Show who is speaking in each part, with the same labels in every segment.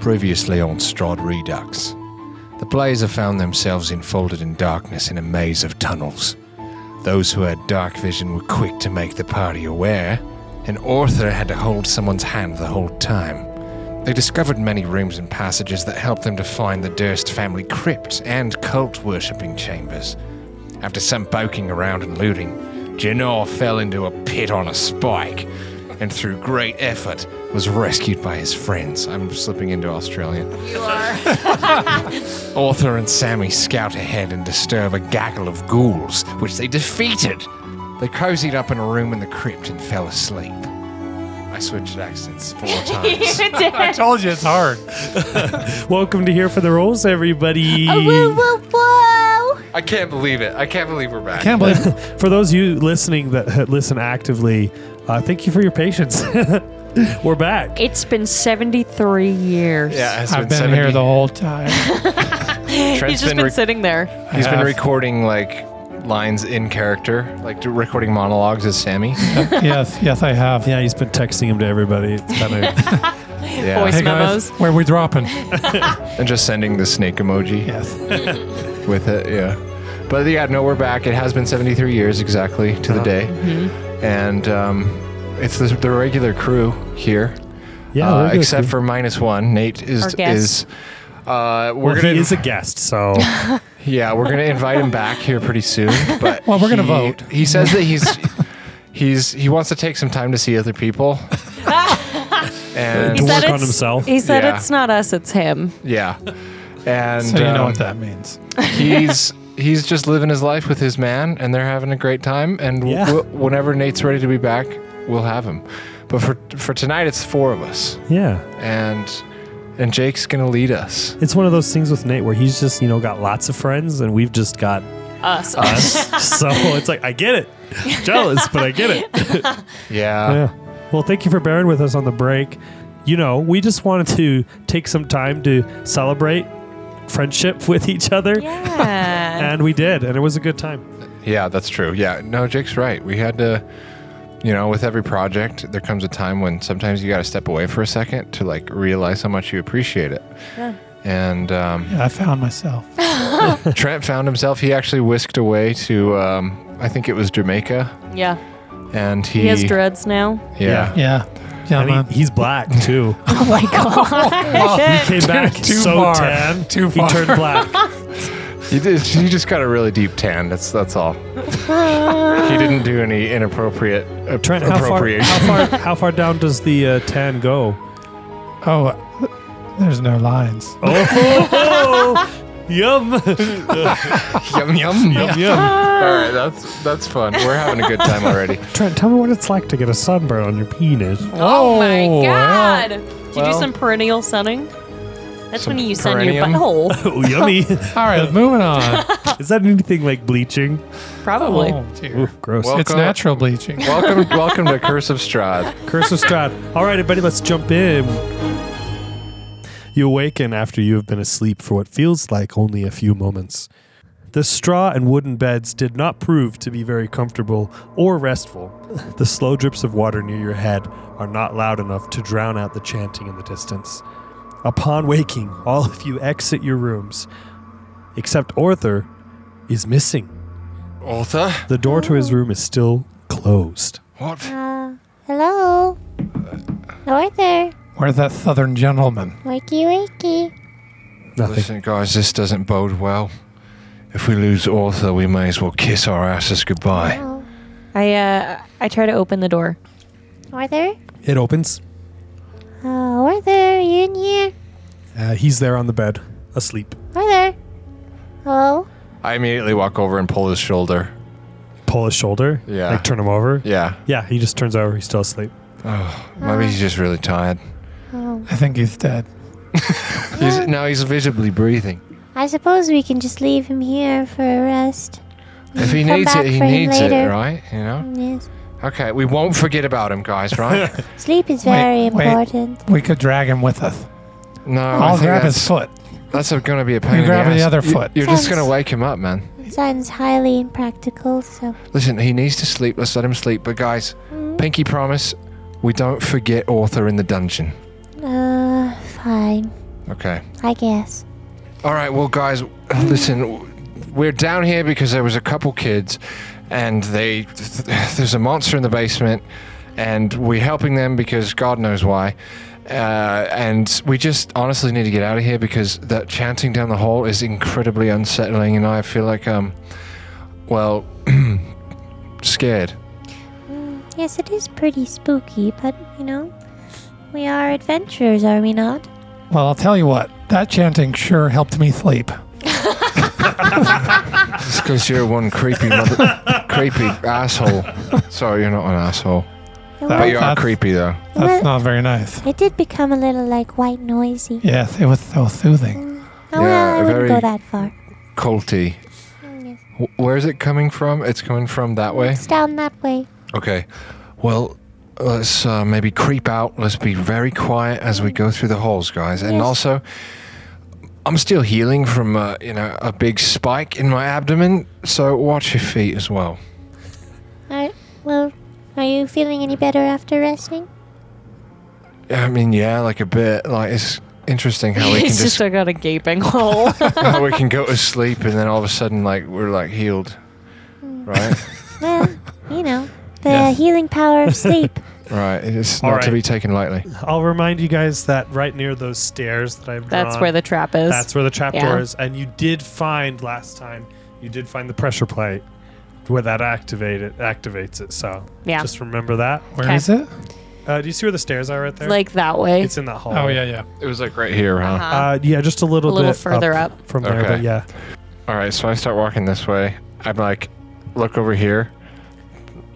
Speaker 1: Previously on Strad Redux, the players have found themselves enfolded in darkness in a maze of tunnels. Those who had dark vision were quick to make the party aware, and Arthur had to hold someone's hand the whole time. They discovered many rooms and passages that helped them to find the Durst family crypt and cult worshipping chambers. After some poking around and looting, Janor fell into a pit on a spike and through great effort was rescued by his friends. I'm slipping into Australian. You are. Arthur and Sammy scout ahead and disturb a gaggle of ghouls, which they defeated. They cozied up in a room in the crypt and fell asleep. I switched accents four times.
Speaker 2: I told you it's hard.
Speaker 3: Welcome to Here for the Rolls, everybody.
Speaker 4: whoa, whoa.
Speaker 1: I can't believe it. I can't believe we're back.
Speaker 2: Can't believe
Speaker 3: For those of you listening that listen actively, uh, thank you for your patience. We're back.
Speaker 4: It's been 73 years.
Speaker 1: yeah, it's
Speaker 2: I've been here the whole time.
Speaker 1: Trent's
Speaker 4: He's just
Speaker 1: been
Speaker 4: been
Speaker 1: re-
Speaker 4: sitting there.
Speaker 1: He's been
Speaker 2: have.
Speaker 1: recording like lines in character, like do- recording monologues as Sammy.
Speaker 2: yes, yes, I have.
Speaker 3: Yeah, he's been texting him to everybody. It's kind of
Speaker 1: yeah.
Speaker 4: Voice-
Speaker 2: Hey guys,
Speaker 4: Memos.
Speaker 2: where we dropping?
Speaker 1: And just sending the snake emoji
Speaker 2: Yes.
Speaker 1: with it. Yeah. But yeah, no, we're back. It has been 73 years exactly to the
Speaker 3: Uh-huh.
Speaker 1: day.
Speaker 4: Mm-hmm.
Speaker 1: And um, it's the, the regular crew here.
Speaker 3: yeah.
Speaker 1: uh,
Speaker 3: we're good.
Speaker 1: except for minus one. Nate
Speaker 4: Our
Speaker 1: is.
Speaker 4: guest.
Speaker 1: is uh, we're
Speaker 3: well,
Speaker 1: gonna
Speaker 3: he is a guest, so
Speaker 1: Yeah, we're gonna invite him back here pretty soon. But
Speaker 2: Well, we're gonna
Speaker 1: he-
Speaker 2: vote.
Speaker 1: He says that he's he's he wants to take some time to see other people. and
Speaker 3: He's-
Speaker 4: said
Speaker 3: work on
Speaker 4: it's-
Speaker 3: himself.
Speaker 4: He said
Speaker 1: Yeah.
Speaker 4: it's not us, it's him.
Speaker 1: yeah, and
Speaker 2: So Oh, you know
Speaker 1: um,
Speaker 2: what that means.
Speaker 1: he's he's just living his life with his man, and they're having a great time. And w-
Speaker 3: Yeah.
Speaker 1: w- whenever Nate's ready to be back, we'll have him. But for for tonight, it's four of us,
Speaker 3: yeah.
Speaker 1: and and Jake's gonna lead us.
Speaker 3: It's one of those things with Nate where he's just you know got lots of friends, and we've just got
Speaker 4: Us.
Speaker 3: us. so it's like I get it, jealous, but I get it.
Speaker 1: Yeah,
Speaker 3: Yeah. Well, thank you for bearing with us on the break. You know, we just wanted to take some time to celebrate friendship with each other,
Speaker 4: Yeah.
Speaker 3: and we did, and it was a good time.
Speaker 1: yeah, that's true. Yeah, no, Jake's right. We had to. you know, with every project, there comes a time when sometimes you got to step away for a second to like realize how much you appreciate it. And um,
Speaker 2: Yeah, I found myself.
Speaker 1: Trent found himself, he actually whisked away to, um, I think it was Jamaica.
Speaker 4: yeah.
Speaker 1: And he,
Speaker 4: He has dreads now.
Speaker 1: Yeah.
Speaker 2: Yeah. Yeah, man.
Speaker 3: And he, he's black too.
Speaker 4: Oh my god.
Speaker 3: Came back
Speaker 2: Too
Speaker 3: so
Speaker 2: far.
Speaker 3: tan,
Speaker 2: Too
Speaker 3: he
Speaker 2: far.
Speaker 3: turned black.
Speaker 1: He, did, he just got a really deep tan. That's that's all. he didn't do any inappropriate uh, ap-
Speaker 3: Trent, how far,
Speaker 1: appropriation.
Speaker 3: how far, how far down does the uh, tan go?
Speaker 2: Oh, uh, there's no lines.
Speaker 3: Oh, yum,
Speaker 1: yum yum
Speaker 3: yum, yum.
Speaker 1: All right, that's that's fun. We're having a good time already.
Speaker 3: Trent, tell me what it's like to get a sunburn on your penis.
Speaker 4: Oh my
Speaker 2: Oh,
Speaker 4: god. Did you do
Speaker 1: Well.
Speaker 4: some perennial sunning? That's
Speaker 1: Some
Speaker 4: when you sun your
Speaker 1: perennium?
Speaker 4: butthole.
Speaker 3: Oh, yummy.
Speaker 2: All right, moving on.
Speaker 3: Is that anything like bleaching?
Speaker 4: Probably.
Speaker 2: Oh, dear.
Speaker 3: Ooh, gross.
Speaker 1: Well-
Speaker 2: It's natural bleaching.
Speaker 1: Welcome welcome to Curse of Strahd.
Speaker 3: Curse of Strahd. All right, everybody, let's jump in. You awaken after you have been asleep for what feels like only a few moments. The straw and wooden beds did not prove to be very comfortable or restful. The slow drips of water near your head are not loud enough to drown out the chanting in the distance. Upon waking, all of you exit your rooms, except Arthur is missing.
Speaker 1: Otha?
Speaker 3: The door to his room is still closed.
Speaker 1: What?
Speaker 5: Hello.
Speaker 1: Uh,
Speaker 5: Arthur.
Speaker 2: Where's that southern gentleman?
Speaker 5: Wakey wakey.
Speaker 3: Nothing.
Speaker 1: Listen, guys, this doesn't bode well. If we lose Arthur, we may as well kiss our asses goodbye.
Speaker 5: Oh.
Speaker 4: I uh I try to open the door.
Speaker 5: Arthur?
Speaker 3: It opens.
Speaker 5: Oh, Arthur, you in here?
Speaker 3: Uh, he's there on the bed, asleep.
Speaker 5: Arthur? Hello?
Speaker 1: I immediately walk over and pull his shoulder.
Speaker 3: Pull his shoulder.
Speaker 1: Yeah.
Speaker 3: Like turn him over.
Speaker 1: Yeah.
Speaker 3: Yeah, he just turns over. He's still asleep.
Speaker 1: Maybe he's just really tired.
Speaker 5: Oh.
Speaker 2: I think he's dead.
Speaker 1: He's, now he's visibly breathing.
Speaker 5: I suppose we can just leave him here for a rest.
Speaker 1: If he
Speaker 5: Come
Speaker 1: needs
Speaker 5: back
Speaker 1: it, he
Speaker 5: for him
Speaker 1: needs it,
Speaker 5: later.
Speaker 1: right? You know?
Speaker 5: Yes.
Speaker 1: Okay, we won't forget about him, guys, right?
Speaker 5: Sleep is
Speaker 2: Wait,
Speaker 5: very
Speaker 2: wait.
Speaker 5: important.
Speaker 2: We could drag him with us.
Speaker 1: No, I
Speaker 2: I'll
Speaker 1: think
Speaker 2: grab his
Speaker 1: that's-
Speaker 2: foot.
Speaker 1: That's going to be a pain. in
Speaker 2: grab the
Speaker 1: ass.
Speaker 2: other
Speaker 1: You-
Speaker 2: foot.
Speaker 1: You're just
Speaker 5: Sounds-
Speaker 1: going to wake him up, man.
Speaker 5: Sounds highly impractical, so.
Speaker 1: Listen, he needs to sleep. Let's let him sleep. But, guys,
Speaker 2: Mm-hmm.
Speaker 1: pinky promise, we don't forget Arthur in the dungeon.
Speaker 5: Uh, fine.
Speaker 1: Okay.
Speaker 5: I guess.
Speaker 1: All right, well, guys, listen, we're down here because there was a couple kids, and they there's a monster in the basement, and we're helping them because God knows why, uh, and we just honestly need to get out of here because that chanting down the hall is incredibly unsettling, and I feel like um, well, scared.
Speaker 5: Yes, it is pretty spooky, but you know, we are adventurers, are we not?
Speaker 2: Well, I'll tell you what. That chanting sure helped me sleep.
Speaker 1: It's because you're one creepy mother, creepy asshole. Sorry, you're not an asshole,
Speaker 5: It,
Speaker 2: That-
Speaker 1: but
Speaker 5: was,
Speaker 1: you are
Speaker 2: That's-
Speaker 1: creepy though.
Speaker 2: That's not very nice.
Speaker 5: it did become a little like white noisy.
Speaker 2: Yes, it was so soothing.
Speaker 5: Oh
Speaker 1: Yeah,
Speaker 5: well, I wouldn't
Speaker 1: very-
Speaker 5: go that far.
Speaker 1: Colty.
Speaker 5: Mm, yes.
Speaker 1: Wh- Where is it coming from? It's coming from that way.
Speaker 5: It's down that way.
Speaker 1: Okay. Well, let's uh, maybe creep out. Let's be very quiet as we go through the holes, guys. And
Speaker 5: Yes.
Speaker 1: also, I'm still healing from uh, you know a big spike in my abdomen, so watch your feet as well.
Speaker 5: All right. Well, are you feeling any better after resting?
Speaker 1: I mean, yeah, like a bit. Like it's interesting how we can
Speaker 4: it's
Speaker 1: just
Speaker 4: just I got a gaping hole.
Speaker 1: how we can go to sleep and then all of a sudden like we're like healed,
Speaker 4: Hmm.
Speaker 1: right?
Speaker 5: Well, you know, the
Speaker 2: Yes.
Speaker 5: healing power of sleep.
Speaker 1: right. It's
Speaker 3: All
Speaker 1: not to
Speaker 3: right.
Speaker 1: be taken lightly.
Speaker 3: I'll remind you guys that right near those stairs that I've
Speaker 4: That's
Speaker 3: drawn,
Speaker 4: where the trap is.
Speaker 3: that's where the trapdoor
Speaker 4: yeah.
Speaker 3: is, and you did find last time you did find the pressure plate where that activated activates it. So
Speaker 4: Yeah.
Speaker 3: just remember that.
Speaker 2: Where
Speaker 4: Okay.
Speaker 2: is it?
Speaker 3: Uh, do you see where the stairs are right there?
Speaker 4: like that way.
Speaker 3: it's in the hall.
Speaker 2: Oh, yeah, yeah.
Speaker 1: It was like right here, huh?
Speaker 4: Uh-huh.
Speaker 3: Uh, yeah, just a little,
Speaker 4: A little
Speaker 3: bit
Speaker 4: further up.
Speaker 3: from there,
Speaker 1: Okay.
Speaker 3: but yeah.
Speaker 1: All right, so I start walking this way. I'm like, look over here.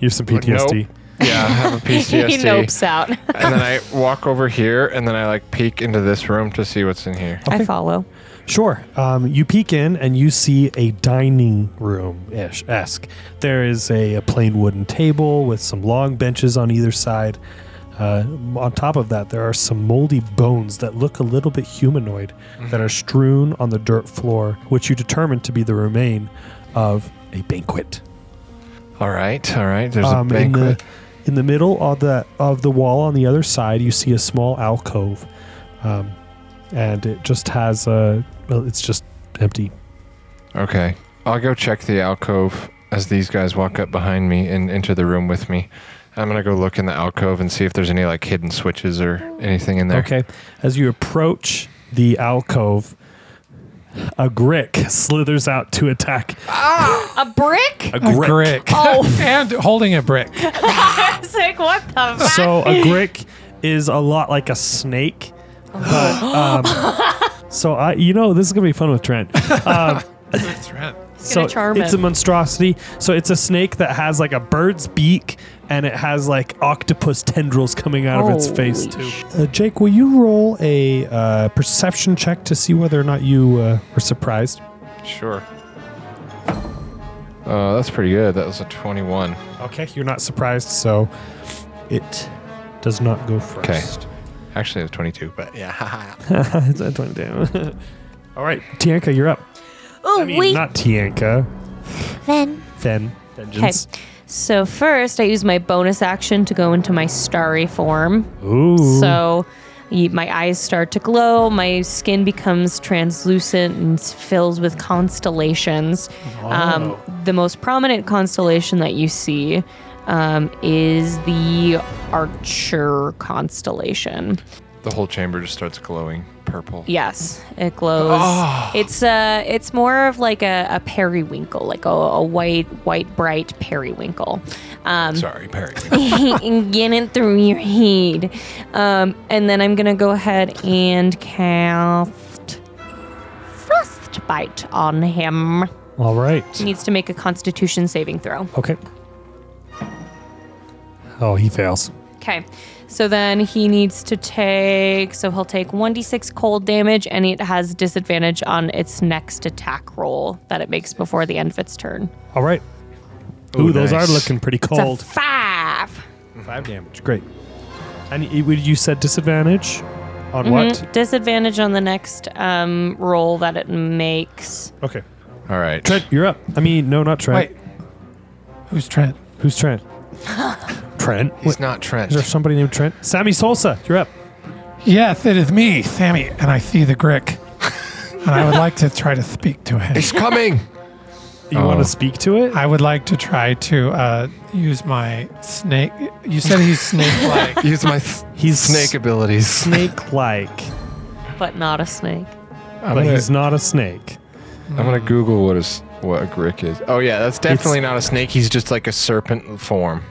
Speaker 3: You have some
Speaker 1: Like,
Speaker 3: PTSD.
Speaker 1: nope. Yeah, I have a
Speaker 4: he
Speaker 1: PTSD.
Speaker 4: nopes out.
Speaker 1: and then I walk over here, and then I like peek into this room to see what's in here.
Speaker 4: I
Speaker 3: Okay.
Speaker 4: follow.
Speaker 3: Sure. Um, you peek in and you see a dining room ish esque. There is a, a plain wooden table with some long benches on either side. Uh, on top of that, there are some moldy bones that look a little bit humanoid that are strewn on the dirt floor, which you determine to be the remain of a banquet.
Speaker 1: All right, all right. There's
Speaker 3: Um,
Speaker 1: a banquet.
Speaker 3: In the, in the middle of the of the wall on the other side, you see a small alcove, um, and it just has a. Well, it's just empty.
Speaker 1: Okay, I'll go check the alcove as these guys walk up behind me and enter the room with me. I'm gonna go look in the alcove and see if there's any like hidden switches or anything in there.
Speaker 3: Okay. As you approach the alcove, a grick slithers out to attack.
Speaker 4: A brick?
Speaker 3: A
Speaker 2: A brick.
Speaker 4: Oh,
Speaker 2: and holding a brick.
Speaker 4: I was like, what the fuck?
Speaker 3: So a grick is a lot like a snake. But, um, so I, you know, this is gonna be fun with Trent. Um,
Speaker 4: He's gonna charm
Speaker 3: it's
Speaker 4: him.
Speaker 3: a monstrosity. So it's a snake that has like a bird's beak and it has like octopus tendrils coming out of its face
Speaker 4: Holy
Speaker 3: too. Uh, Jake, will you roll a uh, perception check to see whether or not you uh, were surprised?
Speaker 1: Sure. Uh, that's pretty good. That was a 21.
Speaker 3: Okay, you're not surprised, so it does not go first.
Speaker 1: Actually, it was 22, but yeah.
Speaker 3: it's at 22. All right, Tianka, you're up.
Speaker 5: Oh
Speaker 3: I mean, not Tianka,
Speaker 5: Then
Speaker 3: Fen.
Speaker 4: Okay.
Speaker 3: Vengeance.
Speaker 4: So first, I use my bonus action to go into my starry form.
Speaker 3: Ooh.
Speaker 4: So y- my eyes start to glow, my skin becomes translucent and s- fills with constellations.
Speaker 3: Oh.
Speaker 4: Um, the most prominent constellation that you see um, is the Archer constellation.
Speaker 1: The whole chamber just starts glowing purple.
Speaker 4: Yes, it glows. It's uh, it's more of like a, a periwinkle, like a, a white, white, bright periwinkle. Um,
Speaker 1: Sorry, Perry.
Speaker 4: and get it through your head. Um, and then I'm gonna go ahead and cast frostbite on him.
Speaker 3: All right.
Speaker 4: He needs to make a Constitution saving throw.
Speaker 3: Okay. Oh, he fails.
Speaker 4: Okay, so then he needs to take. So he'll take 1d6 cold damage, and it has disadvantage on its next attack roll that it makes before the end of its turn.
Speaker 3: All right. Ooh,
Speaker 1: Ooh,
Speaker 3: those
Speaker 1: nice.
Speaker 3: are looking pretty
Speaker 4: It's a
Speaker 3: cold.
Speaker 4: five.
Speaker 3: Five damage. Great. And y- would you said disadvantage on what?
Speaker 4: Mm, Disadvantage on the next um, roll that it makes.
Speaker 3: Okay.
Speaker 1: All right.
Speaker 3: Trent, you're up. I mean, no, not Trent.
Speaker 2: Wait. Who's Trent?
Speaker 3: Who's Trent? Trent?
Speaker 1: He's not Trent.
Speaker 3: Is there somebody named Trent? Sammy Solsa, you're up.
Speaker 2: Yes, it is me, Sammy, and I see the Grick. and I would like to try to speak to him.
Speaker 1: It's coming.
Speaker 3: You
Speaker 1: Oh.
Speaker 3: want to speak to it?
Speaker 2: I would like to try to uh, use my snake. You said he's snake-like.
Speaker 1: Use my th-
Speaker 3: He's
Speaker 1: snake abilities.
Speaker 3: snake like,
Speaker 4: but not a snake.
Speaker 1: I'm
Speaker 3: but
Speaker 1: gonna,
Speaker 3: he's not a snake.
Speaker 1: I'm gonna Google what is what a grick is. Oh yeah, that's definitely not a snake. He's just like a serpent form.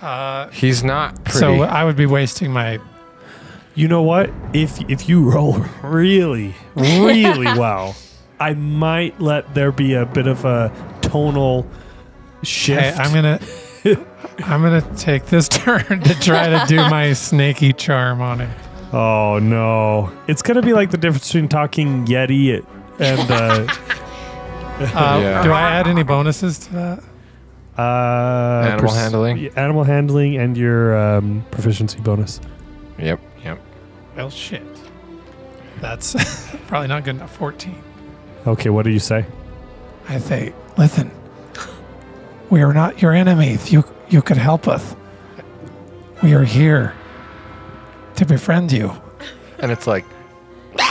Speaker 2: uh,
Speaker 1: He's not pretty.
Speaker 2: so I would be wasting my.
Speaker 3: You know what? If if you roll really, really well, I might let there be a bit of a tonal shift.
Speaker 2: Hey, I'm gonna. I'm gonna take this turn to try to do my snaky charm on him.
Speaker 3: Oh no! It's gonna be like the difference between talking Yeti and uh,
Speaker 2: Uh,
Speaker 1: Yeah.
Speaker 2: Do I add any bonuses to that?
Speaker 3: uh,
Speaker 1: Animal handling?
Speaker 3: animal handling, and your um, proficiency bonus.
Speaker 1: Yep. Yep.
Speaker 2: Well, shit. That's probably not good enough. 14.
Speaker 3: Okay, what do you say?
Speaker 2: I say, listen, we are not your enemies. You, you could help us. We are here to befriend you.
Speaker 1: And it's like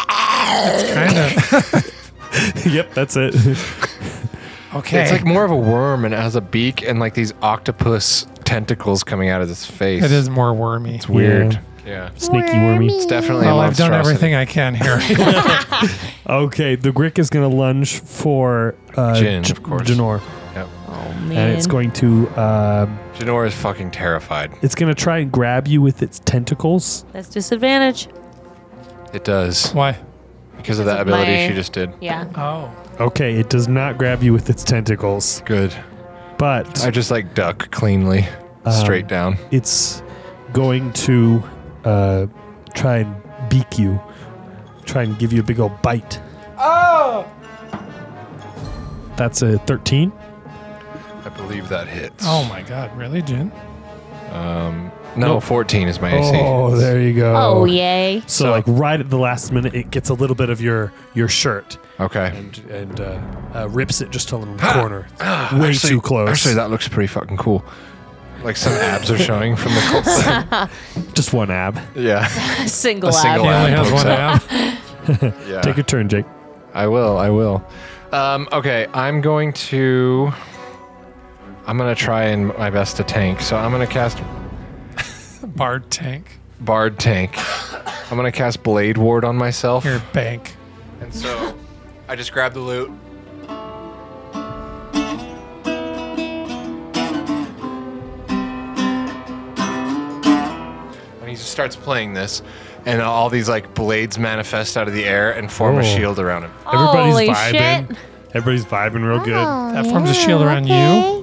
Speaker 2: Kind of.
Speaker 3: yep, that's it.
Speaker 2: Okay.
Speaker 1: it's like more of a worm and it has a beak and like these octopus tentacles coming out of its face.
Speaker 2: it is more wormy.
Speaker 1: It's weird.
Speaker 3: Yeah.
Speaker 1: Yeah.
Speaker 3: Sneaky wormy.
Speaker 1: It's definitely
Speaker 2: Well,
Speaker 1: a
Speaker 2: I've done
Speaker 1: monstrosity.
Speaker 2: everything I can here.
Speaker 3: Okay, the Grick is gonna lunge for uh,
Speaker 1: Jin, of course.
Speaker 3: Janor,
Speaker 4: Oh
Speaker 3: and
Speaker 4: man.
Speaker 3: it's going to um,
Speaker 1: Janora is fucking terrified.
Speaker 3: it's gonna try and grab you with its tentacles.
Speaker 4: That's disadvantage.
Speaker 1: It does
Speaker 2: Why?
Speaker 1: because of that
Speaker 4: of
Speaker 1: ability
Speaker 4: my-
Speaker 1: she just did.
Speaker 4: Yeah.
Speaker 2: Oh.
Speaker 3: Okay, it does not grab you with its tentacles,
Speaker 1: Good.
Speaker 3: but
Speaker 1: I just like duck cleanly
Speaker 3: Uh,
Speaker 1: straight down.
Speaker 3: it's going to uh, try and beak you, try and give you a big old bite. Oh! That's a 13.
Speaker 1: I believe that hits.
Speaker 2: Oh my God. Really, Jin?
Speaker 1: No, 14 is my AC.
Speaker 3: Oh, there you go.
Speaker 4: Oh yay.
Speaker 3: So, like right at the last minute, it gets a little bit of your your shirt
Speaker 1: Okay.
Speaker 3: and and uh, uh, rips it just a little corner, way
Speaker 1: Actually-
Speaker 3: too close.
Speaker 1: Actually, that looks pretty fucking cool. Like some abs are showing from the cold.
Speaker 3: just one ab.
Speaker 1: yeah.
Speaker 4: Single
Speaker 1: A single
Speaker 4: ab.
Speaker 1: ab.
Speaker 2: Only has
Speaker 1: pokes
Speaker 2: one
Speaker 1: out.
Speaker 2: ab.
Speaker 1: Yeah.
Speaker 3: Take your turn, Jake.
Speaker 1: I will. I will. Um, okay, I'm going to. I'm gonna try and my best to tank. So I'm gonna cast
Speaker 2: Bard tank.
Speaker 1: Bard Tank. I'm gonna cast Blade Ward on myself.
Speaker 2: Your bank.
Speaker 1: And so I just grab the loot. And he just starts playing this, and all these like blades manifest out of the air and form
Speaker 3: Oh.
Speaker 1: a shield around him.
Speaker 3: Everybody's
Speaker 4: Holy
Speaker 3: vibing.
Speaker 4: shit. Oh.
Speaker 3: Everybody's vibing real good.
Speaker 5: Oh,
Speaker 2: That forms a shield around you?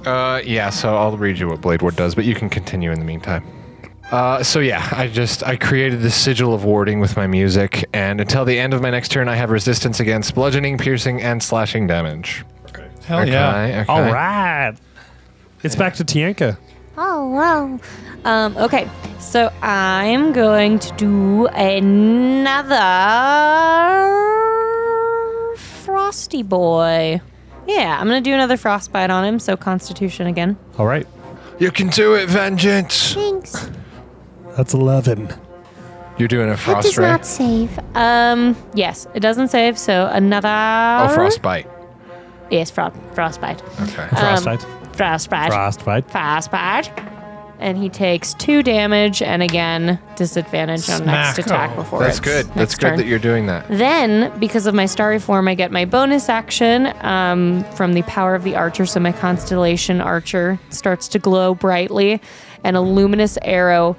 Speaker 1: Uh, yeah, so I'll read you what Blade Ward does, but you can continue in the meantime. Uh, so yeah, I just I created the sigil of warding with my music, and until the end of my next turn, I have resistance against bludgeoning, piercing, and slashing damage. Oh,
Speaker 2: Hell yeah.
Speaker 1: Okay, okay.
Speaker 3: All right. It's back to Tienka.
Speaker 5: Oh, wow.
Speaker 4: Um, okay, so I'm going to do another Frosty Boy. Yeah, I'm gonna do another frostbite on him. So Constitution again.
Speaker 3: All right.
Speaker 1: You can do it, vengeance.
Speaker 5: Thanks.
Speaker 3: That's 11.
Speaker 1: You're doing a
Speaker 5: That
Speaker 1: frost
Speaker 5: does
Speaker 1: ray.
Speaker 5: not save.
Speaker 4: Um, yes, it doesn't save. So another.
Speaker 1: Oh, frostbite.
Speaker 4: Yes, fro- frostbite.
Speaker 1: Okay.
Speaker 3: Frostbite.
Speaker 4: Frostbite.
Speaker 3: Frostbite.
Speaker 4: frostbite. And he takes two damage, and again disadvantage on next
Speaker 2: Smacko.
Speaker 4: attack before.
Speaker 1: That's
Speaker 4: its
Speaker 1: good.
Speaker 4: Next
Speaker 1: That's good
Speaker 4: turn.
Speaker 1: that you're doing that.
Speaker 4: Then, because of my starry form, I get my bonus action um, from the power of the archer. So my constellation archer starts to glow brightly, and a luminous arrow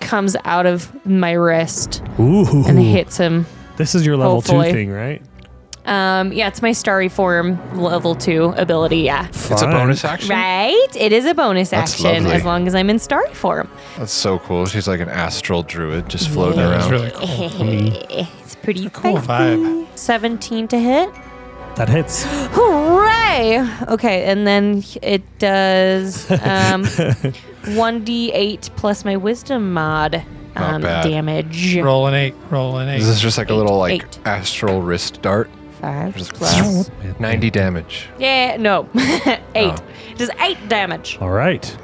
Speaker 4: comes out of my wrist
Speaker 3: Ooh.
Speaker 4: and hits him.
Speaker 3: This is your level
Speaker 4: Hopefully.
Speaker 3: two thing, right?
Speaker 4: Um, yeah, it's my starry form level two ability. Yeah.
Speaker 1: It's a
Speaker 3: Fine.
Speaker 1: bonus action.
Speaker 4: Right? It is a bonus
Speaker 1: That's
Speaker 4: action
Speaker 1: lovely.
Speaker 4: as long as I'm in starry form.
Speaker 1: That's so cool. She's like an astral druid just floating
Speaker 2: That's
Speaker 1: around.
Speaker 2: really cool.
Speaker 4: It's pretty
Speaker 2: Cool vibe.
Speaker 4: 17 to hit.
Speaker 3: That hits.
Speaker 4: Hooray! Okay, and then it does um, 1d8 plus my wisdom mod
Speaker 1: Not
Speaker 4: um,
Speaker 1: bad.
Speaker 4: damage.
Speaker 2: Roll an eight. Roll an
Speaker 1: Is
Speaker 2: eight.
Speaker 1: this just like a little like
Speaker 4: Eight.
Speaker 1: astral wrist dart?
Speaker 4: Five
Speaker 1: Just-
Speaker 4: plus.
Speaker 1: 90 damage.
Speaker 4: Yeah, no. eight.
Speaker 1: Oh.
Speaker 4: Just eight damage.
Speaker 3: All right.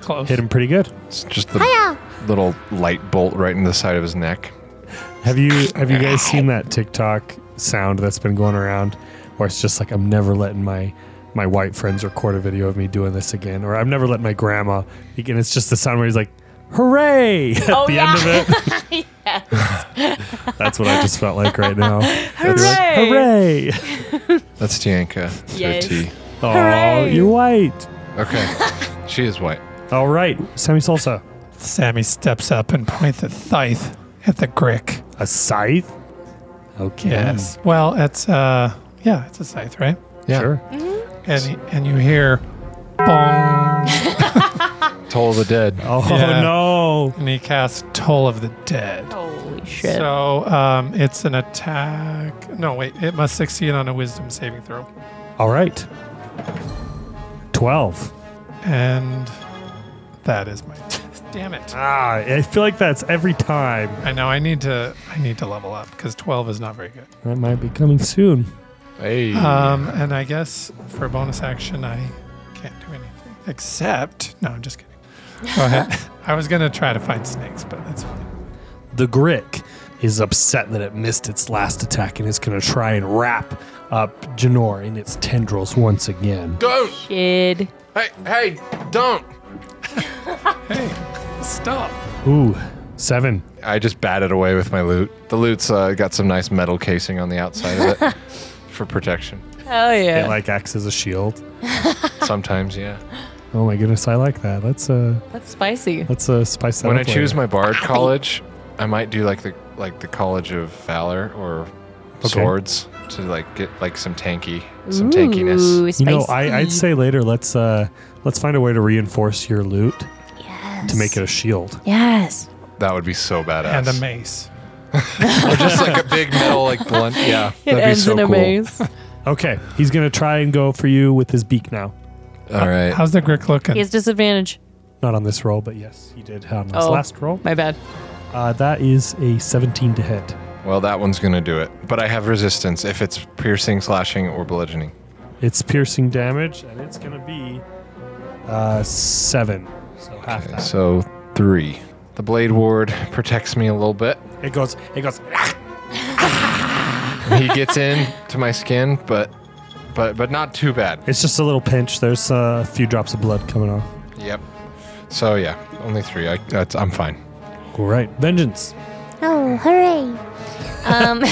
Speaker 2: Close.
Speaker 3: Hit him pretty good.
Speaker 1: It's just the little light bolt right in the side of his neck.
Speaker 3: Have you have you guys seen that TikTok sound that's been going around where it's just like I'm never letting my my white friends record a video of me doing this again or I'm never letting my grandma again it's just the sound where he's like hooray at
Speaker 4: Oh,
Speaker 3: the end of
Speaker 4: yeah.
Speaker 3: it. That's what I just felt like right now. It's like, hooray!
Speaker 1: That's Tianka.
Speaker 4: Yes.
Speaker 1: To a T.
Speaker 3: Oh,
Speaker 4: Hooray.
Speaker 3: you're white.
Speaker 1: Okay. she is white.
Speaker 3: All right, Sammy Salsa.
Speaker 2: Sammy steps up and points a scythe at the grick.
Speaker 3: A scythe? Okay.
Speaker 2: Yes. Mm. Well, it's uh, yeah, it's a scythe, right?
Speaker 1: Yeah.
Speaker 3: Sure.
Speaker 2: And and you hear, bong,
Speaker 1: Toll of the dead.
Speaker 3: Oh,
Speaker 2: Yeah.
Speaker 3: no.
Speaker 2: and he casts Toll of the Dead.
Speaker 4: Holy shit.
Speaker 2: So um, it's an attack. No, wait, it must succeed on a Wisdom saving throw.
Speaker 3: All right. 12.
Speaker 2: And that is my. Damn it!
Speaker 3: Ah, I feel like that's every time.
Speaker 2: I know I need to I need to level up because twelve is not very good.
Speaker 3: That might be coming soon.
Speaker 1: Hey.
Speaker 3: Ah.
Speaker 2: Um, and I guess for a bonus action, I can't do anything except. No, I'm just kidding. Go ahead. I was gonna try to find snakes, but that's fine.
Speaker 3: The Grick is upset that it missed its last attack and is going to try and wrap up Janor in its tendrils once again.
Speaker 1: don't.
Speaker 4: Shit.
Speaker 1: Hey, hey, don't.
Speaker 2: Stop.
Speaker 3: Ooh, seven.
Speaker 1: I just batted away with my loot. The loot's uh, got some nice metal casing on the outside of it for protection.
Speaker 4: Hell
Speaker 1: Eh.
Speaker 3: It
Speaker 4: yeah.
Speaker 3: like acts as a shield.
Speaker 1: Sometimes, yeah.
Speaker 3: Oh my goodness, I like that. Let's uh,
Speaker 4: That's spicy.
Speaker 3: let's uh, spice that
Speaker 1: when I
Speaker 3: up
Speaker 1: choose
Speaker 3: later.
Speaker 1: my bard college, I might do like the like the College of Valor or
Speaker 3: Okay.
Speaker 1: swords to like get like some tanky, some tankiness.
Speaker 4: Ooh,
Speaker 3: You
Speaker 4: spicy.
Speaker 3: know, I, I'd say later. Let's uh, let's find a way to reinforce your loot
Speaker 5: Yes.
Speaker 3: to make it a shield.
Speaker 5: Yes.
Speaker 1: That would be so badass.
Speaker 2: And a mace.
Speaker 1: just like a big metal like blunt. Yeah,
Speaker 4: It
Speaker 1: that'd
Speaker 4: ends
Speaker 1: be so
Speaker 4: in a
Speaker 1: cool.
Speaker 4: maze.
Speaker 3: Okay, he's gonna try and go for you with his beak now.
Speaker 1: All right,
Speaker 2: How's the Grick looking?
Speaker 4: he has disadvantage.
Speaker 3: Not on this roll, but yes, he did on his
Speaker 4: Oh.
Speaker 3: last roll.
Speaker 4: My bad.
Speaker 3: Uh, that is a 17 to hit.
Speaker 1: well that one's gonna do it. But I have resistance if it's piercing, slashing, or bludgeoning.
Speaker 3: It's piercing damage, and it's gonna be uh, seven. So half
Speaker 1: Okay,
Speaker 3: that.
Speaker 1: so three. The blade ward protects me a little bit.
Speaker 3: it goes. It goes.
Speaker 1: He gets in to my skin, but but but not too bad.
Speaker 3: It's just a little pinch. There's uh, a few drops of blood coming off.
Speaker 1: Yep. So yeah, only three. I, that's, I'm fine.
Speaker 3: All right, vengeance.
Speaker 5: Oh, hooray.
Speaker 4: Um,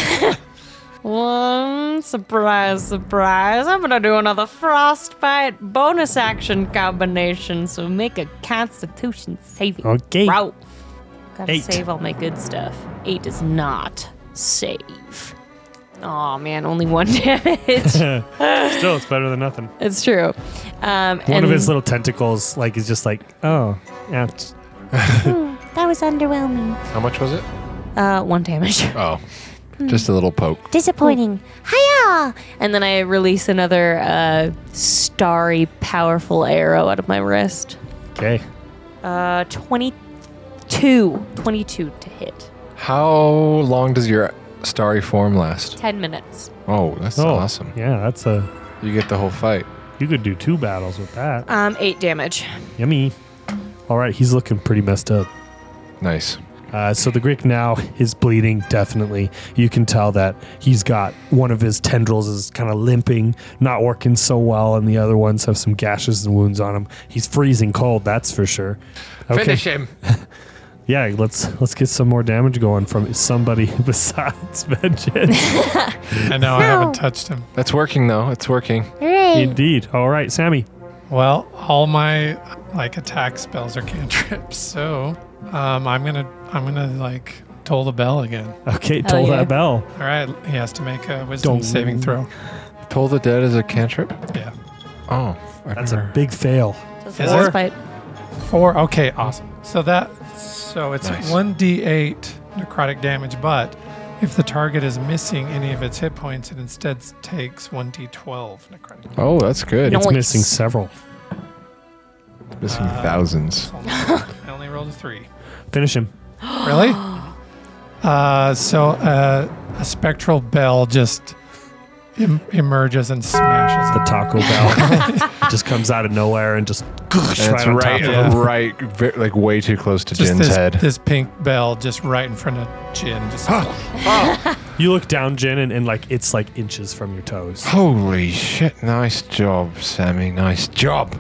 Speaker 4: one surprise, surprise. I'm gonna do another frostbite bonus action combination. So make a Constitution saving
Speaker 3: Okay.
Speaker 4: throw. Gotta
Speaker 3: Eight.
Speaker 4: save all my good stuff. Eight does not save. Oh man, only one damage.
Speaker 3: Still, it's better than nothing.
Speaker 4: it's true. Um,
Speaker 3: One
Speaker 4: and
Speaker 3: of his little tentacles, like, is just like, oh, ouch.
Speaker 5: Hmm, that was underwhelming.
Speaker 1: How much was it?
Speaker 4: uh, one damage.
Speaker 1: Oh, just a little poke.
Speaker 5: Disappointing.
Speaker 2: Hmm.
Speaker 5: Hiya!
Speaker 4: Ah, And then I release another uh, starry, powerful arrow out of my wrist.
Speaker 3: Okay.
Speaker 4: Uh, 22. 22 to hit.
Speaker 1: How long does your starry form last?
Speaker 4: 10 minutes.
Speaker 1: Oh, that's
Speaker 3: oh,
Speaker 1: awesome.
Speaker 3: Yeah, that's a.
Speaker 1: You get the whole fight.
Speaker 3: You could do two battles with that.
Speaker 4: Um, 8 damage.
Speaker 3: Yummy. All right, he's looking pretty messed up.
Speaker 1: Nice.
Speaker 3: Uh, so the Greek now is bleeding, definitely. You can tell that he's got one of his tendrils is kind of limping, not working so well, and the other ones have some gashes and wounds on him. He's freezing cold, that's for sure.
Speaker 1: him.
Speaker 3: Yeah, let's let's get some more damage going from somebody besides Vengeance.
Speaker 2: I know I
Speaker 5: No.
Speaker 2: haven't touched him.
Speaker 1: That's working though. It's working.
Speaker 5: Hooray.
Speaker 3: Indeed. All right, Sammy.
Speaker 2: Well, all my like attack spells are cantrips, so um, I'm gonna I'm gonna like toll the bell again.
Speaker 3: Okay, toll
Speaker 4: yeah.
Speaker 3: that bell.
Speaker 2: All right, he has to make a wisdom
Speaker 3: Don't-
Speaker 2: saving throw.
Speaker 1: Toll the dead is a cantrip.
Speaker 2: Yeah,
Speaker 1: Oh, I
Speaker 3: That's a
Speaker 1: remember.
Speaker 3: big fail.
Speaker 4: Does
Speaker 2: Is
Speaker 4: the
Speaker 2: it?
Speaker 4: respite-
Speaker 2: four. Okay, awesome. So that so it's
Speaker 1: Nice.
Speaker 2: one d8 necrotic damage, but if the target is missing any of its hit points, it instead takes one d12 necrotic.
Speaker 1: Oh, that's good.
Speaker 4: No.
Speaker 3: It's
Speaker 4: Nice.
Speaker 3: missing several.
Speaker 1: Missing
Speaker 2: Uh,
Speaker 1: thousands.
Speaker 2: I only rolled a three.
Speaker 3: Finish him.
Speaker 2: Really? Uh, so uh, a spectral bell just em- emerges and smashes.
Speaker 3: The Taco Bell just comes out of nowhere and just
Speaker 1: And
Speaker 3: right
Speaker 1: it's
Speaker 3: on
Speaker 1: right,
Speaker 3: top of
Speaker 2: it.
Speaker 1: uh, right, ve- like way too close to
Speaker 2: just
Speaker 1: Jin's
Speaker 2: this,
Speaker 1: head.
Speaker 2: this pink bell just right in front of Jin. Just
Speaker 3: You look down, Jen, and, and like it's like inches from your toes.
Speaker 1: Holy shit! Nice job, Sammy. Nice job.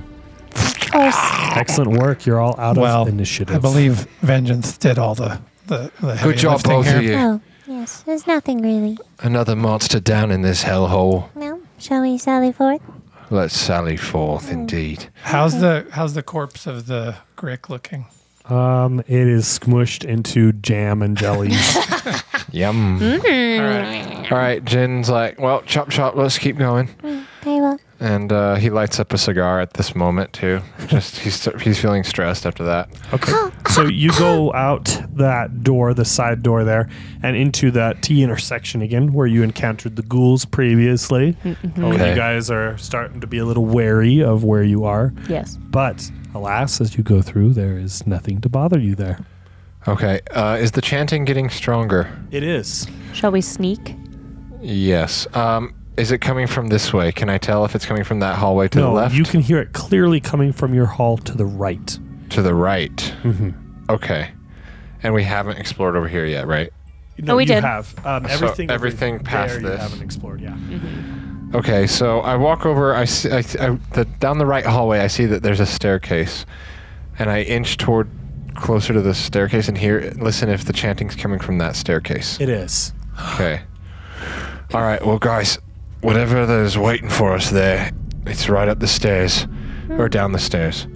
Speaker 3: Excellent work. You're all out
Speaker 2: well,
Speaker 3: of initiative.
Speaker 2: I believe Vengeance did all the the, the heavy
Speaker 1: Good job,
Speaker 2: lifting
Speaker 1: both
Speaker 2: here.
Speaker 1: of you.
Speaker 5: Oh, yes. There's nothing really.
Speaker 1: Another monster down in this hellhole.
Speaker 5: No. Shall we sally forth?
Speaker 1: Let's sally forth, indeed.
Speaker 2: How's the how's the corpse of the Grick looking?
Speaker 3: Um, it is smushed into jam and jellies.
Speaker 1: Yum.
Speaker 2: All right.
Speaker 1: All right, Jin's like, well, chop chop. Let's keep going.
Speaker 5: Very well.
Speaker 1: And uh, he lights up a cigar at this moment too. Just he's he's feeling stressed after that.
Speaker 3: okay, so you go out that door, the side door there, and into that T intersection again, where you encountered the ghouls previously. Oh,
Speaker 1: Okay.
Speaker 3: You guys are starting to be a little wary of where you are,
Speaker 4: Yes.
Speaker 3: but alas, as you go through, there is nothing to bother you there.
Speaker 1: Okay, uh, is the chanting getting stronger?
Speaker 3: It is.
Speaker 4: Shall we sneak?
Speaker 1: Yes. Um, is it coming from this way? Can I tell if it's coming from that hallway to the
Speaker 3: No,
Speaker 1: left?
Speaker 3: you can hear it clearly coming from your hall to the right.
Speaker 1: to the right. Mm-hmm. Okay. And we haven't explored over here yet, right?
Speaker 3: No,
Speaker 4: we
Speaker 3: you
Speaker 4: did.
Speaker 3: have um,
Speaker 1: So
Speaker 3: everything. over
Speaker 1: everything past
Speaker 3: there you
Speaker 1: this.
Speaker 3: haven't explored. Yeah.
Speaker 1: Okay, so I walk over. I see I, I, the, down the right hallway. I see that there's a staircase, and I inch toward closer to the staircase and hear listen if the chanting's coming from that staircase.
Speaker 3: It is.
Speaker 1: Okay. All right, well, guys, whatever there's waiting for us there, it's right up the stairs or down the stairs,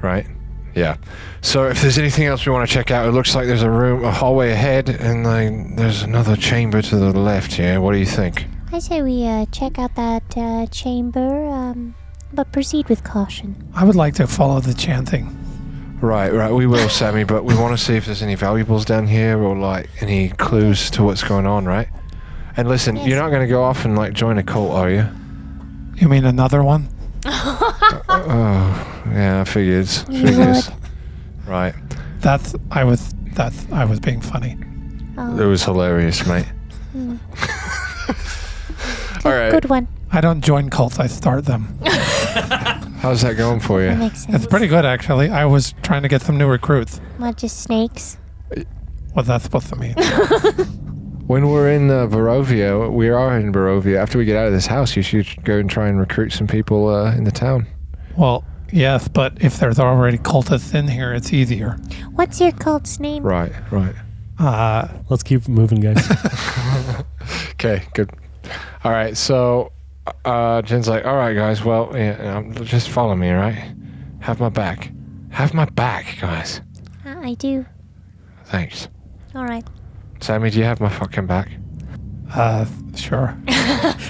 Speaker 1: right? Yeah. So if there's anything else we want to check out, it looks like there's a room, a hallway ahead, and then there's another chamber to the left here. What do you think?
Speaker 5: I say we uh, check out that uh, chamber, um, but proceed with caution.
Speaker 2: I would like to follow the chanting.
Speaker 1: Right, right, we will, Sammy, but we want to see if there's any valuables down here or like any clues to what's going on, right? And listen, you're not going to go off and like join a cult, are you?
Speaker 2: You mean another one?
Speaker 1: Oh, yeah, I figured.
Speaker 5: You
Speaker 1: Figures. Right.
Speaker 2: That's I was that's I was being funny.
Speaker 5: Oh,
Speaker 1: It was hilarious, mate. All right.
Speaker 5: Hmm. Good one.
Speaker 2: I don't join cults, I start them.
Speaker 1: How's that going for
Speaker 5: That
Speaker 1: you?
Speaker 5: makes
Speaker 2: It's
Speaker 5: sense.
Speaker 2: pretty good actually. I was trying to get some new recruits.
Speaker 5: Not just snakes.
Speaker 2: What's that supposed to mean?
Speaker 1: When we're in uh, Barovia, we are in Barovia. After we get out of this house, you should go and try and recruit some people uh, in the town.
Speaker 2: well, yes, but if there's already cultists in here, it's easier.
Speaker 5: What's your cult's name?
Speaker 1: Right, right.
Speaker 2: Uh,
Speaker 3: Let's keep moving, guys.
Speaker 1: Okay, good. All right, so uh, Jen's like, all right, guys, well, yeah, um, just follow me, all right? Have my back. Have my back, guys.
Speaker 5: Uh, I do.
Speaker 1: Thanks.
Speaker 5: All right.
Speaker 1: Sammy, do you have my fucking back?
Speaker 2: uh, sure.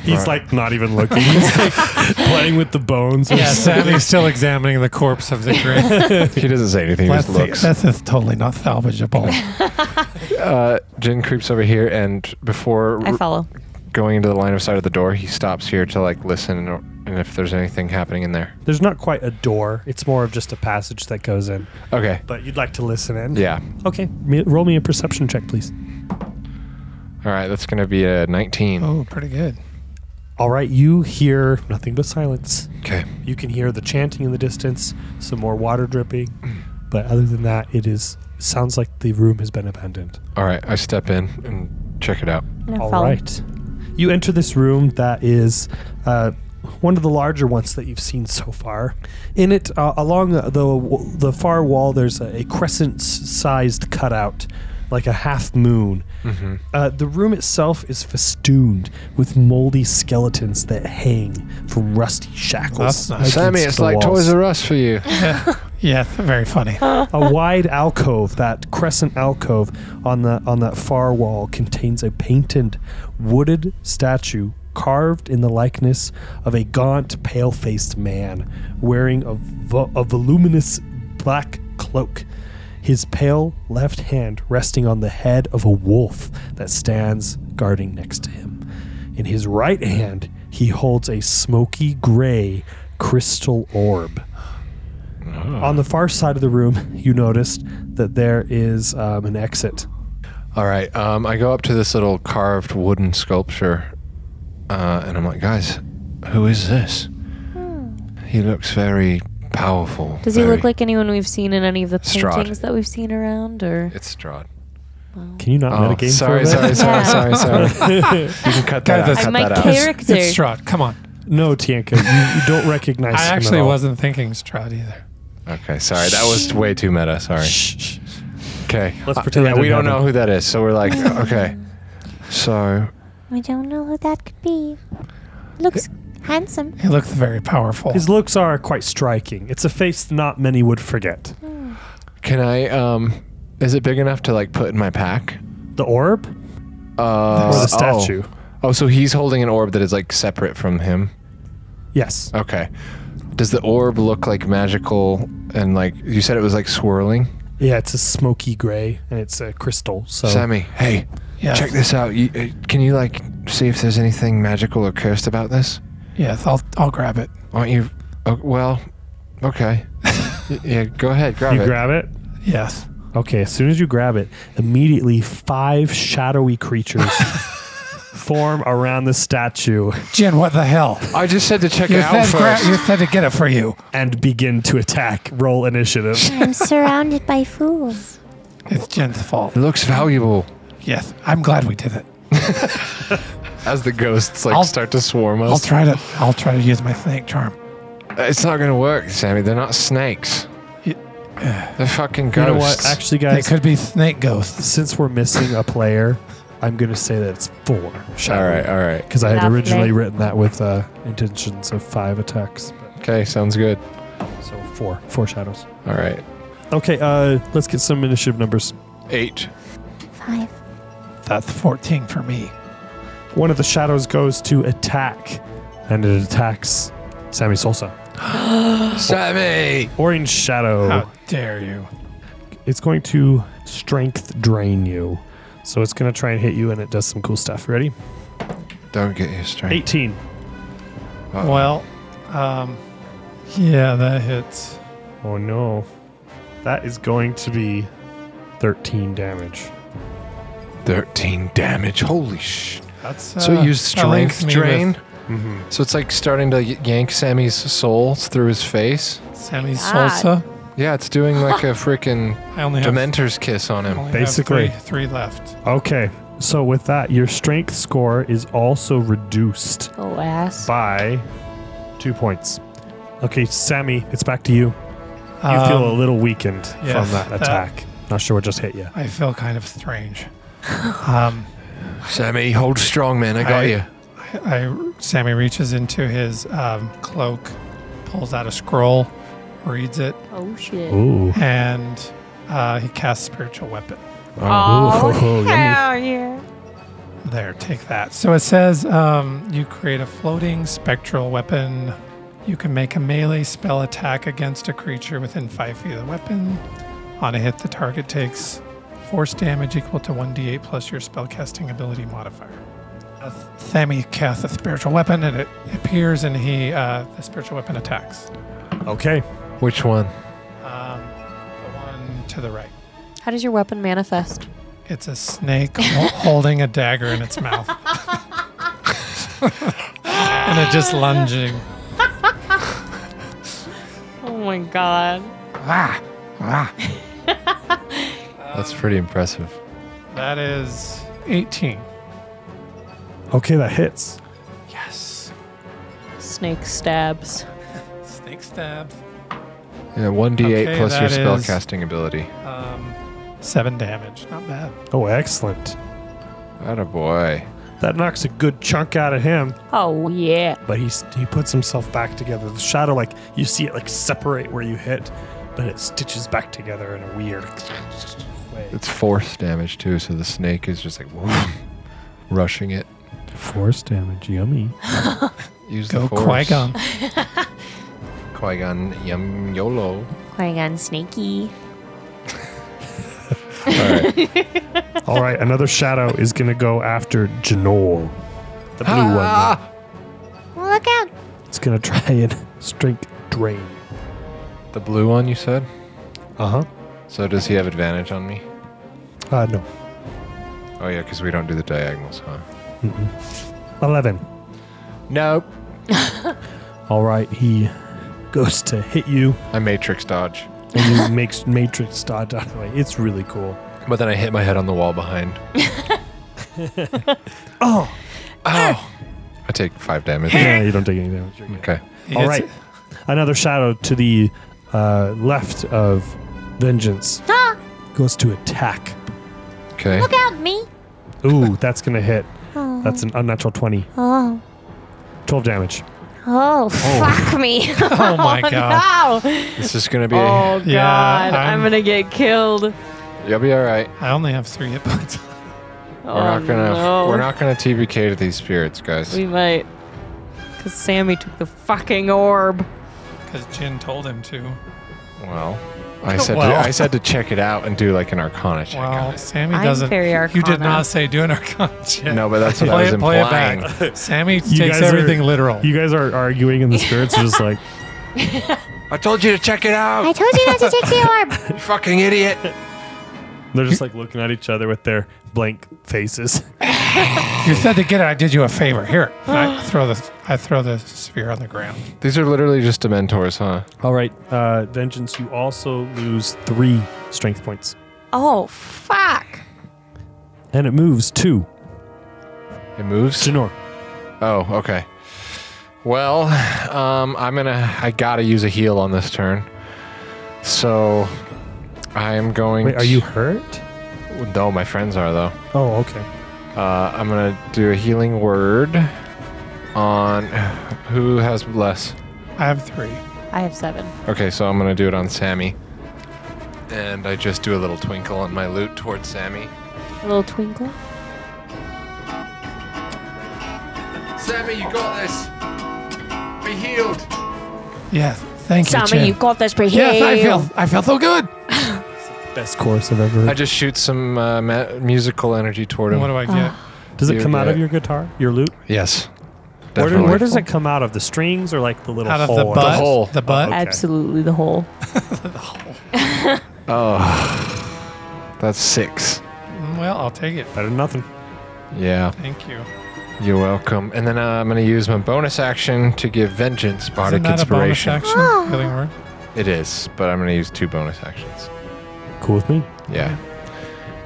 Speaker 3: He's
Speaker 1: Right.
Speaker 3: like not even looking. He's like playing with the bones. or
Speaker 2: Yeah,
Speaker 3: something.
Speaker 2: Sammy's still examining the corpse of the grave.
Speaker 1: He doesn't say anything, he
Speaker 2: Let's
Speaker 1: just
Speaker 2: see.
Speaker 1: looks.
Speaker 2: This is totally not salvageable.
Speaker 1: Uh, Jin creeps over here, and before
Speaker 4: I follow.
Speaker 1: going into the line of sight of the door, he stops here to like listen or, and if there's anything happening in there.
Speaker 3: There's not quite a door. It's more of just a passage that goes in.
Speaker 1: Okay.
Speaker 3: But you'd like to listen in.
Speaker 1: Yeah.
Speaker 3: Okay. Me- roll me a perception check, please.
Speaker 1: All right. That's gonna be a 19.
Speaker 2: oh, pretty good.
Speaker 3: All right. You hear nothing but silence.
Speaker 1: Okay.
Speaker 3: You can hear the chanting in the distance, some more water dripping,
Speaker 1: Mm.
Speaker 3: but other than that, it is sounds like the room has been abandoned.
Speaker 1: All right. I step in and check it out.
Speaker 4: And I
Speaker 3: All
Speaker 4: follow.
Speaker 3: right. You enter this room that is uh, one of the larger ones that you've seen so far. In it, uh, along the, the the far wall, there's a, a crescent-sized cutout, like a half moon.
Speaker 1: Mm-hmm.
Speaker 3: Uh, the room itself is festooned with moldy skeletons that hang from rusty shackles.
Speaker 2: That's nice.
Speaker 1: Sammy,
Speaker 3: against
Speaker 1: it's
Speaker 3: the
Speaker 1: like
Speaker 3: walls.
Speaker 1: Toys R Us for you.
Speaker 2: Yes, very funny.
Speaker 3: a wide alcove, that crescent alcove on the on that far wall contains a painted wooded statue carved in the likeness of a gaunt, pale-faced man wearing a, vo- a voluminous black cloak. His pale left hand resting on the head of a wolf that stands guarding next to him. In his right hand, he holds a smoky gray crystal orb. On the far side of the room, you noticed that there is um, an exit.
Speaker 1: All right. Um, I go up to this little carved wooden sculpture. uh, and I'm like, guys, who is this?
Speaker 5: Hmm.
Speaker 1: He looks very powerful.
Speaker 4: Does he
Speaker 1: very-
Speaker 4: look like anyone we've seen in any of the
Speaker 1: Strahd.
Speaker 4: paintings that we've seen around? Or
Speaker 1: It's Strahd.
Speaker 3: Can you not
Speaker 1: Oh,
Speaker 3: metagame
Speaker 1: sorry,
Speaker 3: for a
Speaker 1: sorry,
Speaker 3: bit?
Speaker 1: sorry,
Speaker 4: Yeah.
Speaker 1: sorry, sorry, You can cut
Speaker 2: Guys,
Speaker 1: that. out,
Speaker 2: that's-
Speaker 1: cut
Speaker 4: My
Speaker 1: that out.
Speaker 4: character-
Speaker 2: It's, it's Strahd. Come on.
Speaker 3: No, Tienka, you, you don't recognize
Speaker 2: I
Speaker 3: him at
Speaker 2: actually
Speaker 3: all.
Speaker 2: wasn't thinking Strahd either.
Speaker 1: Okay, sorry, that was way too meta. Sorry.
Speaker 3: Shh.
Speaker 1: Okay. Uh,
Speaker 3: Let's pretend
Speaker 1: yeah,
Speaker 3: that
Speaker 1: we don't
Speaker 3: didn't
Speaker 1: know
Speaker 3: happen.
Speaker 1: who that is, so we're like, okay. So
Speaker 5: We don't know who that could be. Looks handsome.
Speaker 2: He looked very powerful.
Speaker 3: His looks are quite striking. It's a face not many would forget.
Speaker 1: can I? Um, is it big enough to like put in my pack?
Speaker 3: The orb
Speaker 1: Uh,
Speaker 3: or
Speaker 1: oh.
Speaker 3: the statue?
Speaker 1: Oh, so he's holding an orb that is like separate from him.
Speaker 3: Yes.
Speaker 1: Okay. Does the orb look like magical and like you said it was like swirling?
Speaker 3: Yeah, it's a smoky gray and it's a crystal. So
Speaker 1: Sammy, hey,
Speaker 2: Yes.
Speaker 1: check this out. You, uh, can you like see if there's anything magical or cursed about this?
Speaker 2: Yes, I'll, I'll grab it.
Speaker 1: Aren't you? Oh, well, okay. Y- yeah, go ahead, grab
Speaker 3: you
Speaker 1: it.
Speaker 3: grab it.
Speaker 2: Yes.
Speaker 3: Okay, as soon as you grab it, immediately five shadowy creatures form around the statue
Speaker 2: Jen, what the hell?
Speaker 1: I just said to check
Speaker 2: You
Speaker 1: it out
Speaker 2: said, gra-
Speaker 1: first.
Speaker 2: you said to get it for you.
Speaker 3: and begin to attack. Roll initiative.
Speaker 5: I'm surrounded by fools.
Speaker 2: It's Jen's fault.
Speaker 1: it looks valuable.
Speaker 2: Yes, I'm glad we did it.
Speaker 1: As the ghosts like
Speaker 2: I'll-
Speaker 1: start to swarm
Speaker 2: I'll
Speaker 1: us,
Speaker 2: try to I'll try to use my snake charm.
Speaker 1: it's not gonna work, Sammy. They're not snakes.
Speaker 2: Y-
Speaker 1: They're fucking ghosts.
Speaker 3: you know what? Actually,
Speaker 2: They
Speaker 3: guys,
Speaker 2: could be snake ghosts.
Speaker 3: since we're missing a player, I'm going to say that it's four.
Speaker 1: all right, all right.
Speaker 3: Because I had
Speaker 4: Lovely.
Speaker 3: originally written that with uh, intentions of five attacks.
Speaker 1: Okay, sounds good.
Speaker 3: So four, four shadows.
Speaker 1: All right,
Speaker 3: Okay, uh, let's get some initiative numbers.
Speaker 1: eight.
Speaker 5: Five.
Speaker 2: That's 14 for me.
Speaker 3: One of the shadows goes to attack, and it attacks Sammy Sosa.
Speaker 1: Sammy.
Speaker 3: Orange
Speaker 1: Oh.
Speaker 3: shadow.
Speaker 2: How dare you?
Speaker 3: It's going to strength drain you. So it's going to try and hit you, and it does some cool stuff. Ready?
Speaker 1: Don't get your strength.
Speaker 3: 18.
Speaker 1: Uh-oh.
Speaker 2: Well, um yeah, that hits.
Speaker 3: Oh no. That is going to be 13 damage.
Speaker 1: 13 damage. Holy sh.
Speaker 2: That's uh,
Speaker 1: so you use
Speaker 2: that leaves
Speaker 1: strength
Speaker 2: me
Speaker 1: drain.
Speaker 2: with
Speaker 3: Mm-hmm.
Speaker 1: So it's like starting to y- yank Sammy's soul through his face.
Speaker 2: Sammy
Speaker 4: God.
Speaker 2: Salsa.
Speaker 1: Yeah, it's doing like a freaking
Speaker 2: I only have,
Speaker 1: Dementor's kiss on
Speaker 2: I
Speaker 1: him.
Speaker 2: only have
Speaker 3: Basically.
Speaker 2: three, three left.
Speaker 3: Okay. So with that, your strength score is also reduced
Speaker 4: oh ass.
Speaker 3: by two points. Okay, Sammy, it's back to you. You feel a
Speaker 2: Um,
Speaker 3: little weakened
Speaker 2: yes,
Speaker 3: from that
Speaker 2: that-
Speaker 3: attack. Not sure what just hit you.
Speaker 2: I feel kind of strange. um
Speaker 1: Sammy, hold strong, man. I got
Speaker 2: I-
Speaker 1: you.
Speaker 2: I, Sammy reaches into his um, cloak, pulls out a scroll, reads it,
Speaker 4: Oh shit.
Speaker 3: Ooh.
Speaker 2: and uh, he casts spiritual weapon.
Speaker 4: Oh,
Speaker 3: Ooh, yummy.
Speaker 4: hell yeah.
Speaker 2: There, take that. So it says um, you create a floating spectral weapon. You can make a melee spell attack against a creature within five feet of the weapon. On a hit, the target takes force damage equal to 1d8 plus your spellcasting ability modifier. Uh, Sammy casts a spiritual weapon, and it appears, and he uh, the spiritual weapon attacks.
Speaker 3: Okay.
Speaker 1: Which one?
Speaker 2: Um, the one to the right.
Speaker 4: How does your weapon manifest?
Speaker 2: It's a snake ho- holding a dagger in its mouth. and it just lunging.
Speaker 4: Oh my god.
Speaker 2: Ah, ah.
Speaker 1: That's pretty impressive.
Speaker 2: That is 18.
Speaker 3: Okay, that hits.
Speaker 2: Yes.
Speaker 4: Snake stabs.
Speaker 2: Snake stab.
Speaker 1: Yeah, 1d8
Speaker 2: Okay,
Speaker 1: plus your
Speaker 2: that
Speaker 1: spell
Speaker 2: is-
Speaker 1: casting ability.
Speaker 2: Um, seven damage. Not bad.
Speaker 3: Oh, excellent.
Speaker 1: Atta boy.
Speaker 3: That knocks a good chunk out of him.
Speaker 4: Oh yeah.
Speaker 3: but he's, he puts himself back together. The shadow, like you see it, like separate where you hit, but it stitches back together in a weird way.
Speaker 1: It's force damage too, so the snake is just like whoom, rushing it.
Speaker 3: force damage, yummy.
Speaker 1: Use
Speaker 2: Go
Speaker 1: the force.
Speaker 2: Qui Gon.
Speaker 1: Qui-Gon Yum Yolo.
Speaker 5: Qui Gon Snaky.
Speaker 1: All right.
Speaker 3: All right, another shadow is gonna go after Janol, the blue
Speaker 1: Ah!
Speaker 5: Look out!
Speaker 3: one. It's gonna try and strength drain.
Speaker 1: The blue one you said?
Speaker 3: Uh-huh.
Speaker 1: So does he have advantage on me?
Speaker 3: Uh no.
Speaker 1: Oh yeah, because we don't do the diagonals, huh?
Speaker 3: Eleven.
Speaker 1: Nope.
Speaker 3: All right, he goes to hit you,
Speaker 1: I matrix dodge.
Speaker 3: and you makes Matrix dodge out of the way. It's really cool.
Speaker 1: But then I hit my head on the wall behind.
Speaker 3: Oh,
Speaker 1: Ow. I take five damage.
Speaker 3: no, you don't take any damage. You're good.
Speaker 1: Okay.
Speaker 3: All
Speaker 2: It's-
Speaker 3: right, another shadow to the uh, left of Vengeance
Speaker 5: Ah,
Speaker 3: goes to attack.
Speaker 1: Okay.
Speaker 5: look out, me.
Speaker 3: Ooh, that's gonna hit.
Speaker 5: Oh.
Speaker 3: That's an unnatural 20.
Speaker 5: Oh.
Speaker 3: 12 damage.
Speaker 5: Oh, fuck me.
Speaker 2: Oh my god.
Speaker 4: No!
Speaker 1: This is gonna be.
Speaker 4: Oh god,
Speaker 2: Yeah,
Speaker 4: I'm,
Speaker 2: I'm-
Speaker 4: gonna get killed.
Speaker 1: You'll be all right.
Speaker 2: I only have three hit points.
Speaker 1: We're not gonna.
Speaker 4: Oh, No.
Speaker 1: We're not gonna TBK to these spirits, guys.
Speaker 4: We might. Cause Sammy took the fucking orb.
Speaker 2: Because Jin told him to.
Speaker 1: Well, I said.
Speaker 3: Well.
Speaker 1: To, I said to check it out and do like an Arcana check on
Speaker 2: Well,
Speaker 1: it.
Speaker 2: Sammy
Speaker 4: I'm
Speaker 2: doesn't.
Speaker 4: very
Speaker 2: You did
Speaker 4: arcana.
Speaker 2: not say do an arcana check.
Speaker 1: No, but that's what I
Speaker 2: play
Speaker 1: was
Speaker 2: it, play it
Speaker 1: implying.
Speaker 2: back. Sammy
Speaker 3: guys
Speaker 2: takes
Speaker 3: are-
Speaker 2: everything literal.
Speaker 3: You guys are arguing, and the spirits are just like,
Speaker 1: I told you to check it out.
Speaker 5: I told you not to take the orb.
Speaker 1: you fucking idiot.
Speaker 3: they're just like looking at each other with their blank faces.
Speaker 2: You said to get it. I did you a favor. Here, And I throw the I throw the sphere on the ground.
Speaker 1: These are literally just dementors, huh?
Speaker 3: All right, uh, Vengeance, you also lose three strength points.
Speaker 4: Oh fuck.
Speaker 3: And it moves two.
Speaker 1: It moves.
Speaker 3: Janor.
Speaker 1: Oh, okay. Well, um, I'm gonna. I gotta use a heal on this turn. So, I am going.
Speaker 3: Wait, are you hurt?
Speaker 1: To, no, my friends are though.
Speaker 3: Oh, okay.
Speaker 1: Uh, I'm gonna do a healing word on who has less.
Speaker 2: I have three.
Speaker 4: I have seven.
Speaker 1: Okay, so I'm gonna do it on Sammy. And I just do a little twinkle on my loot towards Sammy.
Speaker 4: A little twinkle.
Speaker 1: Sammy, you got this. Be healed.
Speaker 2: Yeah, thank you, Jin.
Speaker 4: got this pretty
Speaker 2: yes, I feel I feel so good.
Speaker 3: Best chorus I've ever
Speaker 1: I
Speaker 3: heard.
Speaker 1: just shoot some uh, ma- musical energy toward him.
Speaker 2: What do I get?
Speaker 3: Does it
Speaker 1: You
Speaker 3: come out
Speaker 1: get-
Speaker 3: of your guitar, your lute?
Speaker 1: Yes.
Speaker 3: Where, do-
Speaker 1: Definitely.
Speaker 3: where does it come out of? The strings or like the little
Speaker 2: Out of
Speaker 3: hole?
Speaker 2: the
Speaker 3: or-
Speaker 2: butt. The,
Speaker 1: hole.
Speaker 2: butt.
Speaker 3: Okay.
Speaker 4: Absolutely the whole.
Speaker 1: Oh, that's six.
Speaker 2: Mm, Well, I'll take it.
Speaker 3: Better than nothing.
Speaker 1: Yeah,
Speaker 2: Thank you.
Speaker 1: you're welcome. And then uh, I'm gonna use my bonus action to give vengeance bardic
Speaker 2: Isn't that a bonus
Speaker 1: inspiration.
Speaker 2: action?
Speaker 5: Oh.
Speaker 2: Healing word.
Speaker 1: It is, but I'm gonna use two bonus actions.
Speaker 3: Cool with me.
Speaker 1: Yeah.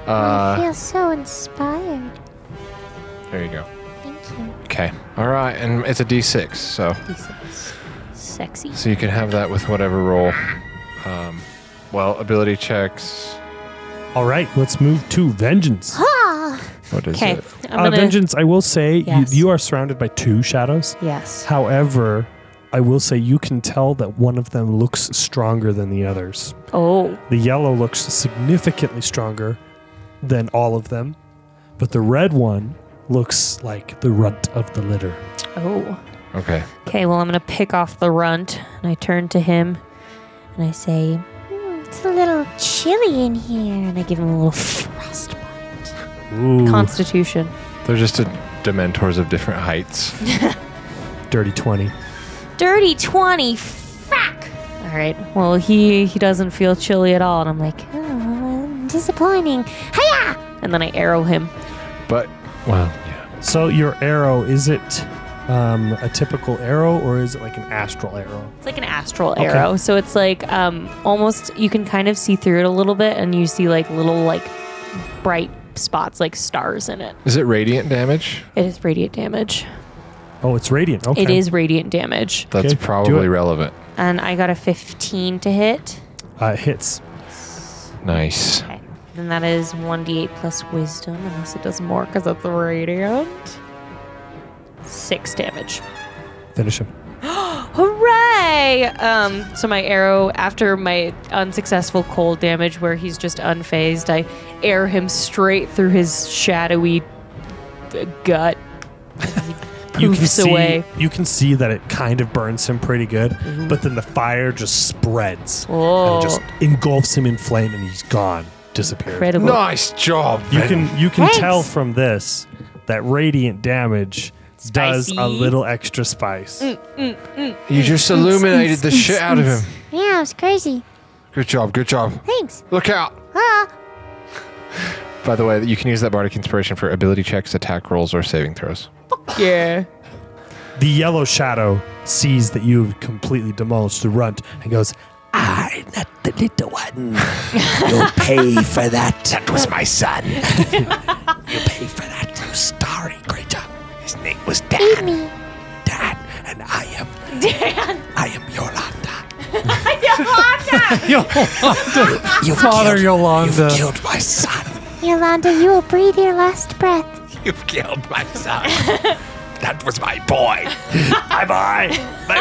Speaker 5: I
Speaker 1: Uh,
Speaker 5: feel so inspired.
Speaker 1: there you go.
Speaker 5: Thank you.
Speaker 1: Okay. All right, and it's a D6, so
Speaker 4: D6. Sexy.
Speaker 1: so you can have that with whatever roll. Um, well, ability checks.
Speaker 3: All right, let's move to Vengeance.
Speaker 5: Ah,
Speaker 1: What is
Speaker 4: Okay.
Speaker 1: it?
Speaker 4: I'm
Speaker 3: uh,
Speaker 4: gonna
Speaker 3: Vengeance, I will say,
Speaker 4: Yes.
Speaker 3: you, you are surrounded by two shadows.
Speaker 4: Yes.
Speaker 3: However, I will say you can tell that one of them looks stronger than the others.
Speaker 4: Oh.
Speaker 3: The yellow looks significantly stronger than all of them, but the red one looks like the runt of the litter.
Speaker 4: Oh.
Speaker 1: Okay.
Speaker 4: Okay, well I'm gonna pick off the runt and I turn to him and I say
Speaker 5: mm, it's a little chilly in here.
Speaker 4: and I give him a little thrust.
Speaker 3: Ooh,
Speaker 4: Constitution.
Speaker 1: They're just a dementors of different heights.
Speaker 3: dirty 20.
Speaker 5: Dirty 20. Fuck.
Speaker 4: All right. Well, he he doesn't feel chilly at all, and I'm like,
Speaker 5: Oh, disappointing. Hiya!
Speaker 4: and then I arrow him.
Speaker 1: But well, yeah.
Speaker 3: So your arrow, is it um, a typical arrow or is it like an astral arrow?
Speaker 4: It's like an astral arrow, so it's like um almost you can kind of see through it a little bit, and you see like little like bright spots like stars in it.
Speaker 1: Is it radiant damage?
Speaker 4: It is radiant damage.
Speaker 3: Oh, it's radiant. Okay.
Speaker 4: It is radiant damage,
Speaker 1: That's
Speaker 3: Okay, do
Speaker 1: probably
Speaker 3: it.
Speaker 1: relevant.
Speaker 4: and I got a 15 to hit.
Speaker 3: Uh, it hits.
Speaker 1: Nice.
Speaker 4: Okay. Then that is 1d8 plus wisdom, unless it does more because that's radiant. Six damage.
Speaker 3: Finish him.
Speaker 4: Hooray! Um, so my arrow, after my unsuccessful cold damage, where he's just unfazed, I air him straight through his shadowy uh, gut. He poofs
Speaker 3: see,
Speaker 4: away. Mm-hmm.
Speaker 3: You can see that it kind of burns him pretty good, but then the fire just spreads
Speaker 4: Oh.
Speaker 3: and it just engulfs him in flame, and he's gone, disappeared.
Speaker 4: Incredible.
Speaker 1: Nice job.
Speaker 3: You can you can
Speaker 5: Thanks.
Speaker 3: tell from this that radiant damage does
Speaker 4: Spicy. Mm.
Speaker 3: a little extra spice.
Speaker 1: You just illuminated the shit out of him.
Speaker 5: Yeah, it was crazy.
Speaker 1: Good job. Good job.
Speaker 5: Thanks.
Speaker 1: Look out.
Speaker 5: Ah,
Speaker 1: By the way, you can use that bardic inspiration for ability checks, attack rolls, or saving throws.
Speaker 4: Yeah.
Speaker 3: The yellow shadow sees that you've completely demolished the runt and goes, I, not the little one. You'll pay for that. That was my son. You'll pay for that. You starry creature. His name was Dan.
Speaker 5: me.
Speaker 3: Dan. And I am,
Speaker 4: Dan,
Speaker 3: I am Yolanda.
Speaker 4: Yolanda!
Speaker 3: You
Speaker 2: Father
Speaker 3: killed,
Speaker 2: Yolanda.
Speaker 3: You killed my son.
Speaker 5: Yolanda, you will breathe your last breath.
Speaker 3: You've killed my son. that was my boy. my boy. My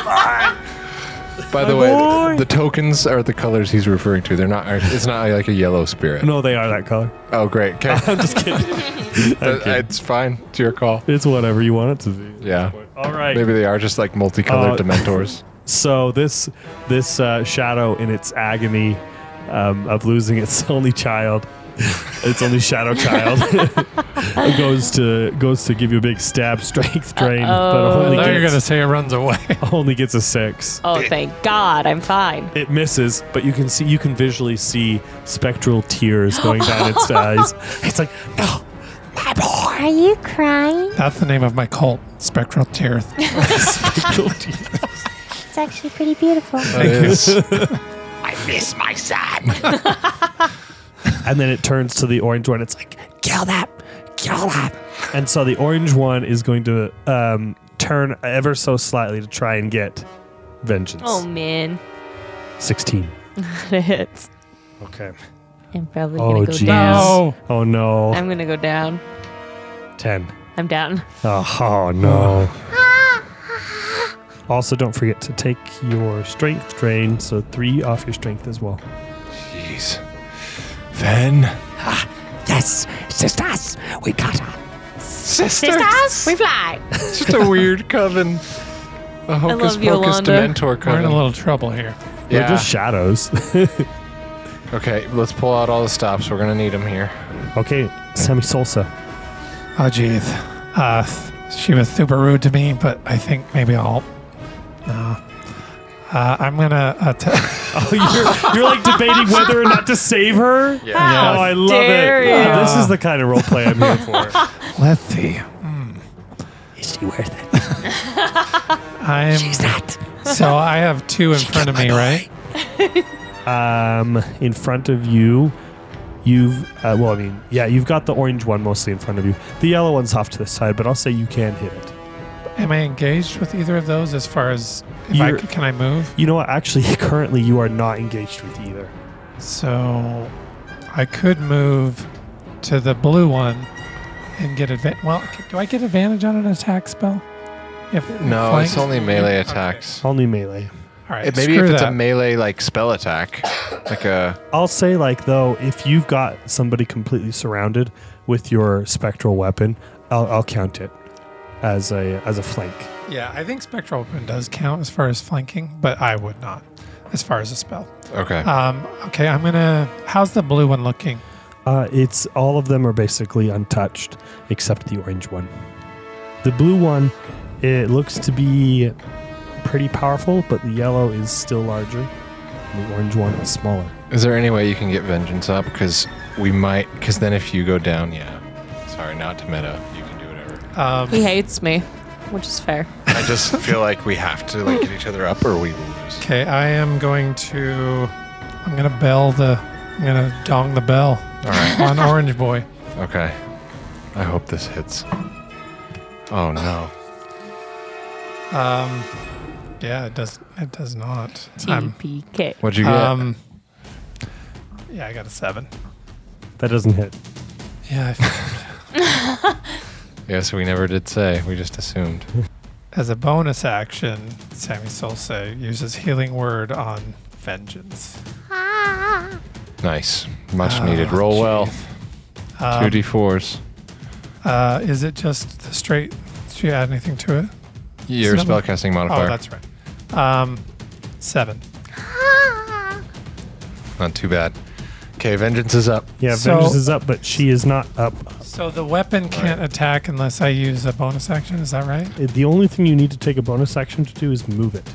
Speaker 3: boy.
Speaker 1: By the way, th- the tokens are the colors he's referring to. They're not. It's not like a yellow spirit.
Speaker 3: No, they are that color.
Speaker 1: Oh, great. Okay,
Speaker 3: I'm just kidding.
Speaker 1: Uh, it's fine. It's your call.
Speaker 3: It's whatever you want it to be.
Speaker 1: Yeah.
Speaker 3: All right.
Speaker 1: Maybe they are just like multicolored
Speaker 3: Uh,
Speaker 1: Dementors.
Speaker 3: So this this uh, shadow, in its agony um, of losing its only child, its only shadow child, goes to goes to give you a big stab strength drain,
Speaker 4: Uh-oh.
Speaker 3: but only
Speaker 2: now you're going to
Speaker 3: gets,
Speaker 2: say it runs away.
Speaker 3: only gets a six.
Speaker 4: Oh, thank God, I'm fine.
Speaker 3: It misses, but you can see you can visually see spectral tears going down its eyes. It's like no, my boy.
Speaker 5: Are you crying?
Speaker 2: That's the name of my cult, Spectral Tear.
Speaker 3: Spectral tears.
Speaker 5: It's actually pretty beautiful.
Speaker 3: Uh.
Speaker 1: That is.
Speaker 3: I miss my son. and then it turns to the orange one. It's like, kill that, kill that. And so the orange one is going to um, turn ever so slightly to try and get vengeance.
Speaker 4: Oh man,
Speaker 3: 16.
Speaker 4: it hits.
Speaker 3: Okay.
Speaker 4: I'm probably gonna
Speaker 3: Oh,
Speaker 4: go
Speaker 3: jeez.
Speaker 4: down.
Speaker 2: No.
Speaker 3: Oh, no.
Speaker 4: I'm gonna go down.
Speaker 3: 10.
Speaker 4: I'm down.
Speaker 3: Oh, oh, no. also, don't forget to take your strength drain. So three off your strength as well.
Speaker 1: Jeez. Ven.
Speaker 3: Yes, just us. We got her.
Speaker 1: Sister.
Speaker 4: Sisters, we fly.
Speaker 1: It's just a weird coven. A hocus
Speaker 4: love
Speaker 1: pocus
Speaker 4: Yolanda.
Speaker 1: Dementor
Speaker 2: We're in
Speaker 1: coven.
Speaker 2: a little trouble here.
Speaker 1: yeah.
Speaker 3: We're just shadows.
Speaker 1: okay, let's pull out all the stops. We're going to need them here.
Speaker 3: okay, Sammy Salsa.
Speaker 2: Oh, jeez. Uh, she was super rude to me, but I think maybe I'll. No. Uh, I'm gonna. Uh, t-
Speaker 3: Oh, you're, you're like debating whether or not to save her?
Speaker 1: Yeah.
Speaker 3: Oh, I love
Speaker 4: dare
Speaker 3: it.
Speaker 4: you.
Speaker 3: Oh, this is the kind of role play I'm here for.
Speaker 2: let's see.
Speaker 3: Is she worth it?
Speaker 2: I'm.
Speaker 3: not.
Speaker 2: So I have two in front of me, right?
Speaker 3: Um, in front of you, you've, uh, well, I mean, yeah, you've got the orange one mostly in front of you. The yellow one's off to the side, but I'll say you can hit it.
Speaker 2: Am I engaged with either of those? As far as if I
Speaker 3: You're-
Speaker 2: c- can I move?
Speaker 3: You know what? Actually, currently, you are not engaged with either.
Speaker 2: So I could move to the blue one and get advantage. Well, c- do I get advantage on an attack spell? If
Speaker 1: No,
Speaker 2: flanked?
Speaker 1: it's only melee
Speaker 2: Okay.
Speaker 1: attacks.
Speaker 3: Only melee.
Speaker 2: All right,
Speaker 1: It- maybe
Speaker 2: screw
Speaker 1: if it's
Speaker 2: that.
Speaker 1: a melee like spell attack, like a
Speaker 3: I'll say like though, if you've got somebody completely surrounded with your spectral weapon, I'll, I'll count it as a as a flank.
Speaker 2: Yeah, I think Spectral Weapon does count as far as flanking, but I would not as far as a spell.
Speaker 1: okay.
Speaker 2: Um, okay, I'm gonna. How's the blue one looking?
Speaker 3: Uh, it's all of them are basically untouched except the orange one. The blue one, it looks to be pretty powerful, but the yellow is still larger. and the orange one is smaller.
Speaker 1: Is there any way you can get vengeance up? Because we might. Because then if you go down, yeah. Sorry, not to meta. You can do whatever.
Speaker 2: Um,
Speaker 4: He hates me, which is fair.
Speaker 1: I just feel like we have to like get each other up, or we will lose.
Speaker 2: okay, I am going to. I'm gonna bell the. I'm gonna dong the bell
Speaker 1: All right.
Speaker 2: on Orange Boy.
Speaker 1: Okay. I hope this hits. Oh no.
Speaker 2: Um, yeah, it does. It does not. Um,
Speaker 4: TPK.
Speaker 1: What'd you get?
Speaker 2: um, yeah, I got a seven.
Speaker 3: That doesn't hit.
Speaker 2: Yeah, I-
Speaker 1: yes, we never did say. We just assumed.
Speaker 2: as a bonus action, Sammy Solse uses Healing Word on Vengeance.
Speaker 5: Ah.
Speaker 1: Nice. Much
Speaker 2: Oh,
Speaker 1: needed. Roll well.
Speaker 2: Um,
Speaker 1: Two d fours.
Speaker 2: Uh, is it just the straight? Did you add anything to it?
Speaker 1: Your
Speaker 2: another-
Speaker 1: spellcasting
Speaker 2: Oh,
Speaker 1: modifier.
Speaker 2: that's right. Um, seven.
Speaker 5: Ah.
Speaker 1: Not too bad. Okay, vengeance is up.
Speaker 3: Yeah,
Speaker 2: So-
Speaker 3: vengeance is up, but she is not up. Uh,
Speaker 2: So the weapon can't attack unless I use a bonus action. Is that right?
Speaker 3: The only thing you need to take a bonus action to do is move it.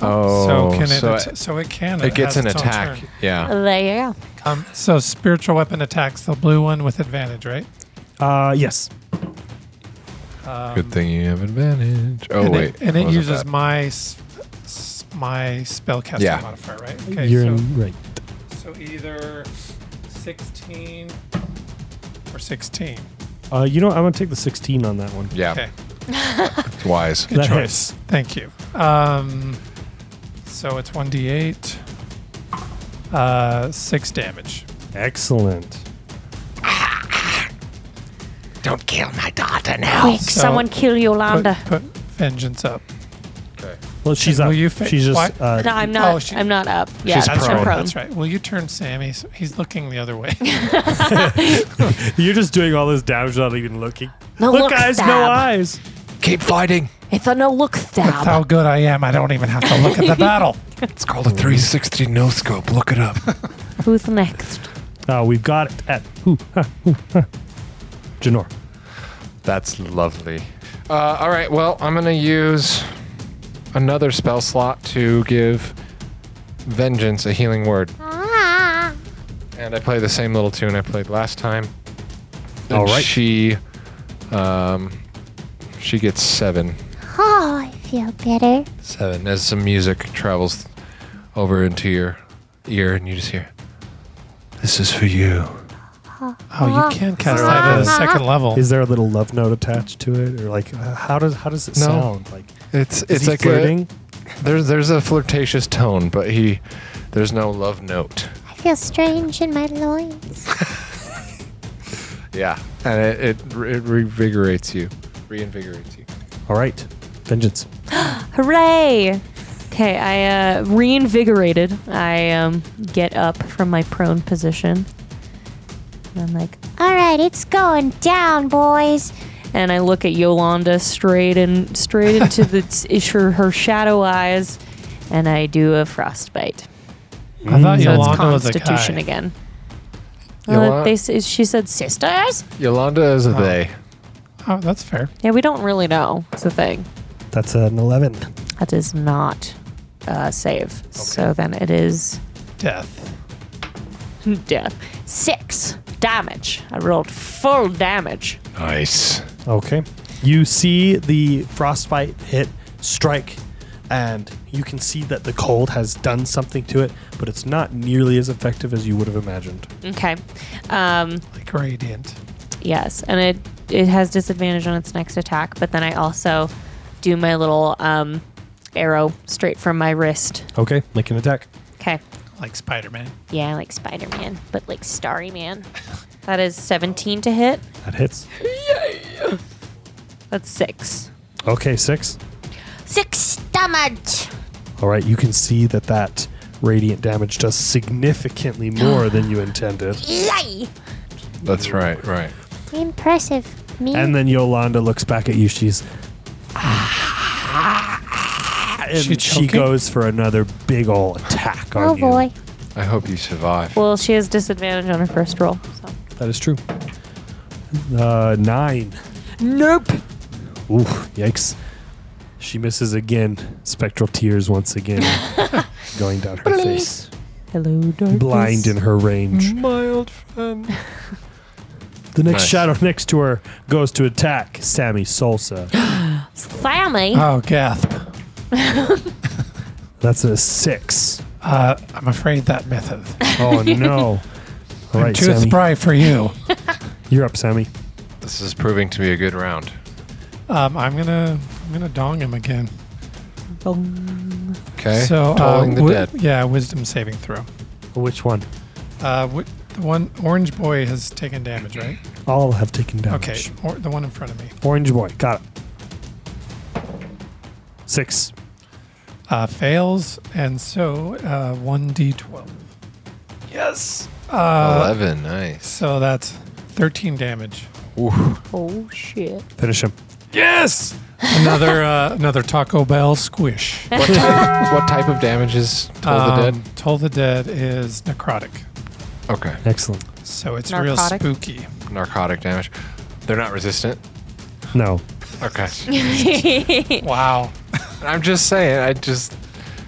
Speaker 1: Oh,
Speaker 2: so can it?
Speaker 1: so
Speaker 2: atta-
Speaker 1: it,
Speaker 2: so it can.
Speaker 1: it gets
Speaker 2: has
Speaker 1: an
Speaker 2: its own
Speaker 1: attack.
Speaker 2: turn.
Speaker 1: Yeah.
Speaker 4: There you go.
Speaker 2: Um, so spiritual weapon attacks the blue one with advantage, right?
Speaker 3: Uh, yes.
Speaker 2: Um,
Speaker 1: Good thing you have advantage. Oh
Speaker 2: and
Speaker 1: wait,
Speaker 2: it, and it
Speaker 1: wasn't
Speaker 2: uses
Speaker 1: that.
Speaker 2: my s- s- my spellcasting
Speaker 1: Yeah.
Speaker 2: modifier, right? Okay,
Speaker 3: You're
Speaker 2: so,
Speaker 3: in right.
Speaker 2: so either sixteen or sixteen.
Speaker 3: Uh, you know, what? I'm gonna take the 16 on that one.
Speaker 1: Yeah,
Speaker 2: Okay,
Speaker 1: it's wise.
Speaker 2: good
Speaker 3: That
Speaker 2: choice.
Speaker 3: hits.
Speaker 2: Thank you. Um, so it's one d eight, uh, six damage.
Speaker 3: Excellent.
Speaker 1: Don't kill my daughter now.
Speaker 4: Quick, someone kill
Speaker 2: Put,
Speaker 4: Yolanda.
Speaker 2: put vengeance up.
Speaker 3: Well, she's
Speaker 2: Will
Speaker 3: up.
Speaker 2: you fa-
Speaker 3: she's just.
Speaker 2: what?
Speaker 3: Uh,
Speaker 4: no, I'm not.
Speaker 2: oh, she-
Speaker 4: I'm not up. Yeah,
Speaker 1: She's
Speaker 4: I'm
Speaker 1: prone.
Speaker 4: prone.
Speaker 2: That's right. Will you turn Sammy? So he's looking the other way.
Speaker 3: You're just doing all this damage without even looking.
Speaker 4: No
Speaker 3: look,
Speaker 4: look,
Speaker 3: guys, no
Speaker 4: stab.
Speaker 3: eyes.
Speaker 1: Keep fighting.
Speaker 4: It's a no look
Speaker 2: That's
Speaker 4: stab.
Speaker 2: how good I am. I don't even have to look at the battle.
Speaker 1: It's called a 360 no scope. Look it up.
Speaker 4: Who's next?
Speaker 3: Uh, we've got it at who? Huh, who, huh. Janor.
Speaker 1: That's lovely. Uh, all right, well, I'm going to use another spell slot to give Vengeance a healing word.
Speaker 5: Ah.
Speaker 1: And I play the same little tune I played last time. And
Speaker 3: All right.
Speaker 1: She, um, she gets seven.
Speaker 5: Oh, I feel better.
Speaker 1: Seven. As some music travels over into your ear, and you just hear, This is for you.
Speaker 2: Oh, you can't cast that at a second level.
Speaker 3: Is there a little love note attached to it, or like uh, how does how does it
Speaker 1: No.
Speaker 3: sound? Like
Speaker 1: It's
Speaker 3: is
Speaker 1: it's
Speaker 3: he
Speaker 1: like
Speaker 3: flirting?
Speaker 1: A, there's there's a flirtatious tone, but he there's no love note.
Speaker 5: I feel strange in my loins.
Speaker 1: Yeah, and it it, re- it revigorates you, reinvigorates you.
Speaker 3: All right, vengeance.
Speaker 4: Hooray! Okay, I uh, reinvigorated. I um, get up from my prone position. And I'm like,
Speaker 5: All right, it's going down, boys.
Speaker 4: and I look at Yolanda straight and straight into the her, her shadow eyes, and I do a frostbite.
Speaker 2: I
Speaker 3: Mm,
Speaker 4: So
Speaker 2: thought
Speaker 4: it's
Speaker 2: Yolanda was a
Speaker 4: Constitution
Speaker 2: guy.
Speaker 4: again.
Speaker 1: Yola-
Speaker 4: Uh, they, s- she said sisters.
Speaker 1: Yolanda is a they.
Speaker 2: Oh, that's fair.
Speaker 4: Yeah, we don't really know. It's the thing.
Speaker 3: That's an eleven.
Speaker 4: That does not uh, save. So then it is
Speaker 2: Death.
Speaker 4: death. Six damage. I rolled full damage.
Speaker 1: Nice.
Speaker 3: Okay. You see the frostbite hit strike, and you can see that the cold has done something to it, but it's not nearly as effective as you would have imagined.
Speaker 4: Okay. Um,
Speaker 2: Like radiant.
Speaker 4: Yes, and it it has disadvantage on its next attack, but then I also do my little um, arrow straight from my wrist.
Speaker 3: Okay, make an attack.
Speaker 4: Okay.
Speaker 2: Like Spider Man.
Speaker 4: Yeah, like Spider Man, but like Starry Man. That is 17 to hit.
Speaker 3: That hits.
Speaker 4: That's six.
Speaker 3: Okay, six.
Speaker 5: Six damage.
Speaker 3: All right, you can see that that radiant damage does significantly more than you intended.
Speaker 5: Yay!
Speaker 1: That's right. Right.
Speaker 5: Impressive. Me.
Speaker 3: And then Yolanda looks back at you. She's. "Ah," And
Speaker 2: She
Speaker 3: she,
Speaker 2: choking?
Speaker 3: goes for another big ol' attack on
Speaker 5: oh
Speaker 3: you.
Speaker 5: boy.
Speaker 1: I hope you survive.
Speaker 4: Well, she has disadvantage on her first roll. So.
Speaker 3: That is true. Uh, nine.
Speaker 4: Nope.
Speaker 3: Ooh, yikes. She misses again. Spectral tears once again going down her face.
Speaker 4: Hello, darkness.
Speaker 3: Blind in her
Speaker 2: Mm.
Speaker 3: range.
Speaker 1: My old friend.
Speaker 3: The next
Speaker 1: Nice.
Speaker 3: shadow next to her goes to attack Sammy Salsa.
Speaker 4: Family.
Speaker 2: Oh, Gasp.
Speaker 3: That's a six.
Speaker 2: Uh, I'm afraid that method.
Speaker 3: Oh, no. All right,
Speaker 2: Tooth
Speaker 3: Sammy.
Speaker 2: spry for you.
Speaker 3: You're up, Sammy.
Speaker 1: This is proving to be a good round.
Speaker 2: Um, I'm gonna I'm gonna dong him again.
Speaker 3: Oh,
Speaker 1: Okay.
Speaker 2: So uh,
Speaker 1: tolling the
Speaker 2: wi-
Speaker 1: dead.
Speaker 2: yeah, wisdom saving throw.
Speaker 3: Which one?
Speaker 2: Uh, wi- the one orange boy has taken damage, right?
Speaker 3: All have taken damage.
Speaker 2: Okay, or, the one in front of me.
Speaker 3: Orange boy. Got it. Six.
Speaker 2: uh, fails, and so uh, 1d12. Yes! Uh,
Speaker 1: Eleven. Nice.
Speaker 2: so that's 13 damage.
Speaker 4: Oh, shit.
Speaker 3: Finish him.
Speaker 2: Yes! Another uh, another Taco Bell squish.
Speaker 1: What type, what type of damage is toll the
Speaker 2: Um,
Speaker 1: dead?
Speaker 2: Toll the Dead is necrotic,
Speaker 1: Okay.
Speaker 3: Excellent.
Speaker 2: so it's
Speaker 4: Narcotic?
Speaker 2: real spooky.
Speaker 1: Narcotic damage. They're not resistant.
Speaker 3: No.
Speaker 1: Okay.
Speaker 2: Wow.
Speaker 1: I'm just saying. I just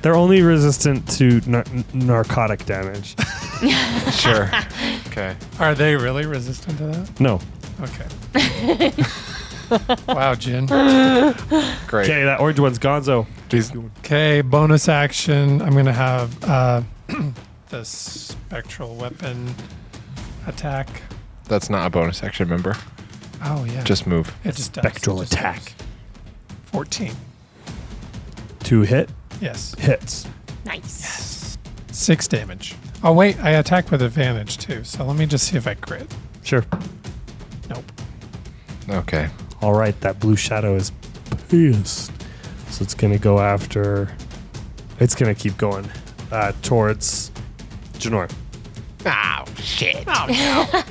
Speaker 3: They're only resistant to nar- narcotic damage.
Speaker 1: sure. Okay.
Speaker 2: Are they really resistant to that?
Speaker 3: No.
Speaker 2: Okay. Wow, Jin.
Speaker 1: Great.
Speaker 3: Okay, that orange one's Gonzo.
Speaker 2: Okay, bonus action. I'm gonna have uh, the spectral weapon attack.
Speaker 1: That's not a bonus action, remember?
Speaker 2: Oh yeah,
Speaker 1: Just move.
Speaker 2: it just does.
Speaker 3: Spectral
Speaker 2: It just
Speaker 3: attack.
Speaker 2: does. Fourteen.
Speaker 3: Two hit
Speaker 2: Yes.
Speaker 3: hits.
Speaker 4: Nice.
Speaker 2: Six damage. Oh wait, I attacked with advantage too. So let me just see if I crit.
Speaker 3: Sure.
Speaker 2: Nope.
Speaker 1: Okay.
Speaker 3: All right, that blue shadow is pissed. So it's going to go after. It's going to keep going uh, towards Janor.
Speaker 1: Oh, shit.
Speaker 5: Oh,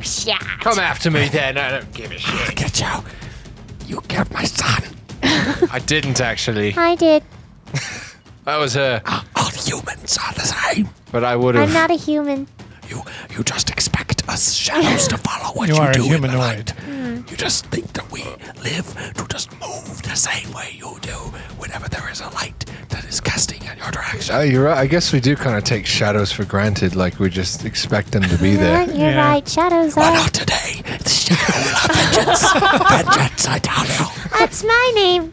Speaker 5: shit.
Speaker 1: Come after me then. I don't give a shit.
Speaker 3: Get you. You killed my son.
Speaker 1: I didn't actually.
Speaker 5: I did.
Speaker 1: That was her.
Speaker 3: All humans are the same.
Speaker 1: But I would
Speaker 5: I'm
Speaker 1: have.
Speaker 5: not a human.
Speaker 3: You you just expect us shadows to follow what
Speaker 2: You you are a do in the humanoid. light.
Speaker 3: You just think that we live to just move the same way you do whenever there is a light that is casting in your direction.
Speaker 1: Oh, you're right. I guess we do kind of take shadows for granted. Like we just expect them to be
Speaker 5: Yeah,
Speaker 1: there.
Speaker 5: you're
Speaker 2: Yeah.
Speaker 5: right. Shadows are.
Speaker 3: today. The shadow vengeance. vengeance, I tell you.
Speaker 5: That's my name.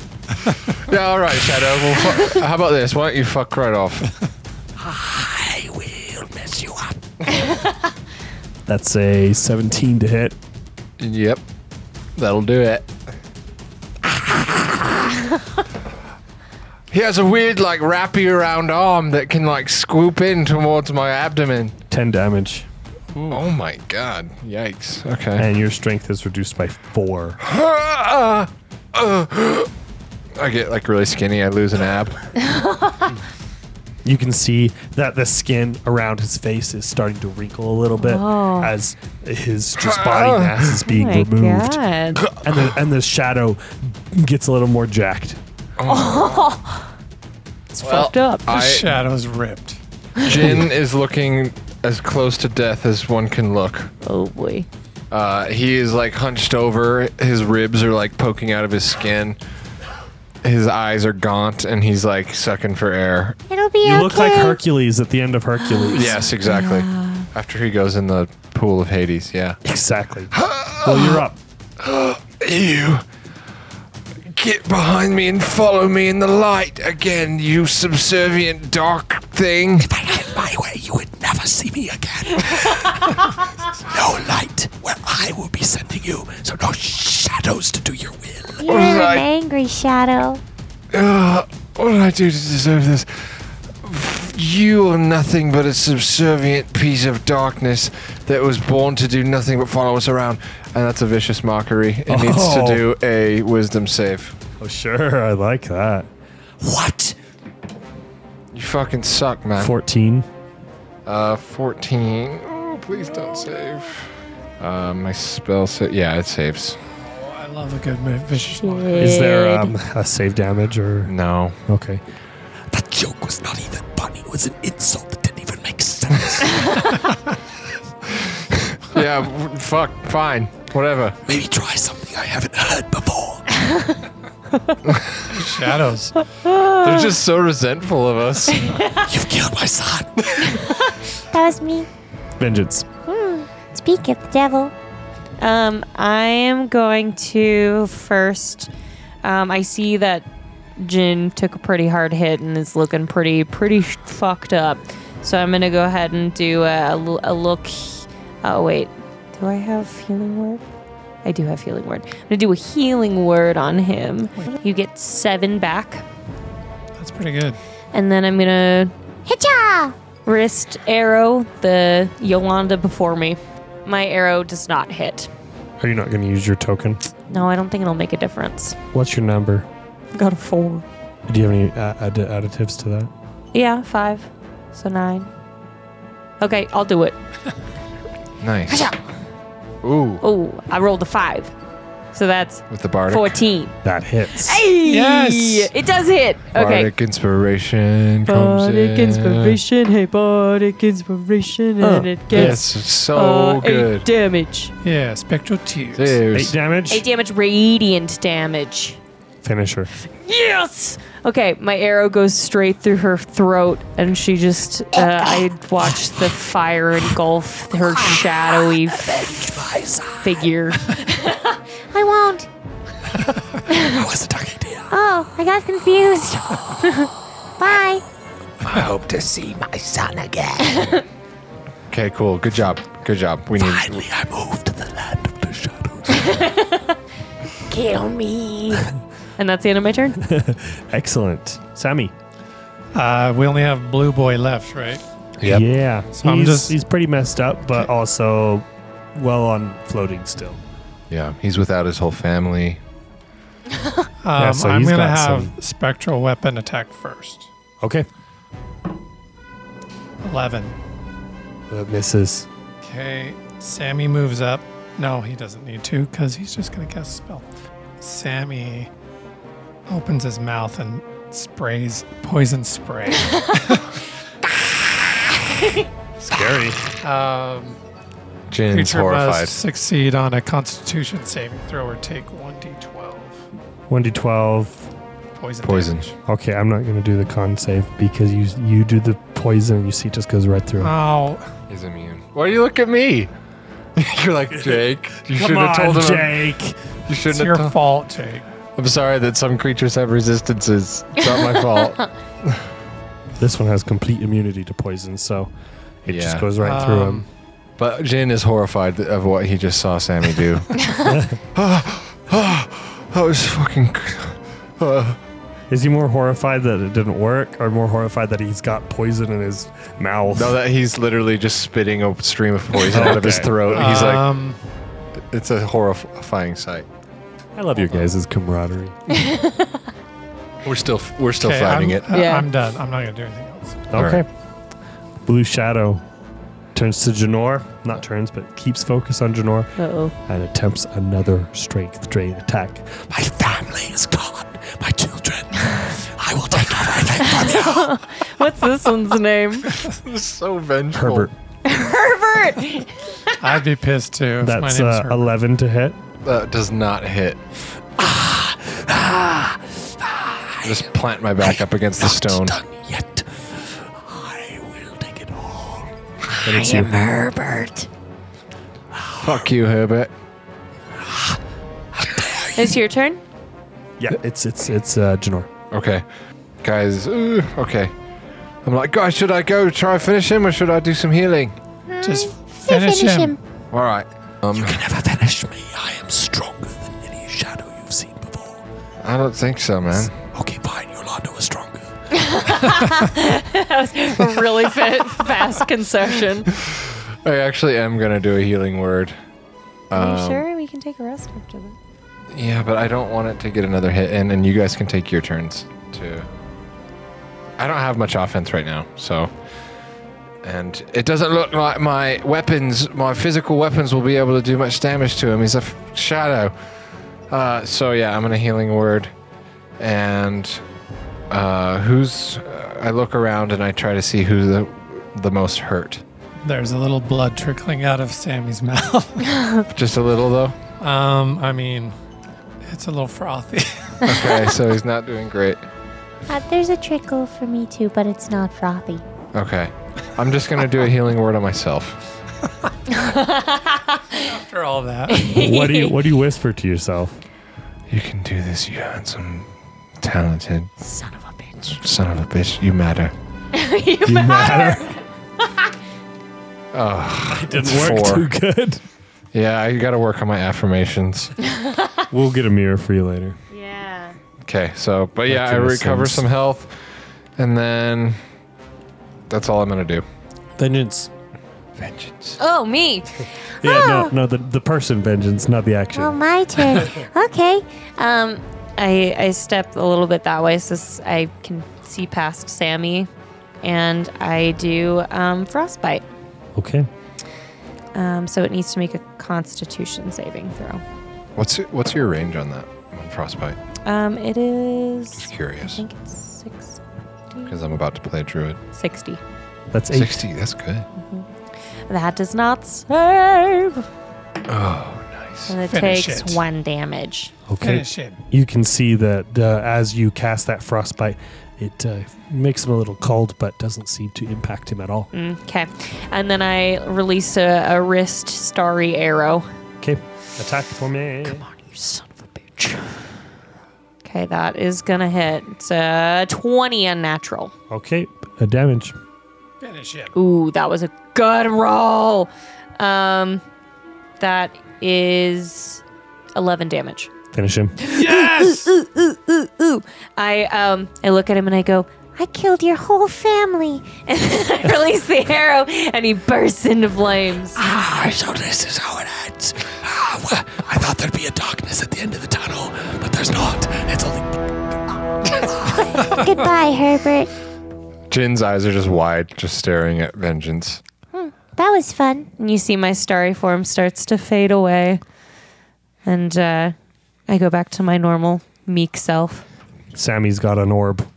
Speaker 1: yeah, all right, Shadow. Well, fu- how about this? Why don't you fuck right off?
Speaker 3: I will mess you up. That's a 17 to hit.
Speaker 1: yep. That'll do it. he has a weird, like, wrappy around arm that can, like, swoop in towards my abdomen.
Speaker 3: 10 damage.
Speaker 1: Oh my god. Yikes. Okay.
Speaker 3: And your strength is reduced by 4.
Speaker 1: Ah! Uh. I get, like, really skinny. I lose an ab.
Speaker 3: You can see that the skin around his face is starting to wrinkle a little bit
Speaker 4: Oh.
Speaker 3: as his just body mass is being removed.
Speaker 4: God.
Speaker 3: And the, and the shadow gets a little more jacked.
Speaker 4: It's
Speaker 1: Well,
Speaker 4: fucked up.
Speaker 2: The
Speaker 1: I,
Speaker 2: shadows ripped.
Speaker 1: Jin is looking as close to death as one can look.
Speaker 4: oh boy.
Speaker 1: Uh, he is like hunched over. His ribs are like poking out of his skin. His eyes are gaunt, and he's like sucking for air.
Speaker 5: It'll be
Speaker 3: You
Speaker 5: okay.
Speaker 3: look like Hercules at the end of Hercules.
Speaker 1: Yes, exactly. After he goes in the pool of Hades, yeah.
Speaker 3: Exactly. well, you're up.
Speaker 1: You get behind me and follow me in the light again, you subservient dark thing.
Speaker 6: If I had my way, you would never see me again. no light where I will be sending you, so no shadows to do your will.
Speaker 5: You're an
Speaker 1: Right.
Speaker 5: angry shadow.
Speaker 1: Ugh, what did I do to deserve this? You are nothing but a subservient piece of darkness that was born to do nothing but follow us around. And that's a vicious mockery. It needs to
Speaker 3: Oh.
Speaker 1: do a wisdom save.
Speaker 3: Oh, sure. I like that.
Speaker 6: What?
Speaker 1: You fucking suck, man.
Speaker 3: 14.
Speaker 1: uh, 14. Oh, please don't save. Uh, my spell sa- Yeah, it saves.
Speaker 2: Oh, I love a good move. Vicious one.
Speaker 3: Is there
Speaker 4: Good.
Speaker 3: um, a save damage or.
Speaker 1: No.
Speaker 3: Okay.
Speaker 6: That joke was not even funny. It was an insult that didn't even make sense.
Speaker 1: Yeah, w- fuck. Fine. Whatever.
Speaker 6: Maybe try something I haven't heard before.
Speaker 2: Shadows.
Speaker 1: They're just so resentful of us.
Speaker 6: You've killed my son.
Speaker 5: That was me.
Speaker 3: Vengeance.
Speaker 5: Hmm. Speak of the devil.
Speaker 4: Um, I am going to first. Um, I see that Jin took a pretty hard hit and is looking pretty, pretty sh- fucked up. So I'm gonna go ahead and do a, a l- a look. Oh wait, do I have healing word? I do have healing word. I'm gonna do a healing word on him. You get seven back,
Speaker 2: That's pretty good.
Speaker 4: and then I'm gonna
Speaker 5: Hitcha!
Speaker 4: wrist arrow the Yolanda before me. My arrow does not hit.
Speaker 3: Are you not going to use your token?
Speaker 4: No, I don't think it'll make a difference.
Speaker 3: What's your number?
Speaker 4: Got a four.
Speaker 3: Do you have any uh, add- additives to that?
Speaker 4: Yeah, five. So nine. Okay, I'll do it.
Speaker 1: Nice. Ooh,
Speaker 4: Oh, I rolled a five. So that's
Speaker 1: with the bardic.
Speaker 4: 14.
Speaker 3: That hits.
Speaker 2: Yes!
Speaker 4: It does hit. Okay.
Speaker 1: Bardic inspiration comes in.
Speaker 4: Hey, bardic inspiration.
Speaker 3: Huh.
Speaker 4: And it
Speaker 1: It's
Speaker 4: gets
Speaker 1: so
Speaker 4: uh, eight
Speaker 1: Oh, good.
Speaker 4: damage.
Speaker 2: Yeah, spectral tears.
Speaker 3: Eight
Speaker 1: There's
Speaker 3: damage.
Speaker 4: Eight damage, radiant damage.
Speaker 3: Finisher.
Speaker 4: Yes! Okay, my arrow goes straight through her throat, and she just. Uh, I watch the fire engulf her shadowy
Speaker 6: Avenge my son.
Speaker 4: figure.
Speaker 5: I won't.
Speaker 6: I was a talking to you.
Speaker 5: Oh, I got confused. Bye.
Speaker 6: I hope to see my son again.
Speaker 1: Okay, cool. Good job. Good job. We need.
Speaker 6: Finally, I moved to the land of the shadows.
Speaker 5: Kill me.
Speaker 4: And that's the end of my turn.
Speaker 3: Excellent. Sammy.
Speaker 2: Uh, we only have Blue Boy left, right?
Speaker 1: Yep.
Speaker 3: Yeah.
Speaker 2: So I'm
Speaker 3: he's,
Speaker 2: just-
Speaker 3: he's pretty messed up, but also well on floating still.
Speaker 1: Yeah. He's without his whole family.
Speaker 2: Um,
Speaker 3: so
Speaker 2: I'm
Speaker 3: he's
Speaker 2: going to
Speaker 3: got
Speaker 2: have
Speaker 3: some-
Speaker 2: Spectral Weapon attack first.
Speaker 3: Okay.
Speaker 2: 11. Uh,
Speaker 3: That misses.
Speaker 2: Okay, Sammy moves up. No, he doesn't need to because he's just going to cast a spell. Sammy opens his mouth and sprays poison spray.
Speaker 3: Scary.
Speaker 2: Um,
Speaker 1: Jin's
Speaker 2: creature
Speaker 1: horrified.
Speaker 2: must succeed on a Constitution saving throw or take 1d12
Speaker 3: 1d12.
Speaker 2: poison.
Speaker 1: Poison.
Speaker 2: damage.
Speaker 3: Okay, I'm not going to do the con save because you you do the poison. You see, it just goes right through.
Speaker 2: Oh,
Speaker 1: He's immune. Why do you look at me? You're like Jake. You
Speaker 3: Come
Speaker 1: shouldn't
Speaker 3: on,
Speaker 1: have told him.
Speaker 3: Jake.
Speaker 1: You
Speaker 2: it's
Speaker 1: shouldn't
Speaker 2: your
Speaker 1: have told.
Speaker 2: fault, Jake.
Speaker 1: I'm sorry that some creatures have resistances. It's not my fault.
Speaker 3: This one has complete immunity to poison, so it just
Speaker 1: Yeah.
Speaker 3: goes right through him.
Speaker 2: Um,
Speaker 1: But Jin is horrified th- of what he just saw Sammy do. Ah, that was fucking. Uh,
Speaker 3: Is he more horrified that it didn't work, or more horrified that he's got poison in his mouth?
Speaker 1: no, that he's literally just spitting a stream of poison out of his
Speaker 3: Okay.
Speaker 1: throat. He's
Speaker 2: Um,
Speaker 1: like, it's a horrifying sight.
Speaker 3: I love your guys' camaraderie.
Speaker 1: We're still, we're still
Speaker 2: okay,
Speaker 1: fighting
Speaker 2: I'm,
Speaker 1: it.
Speaker 2: I-
Speaker 4: Yeah.
Speaker 2: I'm done. I'm not going to do anything else.
Speaker 1: All
Speaker 3: Okay.
Speaker 1: right.
Speaker 3: Blue Shadow turns to Janor, not turns, but keeps focus on Janor
Speaker 4: Uh-oh.
Speaker 3: and attempts another strength drain attack.
Speaker 6: My family is gone. My children. I will take everything from you.
Speaker 4: What's this one's name?
Speaker 1: so vengeful.
Speaker 3: Herbert,
Speaker 4: Herbert!
Speaker 2: I'd be pissed too. if my
Speaker 3: that's
Speaker 2: name's
Speaker 3: uh,
Speaker 2: Herbert.
Speaker 3: 11 to hit.
Speaker 1: That does not hit. Ah, Just plant my back up against the stone.
Speaker 6: Not done yet. I will take it all.
Speaker 1: And it's you.
Speaker 5: Herbert.
Speaker 1: Fuck you, Herbert.
Speaker 4: it's your turn?
Speaker 3: Yeah, it's it's it's uh, Janor.
Speaker 1: Okay. Guys, ooh, okay. I'm like, guys, should I go try and finish him or should I do some healing?
Speaker 2: Just finish,
Speaker 5: finish
Speaker 2: him.
Speaker 5: him.
Speaker 1: All right. Um,
Speaker 6: You never finish me. I am stronger than any shadow you've seen before.
Speaker 1: I don't think so, man.
Speaker 6: Okay, fine. Yolanda was stronger.
Speaker 4: That was a really fit, fast concession.
Speaker 1: I actually am gonna do a healing word.
Speaker 4: Are you sure we can take a rest after that?
Speaker 1: Yeah, but I don't want it to get another hit in, and you guys can take your turns too. I don't have much offense right now, so. And it doesn't look like my weapons, my physical weapons, will be able to do much damage to him. He's a f- shadow. Uh, so yeah, I'm gonna healing word, and uh, who's? I look around and I try to see who the the most hurt.
Speaker 2: There's a little blood trickling out of Sammy's mouth.
Speaker 1: Just a little though.
Speaker 2: um, I mean, it's a little frothy.
Speaker 1: Okay, so he's not doing great.
Speaker 5: Uh, there's a trickle for me too, but it's not frothy.
Speaker 1: Okay. I'm just going to do a healing word on myself.
Speaker 2: After all that,
Speaker 3: what do you what do you whisper to yourself?
Speaker 1: You can do this, you handsome, talented
Speaker 4: Son of a bitch.
Speaker 1: son of a bitch. You matter.
Speaker 4: you matter!
Speaker 3: It
Speaker 1: didn't work Four. too
Speaker 3: good.
Speaker 1: Yeah, I got to work on my affirmations.
Speaker 3: We'll get a mirror for you later.
Speaker 4: Yeah.
Speaker 1: Okay, so, but yeah, I
Speaker 3: That makes
Speaker 1: recover
Speaker 3: sense.
Speaker 1: some health, and then that's all I'm going to do.
Speaker 3: Vengeance.
Speaker 1: Vengeance.
Speaker 4: Oh, me!
Speaker 3: Yeah, no,
Speaker 2: Ah!
Speaker 3: no, the, the person vengeance, not the action.
Speaker 5: Oh,
Speaker 2: Um,
Speaker 5: my turn. okay.
Speaker 4: Um, I I step a little bit that way so s- I can see past Sammy, and I do um, frostbite.
Speaker 3: okay.
Speaker 4: Um, so it needs to make a Constitution saving throw.
Speaker 1: What's, your- what's your range on that? On frostbite.
Speaker 4: Um, it is.
Speaker 1: Just
Speaker 4: I
Speaker 1: curious,
Speaker 4: think it's six,
Speaker 1: because I'm about to play druid.
Speaker 4: 60.
Speaker 3: That's eight.
Speaker 1: 60, that's good.
Speaker 4: That does not save,
Speaker 1: Oh, nice.
Speaker 4: and it
Speaker 2: Finish
Speaker 4: takes
Speaker 2: it.
Speaker 4: one damage.
Speaker 3: Okay.
Speaker 2: finish him.
Speaker 3: You can see that uh, as you cast that frostbite, it uh, makes him a little cold, but doesn't seem to impact him at all.
Speaker 2: Mm.
Speaker 4: Okay, and then I release a, a wrist starry arrow.
Speaker 3: Okay, attack for me.
Speaker 4: Come on, you son of a bitch! Okay, that is gonna hit It's, uh, 20 unnatural.
Speaker 3: Okay, a damage.
Speaker 2: Finish it.
Speaker 4: Ooh, that was a good roll. Um, that is 11 damage.
Speaker 3: Finish him.
Speaker 2: Yes!
Speaker 4: Ooh, ooh, ooh, ooh. I um, I look at him and I go,
Speaker 5: I killed your whole family.
Speaker 4: and I release the arrow, and he bursts into flames.
Speaker 6: Ah, so this is how it ends. Ah, wha- I thought there'd be a darkness at the end of the tunnel, but there's not. It's only.
Speaker 5: Goodbye, Herbert.
Speaker 1: Jin's eyes are just wide, just staring at vengeance.
Speaker 5: That was fun.
Speaker 4: And you see my starry form starts to fade away, and uh, I go back to my normal meek self.
Speaker 3: Sammy's got an orb.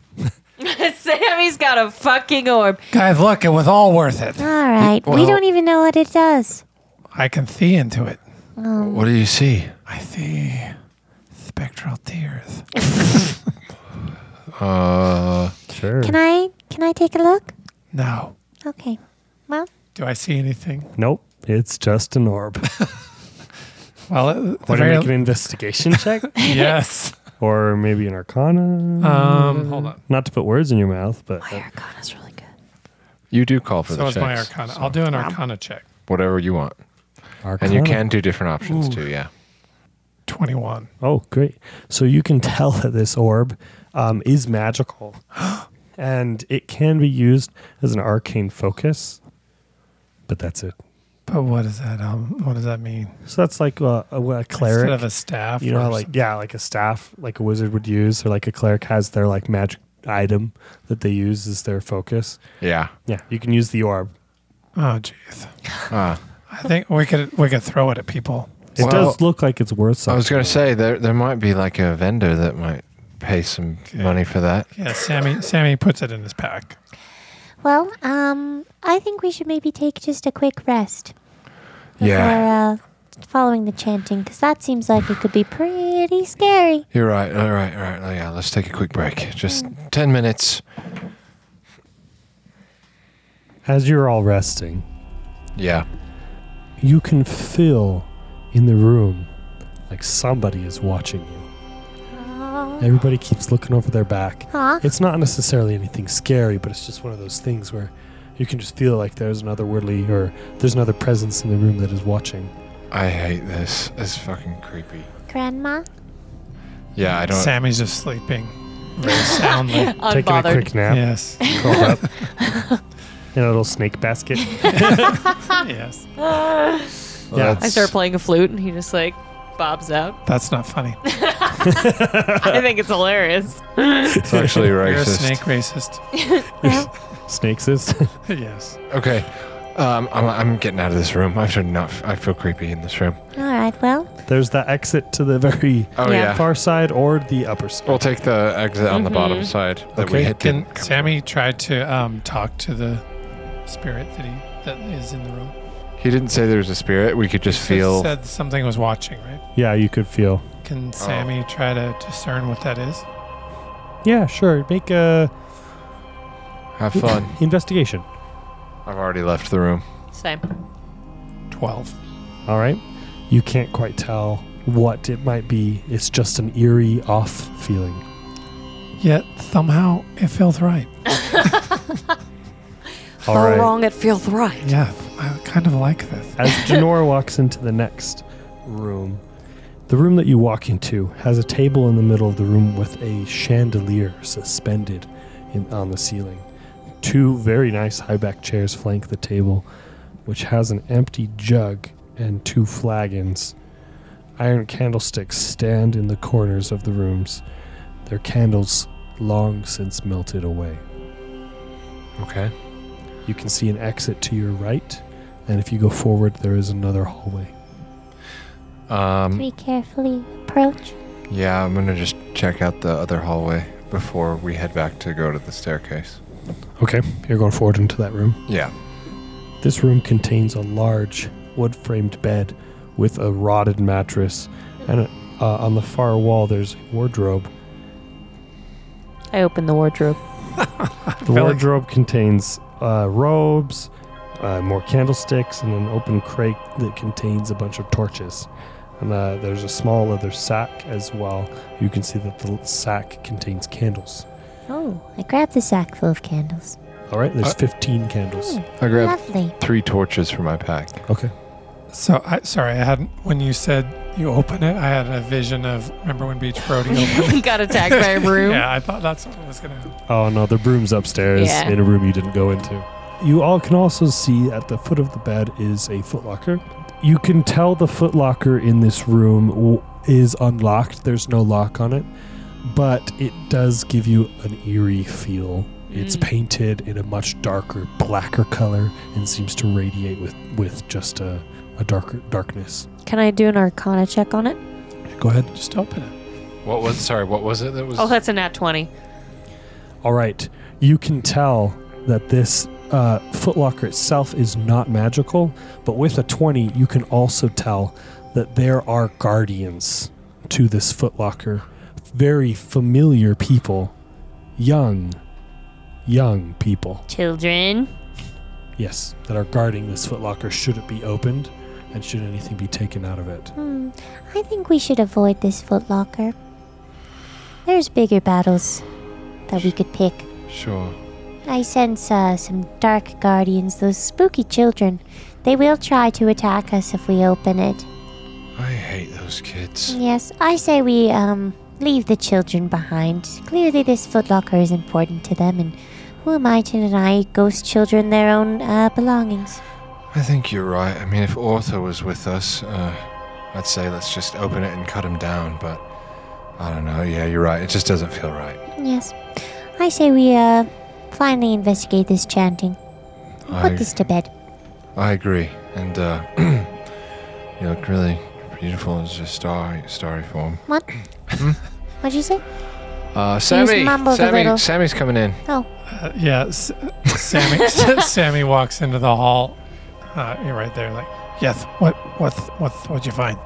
Speaker 4: Sammy's got a fucking orb.
Speaker 2: Guys, look, it was all worth it.
Speaker 5: All right. we
Speaker 1: well-
Speaker 5: don't even know what it does.
Speaker 2: I can see into it.
Speaker 1: What do you see?
Speaker 2: I see spectral tears.
Speaker 1: Uh,
Speaker 3: Sure.
Speaker 5: Can I can I take a look?
Speaker 2: No.
Speaker 5: Okay. Well,
Speaker 2: Do I see anything?
Speaker 3: Nope. It's just an orb.
Speaker 2: Well, it, the
Speaker 3: Want to
Speaker 2: very,
Speaker 3: make an investigation check?
Speaker 2: yes.
Speaker 3: or maybe an arcana? Mm.
Speaker 2: Um, hold on.
Speaker 3: Not to put words in your mouth, but
Speaker 4: My arcana's really good.
Speaker 1: you do call for
Speaker 2: So
Speaker 1: the
Speaker 2: is my
Speaker 1: checks.
Speaker 2: arcana. I'll do an arcana check.
Speaker 1: Whatever you want, and
Speaker 3: arcana.
Speaker 1: you can do different options too. Yeah.
Speaker 2: 21.
Speaker 3: Oh, great. So you can tell that this orb um, is magical. and it can be used as an arcane focus. But that's it.
Speaker 2: But what does that um what does that mean?
Speaker 3: So that's like uh, a, a cleric.
Speaker 2: Instead of a staff.
Speaker 3: you know,
Speaker 2: or
Speaker 3: how, like
Speaker 2: something.
Speaker 3: yeah, like a staff, like a wizard would use, or like a cleric has their like magic item that they use as their focus.
Speaker 1: Yeah.
Speaker 3: Yeah, you can use the orb.
Speaker 2: Oh jeez.
Speaker 1: Uh,
Speaker 2: I think we could we could throw it at people.
Speaker 3: It
Speaker 1: Well,
Speaker 3: does look like it's worth
Speaker 1: I
Speaker 3: something.
Speaker 1: was gonna say there there might be like a vendor that might pay some money for that.
Speaker 2: Yeah, Sammy Sammy puts it in his pack.
Speaker 5: well, um, I think we should maybe take just a quick rest
Speaker 1: Yeah.
Speaker 5: before uh, following the chanting, because that seems like it could be pretty scary.
Speaker 1: You're right. All right. All right. Yeah. Let's take a quick break. Just ten minutes.
Speaker 3: As you're all resting,
Speaker 1: Yeah.
Speaker 3: you can feel in the room like somebody is watching you. Everybody keeps looking over their back.
Speaker 5: Huh?
Speaker 3: It's not necessarily anything scary, but it's just one of those things where you can just feel like there's another worldly or there's another presence in the room that is watching.
Speaker 1: I hate this. It's fucking creepy.
Speaker 5: Grandma?
Speaker 1: Yeah. I don't.
Speaker 2: Sammy's just sleeping very soundly.
Speaker 3: Taking a
Speaker 4: Unbothered.
Speaker 3: quick nap.
Speaker 2: yes.
Speaker 3: curled up in a little snake basket.
Speaker 2: yes.
Speaker 1: well,
Speaker 3: yeah.
Speaker 1: that's-
Speaker 4: I start playing a flute, and he just like bobs out.
Speaker 2: That's not funny.
Speaker 4: I think it's hilarious.
Speaker 1: It's actually
Speaker 2: You're a
Speaker 1: racist.
Speaker 2: snake racist.
Speaker 3: Snakeist.
Speaker 2: yes.
Speaker 1: Okay. Um, I'm, I'm getting out of this room. I should not. I feel creepy in this room.
Speaker 5: All right. Well,
Speaker 3: There's the exit to the very
Speaker 1: Oh
Speaker 4: Yeah.
Speaker 1: yeah.
Speaker 3: far side or the upper side.
Speaker 1: We'll take the exit on the bottom side that we
Speaker 3: Okay.
Speaker 1: hit.
Speaker 2: Can
Speaker 1: Didn't.
Speaker 2: Sammy try to um, talk to the spirit that he that is in the room?
Speaker 1: He didn't say there was a spirit. We could just
Speaker 2: Just
Speaker 1: feel. Oh.
Speaker 2: said something was watching, right?
Speaker 3: Yeah, you could feel.
Speaker 2: Can Sammy try to discern what that is?
Speaker 3: Yeah, sure. Make a
Speaker 1: Have fun.
Speaker 3: investigation.
Speaker 1: I've already left the room.
Speaker 4: Same.
Speaker 2: Twelve.
Speaker 3: All right. You can't quite tell what it might be. It's just an eerie off feeling.
Speaker 2: Yet somehow it feels right.
Speaker 3: All right.
Speaker 4: it feels right.
Speaker 2: Yeah, I kind of like this.
Speaker 3: As Janora walks into the next room, the room that you walk into has a table in the middle of the room with a chandelier suspended in, on the ceiling. Two very nice high back chairs flank the table, which has an empty jug and two flagons. Iron candlesticks stand in the corners of the rooms, their candles long since melted away.
Speaker 1: Okay.
Speaker 3: You can see an exit to your right, and if you go forward, there is another hallway.
Speaker 1: Um.
Speaker 5: we carefully approach.
Speaker 1: Yeah. I'm gonna just check out the other hallway before we head back to go to the staircase.
Speaker 3: Okay, you're going forward into that room.
Speaker 1: Yeah.
Speaker 3: This room contains a large wood framed bed with a rotted mattress, and uh, on the far wall there's a wardrobe.
Speaker 4: I open the wardrobe.
Speaker 3: The
Speaker 2: like-
Speaker 3: wardrobe contains uh, robes, uh, more candlesticks, and an open crate that contains a bunch of torches. And uh, there's a small leather sack as well. You can see that the sack contains candles.
Speaker 5: Oh, I grabbed the sack full of candles.
Speaker 3: All right, there's
Speaker 1: Uh,
Speaker 3: 15 candles.
Speaker 1: I grab
Speaker 5: Lovely.
Speaker 1: three torches from my pack.
Speaker 3: Okay.
Speaker 2: So I sorry, I hadn't when you said you open it, I had a vision of remember when Beach Brody opened
Speaker 4: Got attacked by a broom.
Speaker 2: Yeah, I thought that's what was gonna happen.
Speaker 3: Oh no, the broom's upstairs
Speaker 4: Yeah.
Speaker 3: in a room you didn't go into. You all can also see at the foot of the bed is a footlocker. You can tell the footlocker in this room w- is unlocked. There's no lock on it, but it does give you an eerie feel. It's
Speaker 4: Mm.
Speaker 3: painted in a much darker, blacker color and seems to radiate with, with just a, a darker darkness.
Speaker 5: Can I do an arcana check on it?
Speaker 3: Go ahead.
Speaker 2: Just open it.
Speaker 1: What was sorry? What was it that was?
Speaker 4: Oh, that's a nat 20.
Speaker 3: All right, you can tell that this uh, footlocker itself is not magical, but with a 20, you can also tell that there are guardians to this footlocker. Very familiar people, young, young people,
Speaker 5: Children.
Speaker 3: yes, that are guarding this footlocker should it be opened and should anything be taken out of it.
Speaker 5: Hmm. I think we should avoid this footlocker. There's bigger battles that we could pick.
Speaker 1: Sure.
Speaker 5: I sense uh, some dark guardians, those spooky children. They will try to attack us if we open it.
Speaker 1: I hate those kids.
Speaker 5: Yes, I say we um leave the children behind. Clearly, this footlocker is important to them, and who am I to deny ghost children their own uh, belongings?
Speaker 1: I think you're right. I mean, if Arthur was with us, uh, I'd say let's just open it and cut him down. But I don't know. Yeah, you're right. It just doesn't feel right.
Speaker 5: Yes, I say we uh finally investigate this chanting.
Speaker 1: I,
Speaker 5: Put this to bed.
Speaker 1: I agree. And uh, you look really beautiful as your starry, starry form.
Speaker 5: What?
Speaker 2: Hmm?
Speaker 5: What'd you say?
Speaker 1: Uh, Sammy,
Speaker 5: mumbled a
Speaker 1: Sammy,
Speaker 5: little.
Speaker 1: Sammy's coming in.
Speaker 5: Oh,
Speaker 2: Uh, yeah, S- Sammy Sammy walks into the hall. Uh, you're right there, like, yes, what what what what'd you find?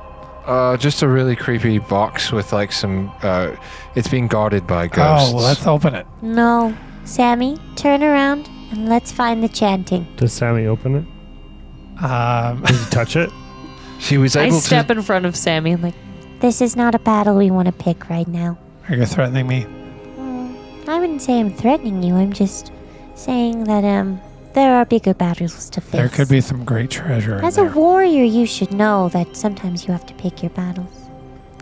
Speaker 2: "Oh,
Speaker 1: Uh, just a really creepy box with like some. Uh, it's being guarded by ghosts.
Speaker 2: Oh, well, let's open it.
Speaker 5: No, Sammy, turn around and let's find the chanting.
Speaker 3: Does Sammy open it?
Speaker 2: Um,
Speaker 3: Does he touch it?
Speaker 1: she was
Speaker 4: I
Speaker 1: able
Speaker 4: step
Speaker 1: to.
Speaker 4: in front of Sammy and like,
Speaker 5: This is not a battle we want to pick right now.
Speaker 2: are you threatening me?
Speaker 5: Mm, I wouldn't say I'm threatening you. I'm just saying that um there are bigger battles to face.
Speaker 2: There could be some great treasure. in
Speaker 5: As a
Speaker 2: there.
Speaker 5: warrior, you should know that sometimes you have to pick your battles.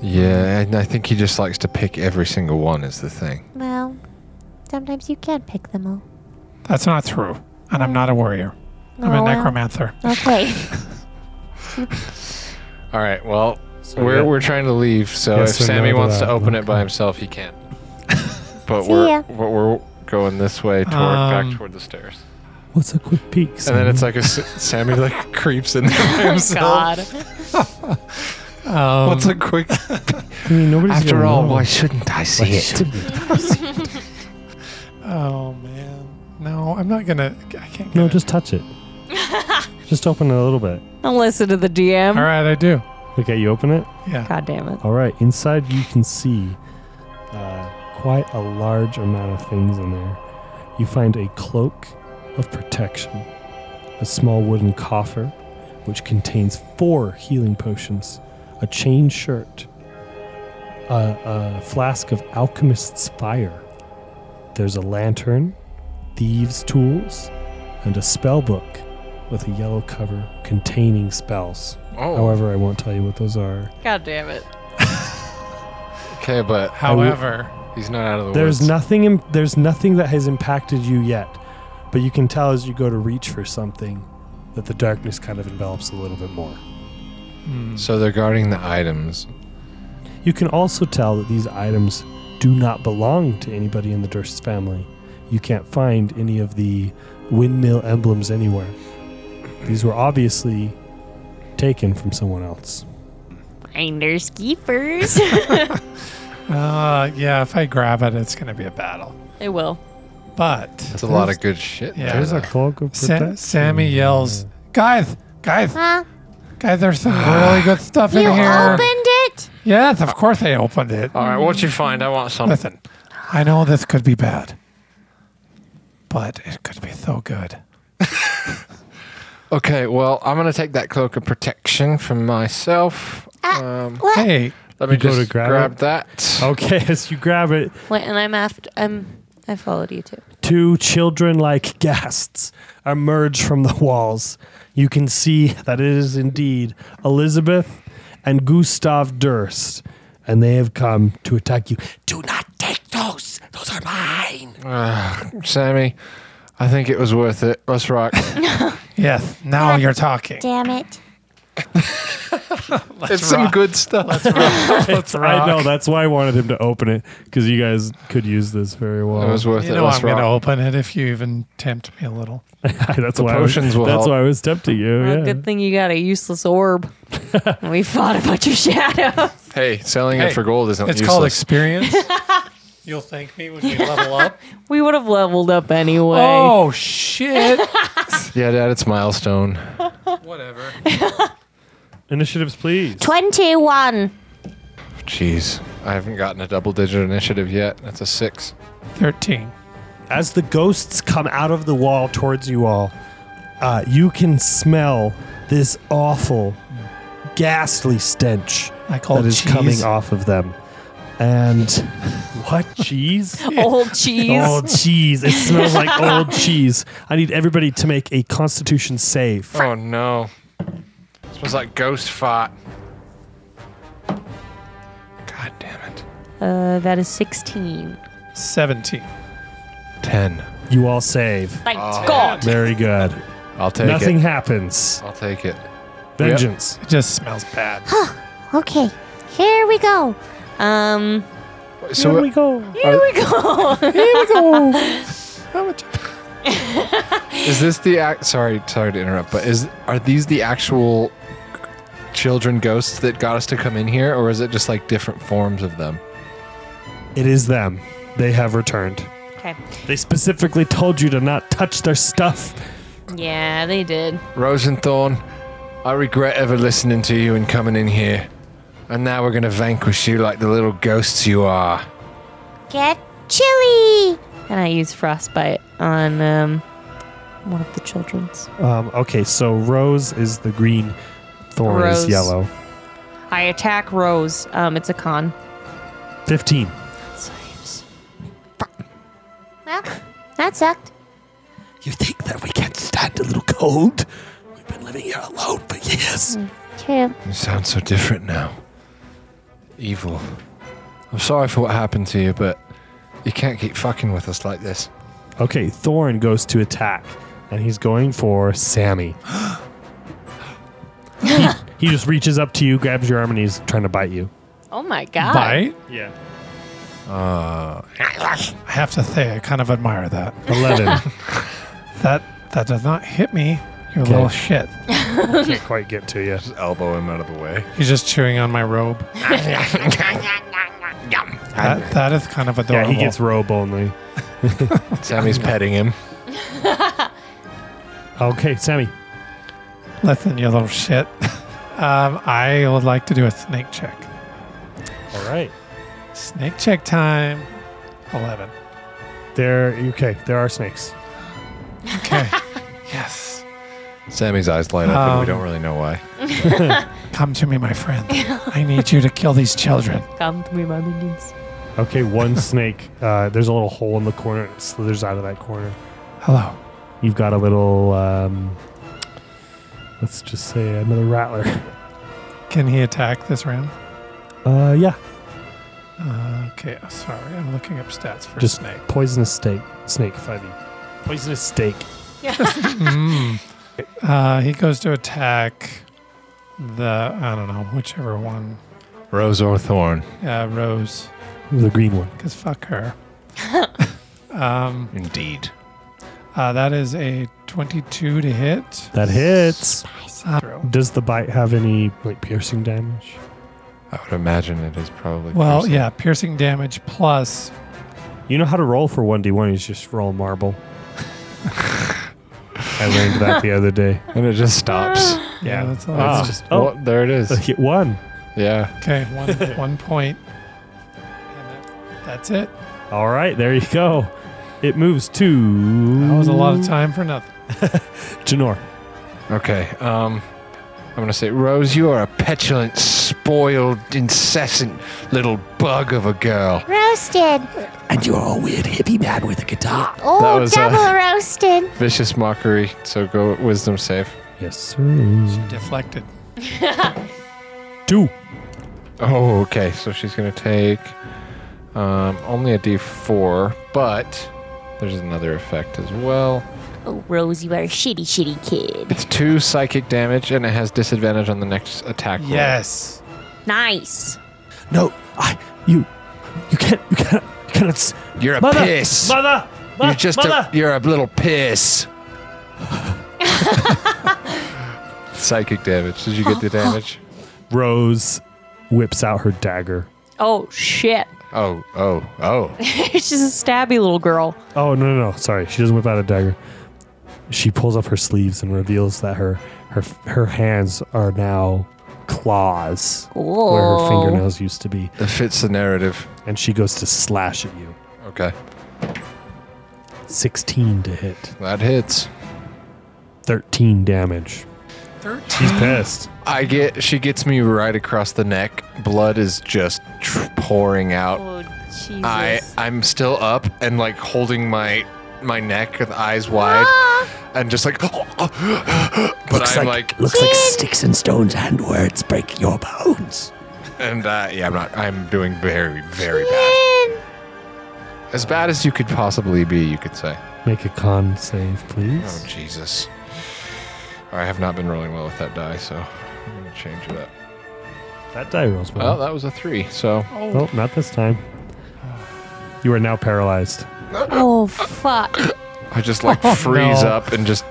Speaker 1: Yeah, and I think he just likes to pick every single one. Is the thing.
Speaker 5: Well, sometimes you can't pick them all.
Speaker 2: That's not true. And I'm not a warrior. I'm
Speaker 5: Oh,
Speaker 2: a
Speaker 5: well.
Speaker 2: necromancer.
Speaker 5: Okay.
Speaker 1: All right. Well, we're we're trying to leave. So
Speaker 3: Yes or
Speaker 1: if
Speaker 3: no
Speaker 1: Sammy
Speaker 3: to
Speaker 1: wants
Speaker 3: that?
Speaker 1: to open it by
Speaker 3: Okay.
Speaker 1: himself, he can. but
Speaker 5: See
Speaker 1: we're
Speaker 5: ya.
Speaker 1: but we're going this way toward
Speaker 2: Um,
Speaker 1: back toward the stairs.
Speaker 3: What's a quick peek?
Speaker 1: And then it's like a s- Sammy like creeps in there by
Speaker 4: oh,
Speaker 1: himself.
Speaker 4: God.
Speaker 2: Um,
Speaker 1: What's a quick?
Speaker 3: I mean, nobody's
Speaker 1: Um, After
Speaker 3: gonna
Speaker 1: all,
Speaker 3: know.
Speaker 1: why shouldn't I see it?
Speaker 2: oh man, no, I'm not gonna. I can't. Get
Speaker 3: No,
Speaker 2: it.
Speaker 3: just touch it. just open it a little bit.
Speaker 4: Don't listen to the DM.
Speaker 2: All right, I do.
Speaker 3: Okay, you open it.
Speaker 2: Yeah.
Speaker 4: God damn it.
Speaker 3: All right, inside you can see uh, quite a large amount of things in there. You find a cloak of protection, a small wooden coffer, which contains four healing potions, a chain shirt, a, a flask of alchemist's fire. There's a lantern, thieves' tools, and a spell book with a yellow cover containing spells.
Speaker 1: Oh,
Speaker 3: However, I won't tell you what those are.
Speaker 4: God damn it.
Speaker 1: okay, but
Speaker 2: However,
Speaker 1: he's not out of the
Speaker 3: There's
Speaker 1: woods.
Speaker 3: nothing. Im- there's nothing that has impacted you yet, but you can tell as you go to reach for something that the darkness kind of envelops a little bit more.
Speaker 2: hmm,
Speaker 1: So they're guarding the items.
Speaker 3: You can also tell that these items do not belong to anybody in the Durst family. You can't find any of the windmill emblems anywhere. These were obviously taken from someone else.
Speaker 4: Finders keepers.
Speaker 2: uh, yeah, if I grab it, it's gonna be a battle.
Speaker 4: I will.
Speaker 2: But
Speaker 1: It's a lot of good shit.
Speaker 2: Yeah.
Speaker 1: there,
Speaker 2: There's
Speaker 1: though.
Speaker 3: cloak of
Speaker 2: Sa- Sammy yells, "Guys, guys,
Speaker 5: Huh?
Speaker 2: guys! There's some really good stuff in
Speaker 5: you
Speaker 2: here."
Speaker 5: opened it?
Speaker 2: yes, of course they opened it.
Speaker 1: All right, what'd you find? I want some.
Speaker 2: Listen, I know this could be bad, but it could be so good.
Speaker 1: Okay, well, I'm going to take that cloak of protection from myself.
Speaker 5: Uh,
Speaker 1: Um, Oh.
Speaker 5: What?
Speaker 2: Hey,
Speaker 1: Let me
Speaker 3: You go
Speaker 1: just
Speaker 3: to grab
Speaker 1: grab,
Speaker 3: it?
Speaker 1: that.
Speaker 2: Oh.
Speaker 3: Okay, as you grab it,
Speaker 4: Wait, and I'm after. I'm. I followed you too.
Speaker 3: two children like ghasts emerge from the walls. You can see that it is indeed Elizabeth and Gustav Durst, and they have come to attack you.
Speaker 6: Do not take those. Those are mine.
Speaker 1: Sammy, I think it was worth it. Let's rock.
Speaker 2: yes, now you're talking.
Speaker 5: Damn it.
Speaker 1: it's some good stuff. It
Speaker 2: Let's
Speaker 3: I know,
Speaker 2: rock.
Speaker 3: that's why I wanted him to open it, because you guys could use this very well.
Speaker 1: was worth
Speaker 2: You
Speaker 1: it.
Speaker 2: know
Speaker 1: Let's
Speaker 2: I'm going to
Speaker 1: rock.
Speaker 2: open it if you even tempt me a little.
Speaker 3: that's
Speaker 1: The
Speaker 3: why
Speaker 1: potions
Speaker 3: I
Speaker 1: will
Speaker 3: was, That's
Speaker 1: help.
Speaker 3: why I was tempting you.
Speaker 4: Well,
Speaker 3: yeah.
Speaker 4: Good thing you got a useless orb. we fought a bunch of shadows.
Speaker 1: Hey, selling
Speaker 2: Hey,
Speaker 1: it for gold isn't
Speaker 2: It's
Speaker 1: useless.
Speaker 2: called experience. You'll thank me when we level up.
Speaker 4: We would have leveled up anyway.
Speaker 2: Oh, shit.
Speaker 1: yeah, Dad, it's milestone.
Speaker 2: Whatever.
Speaker 3: Initiatives, please.
Speaker 5: 21.
Speaker 1: Jeez, I haven't gotten a double-digit initiative yet. That's a six.
Speaker 2: 13.
Speaker 3: As the ghosts come out of the wall towards you all, uh, you can smell this awful, ghastly stench
Speaker 2: Like old
Speaker 3: that is
Speaker 2: cheese.
Speaker 3: coming off of them. And what cheese?
Speaker 4: Old cheese.
Speaker 3: Old cheese. It smells like old cheese. I need everybody to make a constitution save.
Speaker 1: Oh no, smells like ghost fart. God damn it.
Speaker 4: Uh, that is 16.
Speaker 2: 17.
Speaker 1: Ten.
Speaker 3: You all save.
Speaker 4: Thank God.
Speaker 3: Very good.
Speaker 1: I'll take
Speaker 3: Nothing
Speaker 1: it.
Speaker 3: happens.
Speaker 1: I'll take it.
Speaker 3: Vengeance.
Speaker 2: It just smells bad.
Speaker 5: Okay, here we go.
Speaker 4: Um,
Speaker 1: So
Speaker 3: Here we go.
Speaker 4: here we go.
Speaker 1: Is this the act? Sorry, sorry to interrupt, but is are these the actual children ghosts that got us to come in here, or is it just like different forms of them?
Speaker 3: It is them. They have returned.
Speaker 4: okay.
Speaker 3: They specifically told you to not touch their stuff.
Speaker 4: Yeah, they did.
Speaker 1: Rosenthorn, I regret ever listening to you and coming in here, and now we're gonna vanquish you like the little ghosts you are.
Speaker 5: Get chilly.
Speaker 4: And I use frostbite on um, one of the children's.
Speaker 3: Um, okay, so rose is the green, thorn
Speaker 4: Rose.
Speaker 3: is yellow.
Speaker 4: I attack Rose. Um, it's a con.
Speaker 3: 15.
Speaker 5: Well, that sucked.
Speaker 6: You think that we can't stand a little cold? We've been living here alone for years.
Speaker 5: True.
Speaker 1: You sound so different now. Evil. I'm sorry for what happened to you, but you can't keep fucking with us like this.
Speaker 3: Okay, Thorn goes to attack, and he's going for Sammy. he, he just reaches up to you, grabs your arm, and he's trying to bite you.
Speaker 4: Oh my
Speaker 5: Ah.
Speaker 4: God.
Speaker 2: Bite?
Speaker 3: Yeah.
Speaker 2: I have to say, I kind of admire that.
Speaker 3: 11.
Speaker 2: That that does not hit me. You
Speaker 3: Okay.
Speaker 2: little shit.
Speaker 3: Can't quite get to you.
Speaker 1: Just elbow him out of the way.
Speaker 2: He's just chewing on my robe. That, that is kind of
Speaker 3: Yeah,
Speaker 2: adorable.
Speaker 3: he gets robe only.
Speaker 1: Sammy's petting him.
Speaker 3: Okay, Sammy.
Speaker 2: Listen, you little shit. Um, I would like to do a snake check.
Speaker 3: All right.
Speaker 2: Snake check time. 11.
Speaker 3: There, okay, there are snakes.
Speaker 2: Okay. yes.
Speaker 1: Sammy's eyes light up, and we
Speaker 2: Um,
Speaker 1: don't really know why.
Speaker 2: Come to me, my friend. I need you to kill these children.
Speaker 4: Come to me, my minions.
Speaker 3: Okay, one snake. Uh, there's a little hole in the corner. It slithers out of that corner.
Speaker 2: Hello.
Speaker 3: You've got a little, um, let's just say another rattler.
Speaker 2: Can he attack this round?
Speaker 3: Uh, yeah,
Speaker 2: Uh, okay. Sorry. I'm looking up stats for
Speaker 3: Just-
Speaker 2: snake.
Speaker 3: poisonous snake. Snake, E. 5e. Poisonous snake.
Speaker 2: Mm. Uh, he goes to attack the, I don't know, whichever one.
Speaker 1: Rose or Thorn,
Speaker 2: Uh, Rose.
Speaker 3: The green one.
Speaker 2: Because fuck her. um,
Speaker 1: indeed.
Speaker 2: uh, that is a 22 to hit.
Speaker 3: That hits.
Speaker 2: Uh, throw.
Speaker 3: Does the bite have any, like, piercing damage?
Speaker 1: I would imagine it is probably.
Speaker 2: Well,
Speaker 1: gruesome.
Speaker 2: yeah, piercing damage plus.
Speaker 3: You know how to roll for 1d1, you just roll marble. I learned that the other day.
Speaker 1: And it just stops.
Speaker 2: Yeah, that's all.
Speaker 3: Ah.
Speaker 1: It's
Speaker 2: it's-
Speaker 1: just,
Speaker 3: Oh.
Speaker 1: oh, there it is.
Speaker 3: Get one.
Speaker 1: Yeah.
Speaker 2: Okay, one, one point. And that- that's it.
Speaker 3: All right, there you go. It moves to.
Speaker 2: That was a lot of time for nothing.
Speaker 3: Janor.
Speaker 1: Okay. Um, I'm gonna say, Rose, you are a petulant sp- spoiled, incessant little bug of a girl.
Speaker 5: Roasted.
Speaker 6: And you're a weird hippie man with a guitar.
Speaker 1: That
Speaker 5: Oh,
Speaker 1: was, uh, Oh,
Speaker 5: double roasted.
Speaker 1: Vicious mockery. So go wisdom save.
Speaker 3: Yes, sir.
Speaker 2: Deflected.
Speaker 3: Two.
Speaker 1: Oh, okay. So she's gonna take um, only a D4, but there's another effect as well.
Speaker 5: Oh, Rose, you are a shitty, shitty kid.
Speaker 1: It's two psychic damage, and it has disadvantage on the next attack. roll.
Speaker 2: Yes.
Speaker 5: Nice.
Speaker 3: No, I. You. You can't. You can't. You cannot. s-
Speaker 1: You're a
Speaker 3: Mother!
Speaker 1: piss.
Speaker 3: Mother! Mo-
Speaker 1: you're just
Speaker 3: mother!
Speaker 1: a. You're a little piss. psychic damage. Did you get
Speaker 3: Oh.
Speaker 1: the damage?
Speaker 3: Rose whips out her dagger.
Speaker 4: Oh shit!
Speaker 1: Oh, oh, oh.
Speaker 4: She's a stabby little girl.
Speaker 3: Oh no no no! Sorry, she doesn't whip out a dagger. She pulls up her sleeves and reveals that her her her hands are now claws where her
Speaker 4: Whoa.
Speaker 3: fingernails used to be,
Speaker 1: It fits the narrative.
Speaker 3: and she goes to slash at you.
Speaker 1: Okay,
Speaker 3: Sixteen to hit,
Speaker 1: that hits.
Speaker 3: thirteen damage.
Speaker 2: 13.
Speaker 3: She's pissed.
Speaker 1: I get. She gets me right across the neck. Blood is just tr- pouring out.
Speaker 4: Oh Jesus!
Speaker 1: I I'm still up and like holding my my neck with eyes wide and just like but
Speaker 6: Looks
Speaker 1: I'm like,
Speaker 6: like, looks like sticks and stones and words break your bones.
Speaker 1: and uh, yeah I'm not I'm doing very very bad as bad as you could possibly be you could say
Speaker 3: Make a con save,
Speaker 1: oh
Speaker 3: please.
Speaker 1: Jesus I have not been rolling well with that die so I'm gonna change it up
Speaker 3: That die rolls
Speaker 1: well
Speaker 3: well.
Speaker 1: that was a three so
Speaker 3: Oh, not this time. You are now paralyzed.
Speaker 4: oh fuck!
Speaker 1: I just like
Speaker 3: Oh,
Speaker 1: freeze
Speaker 3: no.
Speaker 1: up and just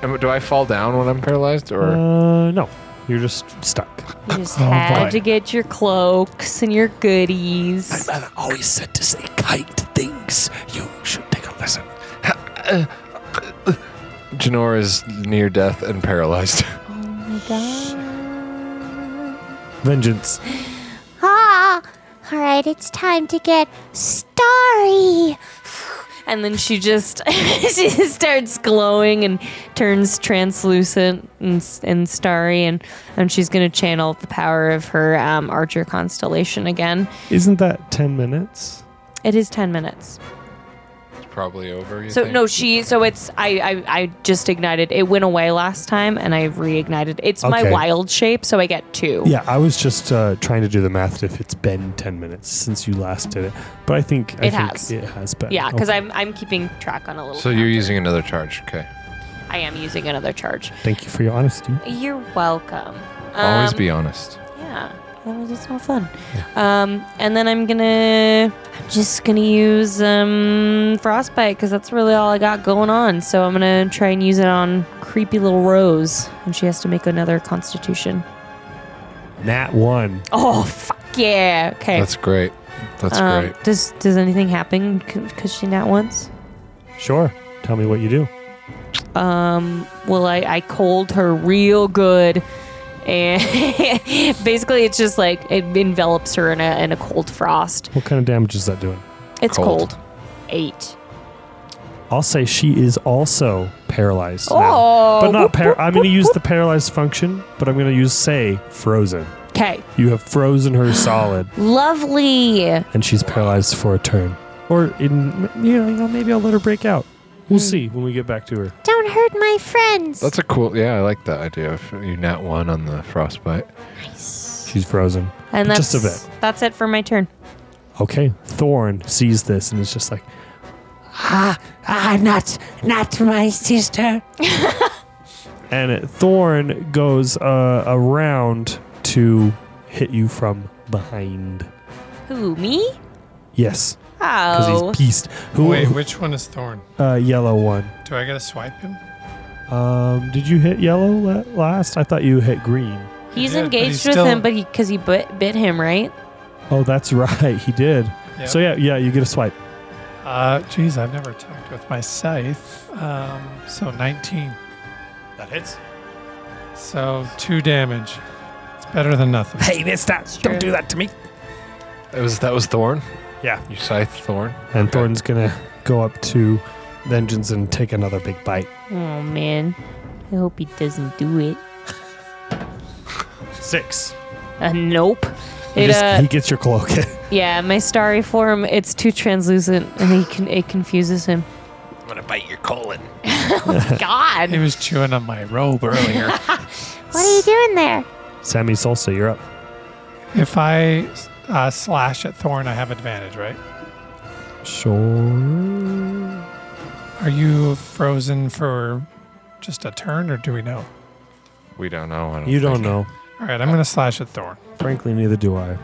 Speaker 1: Am- do I fall down when I'm paralyzed or
Speaker 3: Uh, no, you're just stuck.
Speaker 4: You just
Speaker 2: Oh,
Speaker 4: had
Speaker 2: boy.
Speaker 4: to get your cloaks and your goodies.
Speaker 6: My mother always said to say kind things. You should take a lesson.
Speaker 1: Janora is near death and paralyzed
Speaker 3: Vengeance.
Speaker 5: Ah, all right, it's time to get starry.
Speaker 4: And then she just she starts glowing and turns translucent and, s- and starry, and and she's gonna channel the power of her um, Archer constellation again.
Speaker 3: Isn't that ten minutes?
Speaker 4: It is ten minutes.
Speaker 1: it's probably over you
Speaker 4: So
Speaker 1: think?
Speaker 4: no, she. So it's I, I. I just ignited. It went away last time, and I reignited. It's my
Speaker 3: Okay.
Speaker 4: wild shape, so I get two.
Speaker 3: Yeah, I was just uh, trying to do the math if it's been 10 minutes since you last did it. But I think I
Speaker 4: It
Speaker 3: think
Speaker 4: has.
Speaker 3: it has been.
Speaker 4: Yeah, because
Speaker 3: Okay.
Speaker 4: I'm I'm keeping track on a little.
Speaker 1: So you're using another charge, okay?
Speaker 4: count. I am using another charge.
Speaker 3: Thank you for your honesty.
Speaker 4: You're welcome.
Speaker 1: Always
Speaker 4: Um,
Speaker 1: be honest.
Speaker 4: Yeah, otherwise it's not fun. Um, and then I'm gonna, I'm just gonna use um frostbite because that's really all I got going on. So I'm gonna try and use it on creepy little Rose, and she has to make another Constitution.
Speaker 3: Nat 1.
Speaker 4: Oh fuck yeah! Okay.
Speaker 1: That's great. That's
Speaker 4: Um,
Speaker 1: great.
Speaker 4: Does does anything happen because she not once?
Speaker 3: Sure. Tell me what you do.
Speaker 4: Um, well, I I cold her real good, and basically it's just like it envelops her in a in a cold frost.
Speaker 3: What kind of damage is that doing?
Speaker 4: It's
Speaker 1: Cold.
Speaker 4: cold. Eight.
Speaker 3: I'll say she is also paralyzed. now.
Speaker 4: Oh,
Speaker 3: but not
Speaker 4: whoop,
Speaker 3: par-
Speaker 4: whoop,
Speaker 3: I'm going to
Speaker 4: whoop,
Speaker 3: use
Speaker 4: whoop.
Speaker 3: the paralyzed function, but I'm going to use say frozen.
Speaker 4: Okay,
Speaker 3: You have frozen her solid,
Speaker 4: lovely.
Speaker 3: and she's paralyzed for a turn. Or in you know, you know maybe I'll let her break out. We'll see when we get back to her.
Speaker 5: Don't hurt my friends.
Speaker 1: That's a cool. Yeah, I like that idea. If you nat one on the frostbite.
Speaker 3: She's frozen.
Speaker 4: And
Speaker 3: But
Speaker 4: that's
Speaker 3: just a
Speaker 4: That's it for my turn.
Speaker 3: Okay. Thorn sees this and is just like,
Speaker 6: Ah, ah, not, not my sister.
Speaker 3: and it- Thorn goes uh, around to hit you from behind.
Speaker 4: Who me?
Speaker 3: Yes, because
Speaker 4: Oh,
Speaker 3: he's beast. Who?
Speaker 2: Wait, which one is Thorn?
Speaker 3: Uh, yellow one.
Speaker 2: Do I get to swipe him?
Speaker 3: Um, did you hit yellow la- last? I thought you hit green.
Speaker 4: he's
Speaker 2: Yeah, but
Speaker 4: engaged
Speaker 2: he's
Speaker 4: with
Speaker 2: still-
Speaker 4: him, but he because he bit, bit him, right?
Speaker 3: Oh, that's right. He did.
Speaker 2: Yeah.
Speaker 3: So yeah, yeah, you get a swipe.
Speaker 2: Uh, geez, I've never attacked with my scythe. Um, so 19.
Speaker 3: That hits.
Speaker 2: So two damage. It's better than nothing.
Speaker 6: Hey, that's that.
Speaker 4: Don't do
Speaker 6: that to me.
Speaker 1: It was that was Thorn.
Speaker 3: Yeah.
Speaker 1: You scythe Thorn.
Speaker 3: And Thorn's gonna go up to Vengeance and take another big bite.
Speaker 4: Oh man, I hope he doesn't do it.
Speaker 3: Six.
Speaker 4: Uh, nope.
Speaker 3: He
Speaker 4: It,
Speaker 3: just-
Speaker 4: uh,
Speaker 3: he gets your cloak.
Speaker 4: yeah, my starry form, it's too translucent and he can, it confuses him. Oh,
Speaker 6: I'm gonna bite your colon.
Speaker 2: He
Speaker 4: God.
Speaker 2: was chewing on my robe earlier.
Speaker 5: What are you doing there?
Speaker 3: Sammy Salsa, you're up.
Speaker 2: if I uh, slash at Thorn, I have advantage, right?
Speaker 3: Sure.
Speaker 2: Are you frozen for just a turn, or do we know?
Speaker 1: We don't know. I
Speaker 3: You don't
Speaker 1: think.
Speaker 3: know.
Speaker 2: All right, I'm going to slash at Thorn.
Speaker 3: Frankly, neither do I.
Speaker 2: Um,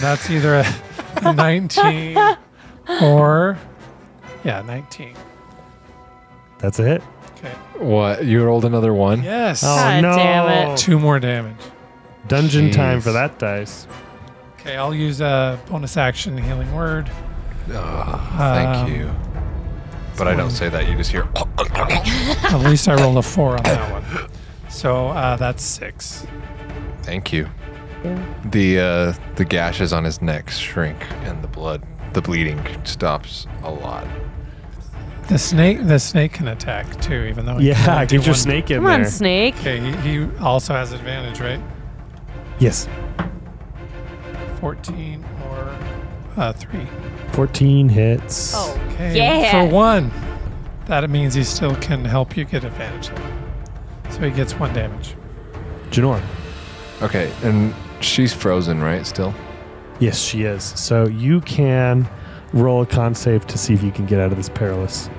Speaker 2: that's either a, a 19 or, yeah, 19.
Speaker 3: That's a hit.
Speaker 2: Okay.
Speaker 1: What? You rolled another one?
Speaker 2: Yes.
Speaker 3: Oh
Speaker 4: God
Speaker 3: no!
Speaker 4: damn it.
Speaker 2: Two more damage.
Speaker 3: Dungeon
Speaker 1: Jeez.
Speaker 3: time for that dice.
Speaker 2: Okay, I'll use a bonus action healing word.
Speaker 1: Ah, Thank
Speaker 2: Um,
Speaker 1: you. But I don't say that. You just hear.
Speaker 2: At least I rolled a four on that one. So uh, that's six.
Speaker 1: Thank you. The uh, the gashes on his neck shrink, and the blood, the bleeding stops a lot.
Speaker 2: The snake, the snake can attack too, even though he can
Speaker 3: Yeah,
Speaker 2: only do
Speaker 3: get your
Speaker 2: one-
Speaker 3: snake in
Speaker 4: Come
Speaker 3: there.
Speaker 4: on, Snake.
Speaker 2: Okay, he, he also has advantage, right?
Speaker 3: Yes.
Speaker 2: 14 or uh, three.
Speaker 3: 14 hits.
Speaker 4: Oh,
Speaker 2: Okay,
Speaker 4: yeah.
Speaker 2: for one, that means he still can help you get advantage. So he gets one damage.
Speaker 3: Janora.
Speaker 1: Okay, and she's frozen, right? Still.
Speaker 3: Yes, she is. So you can roll a con save to see if you can get out of this perilous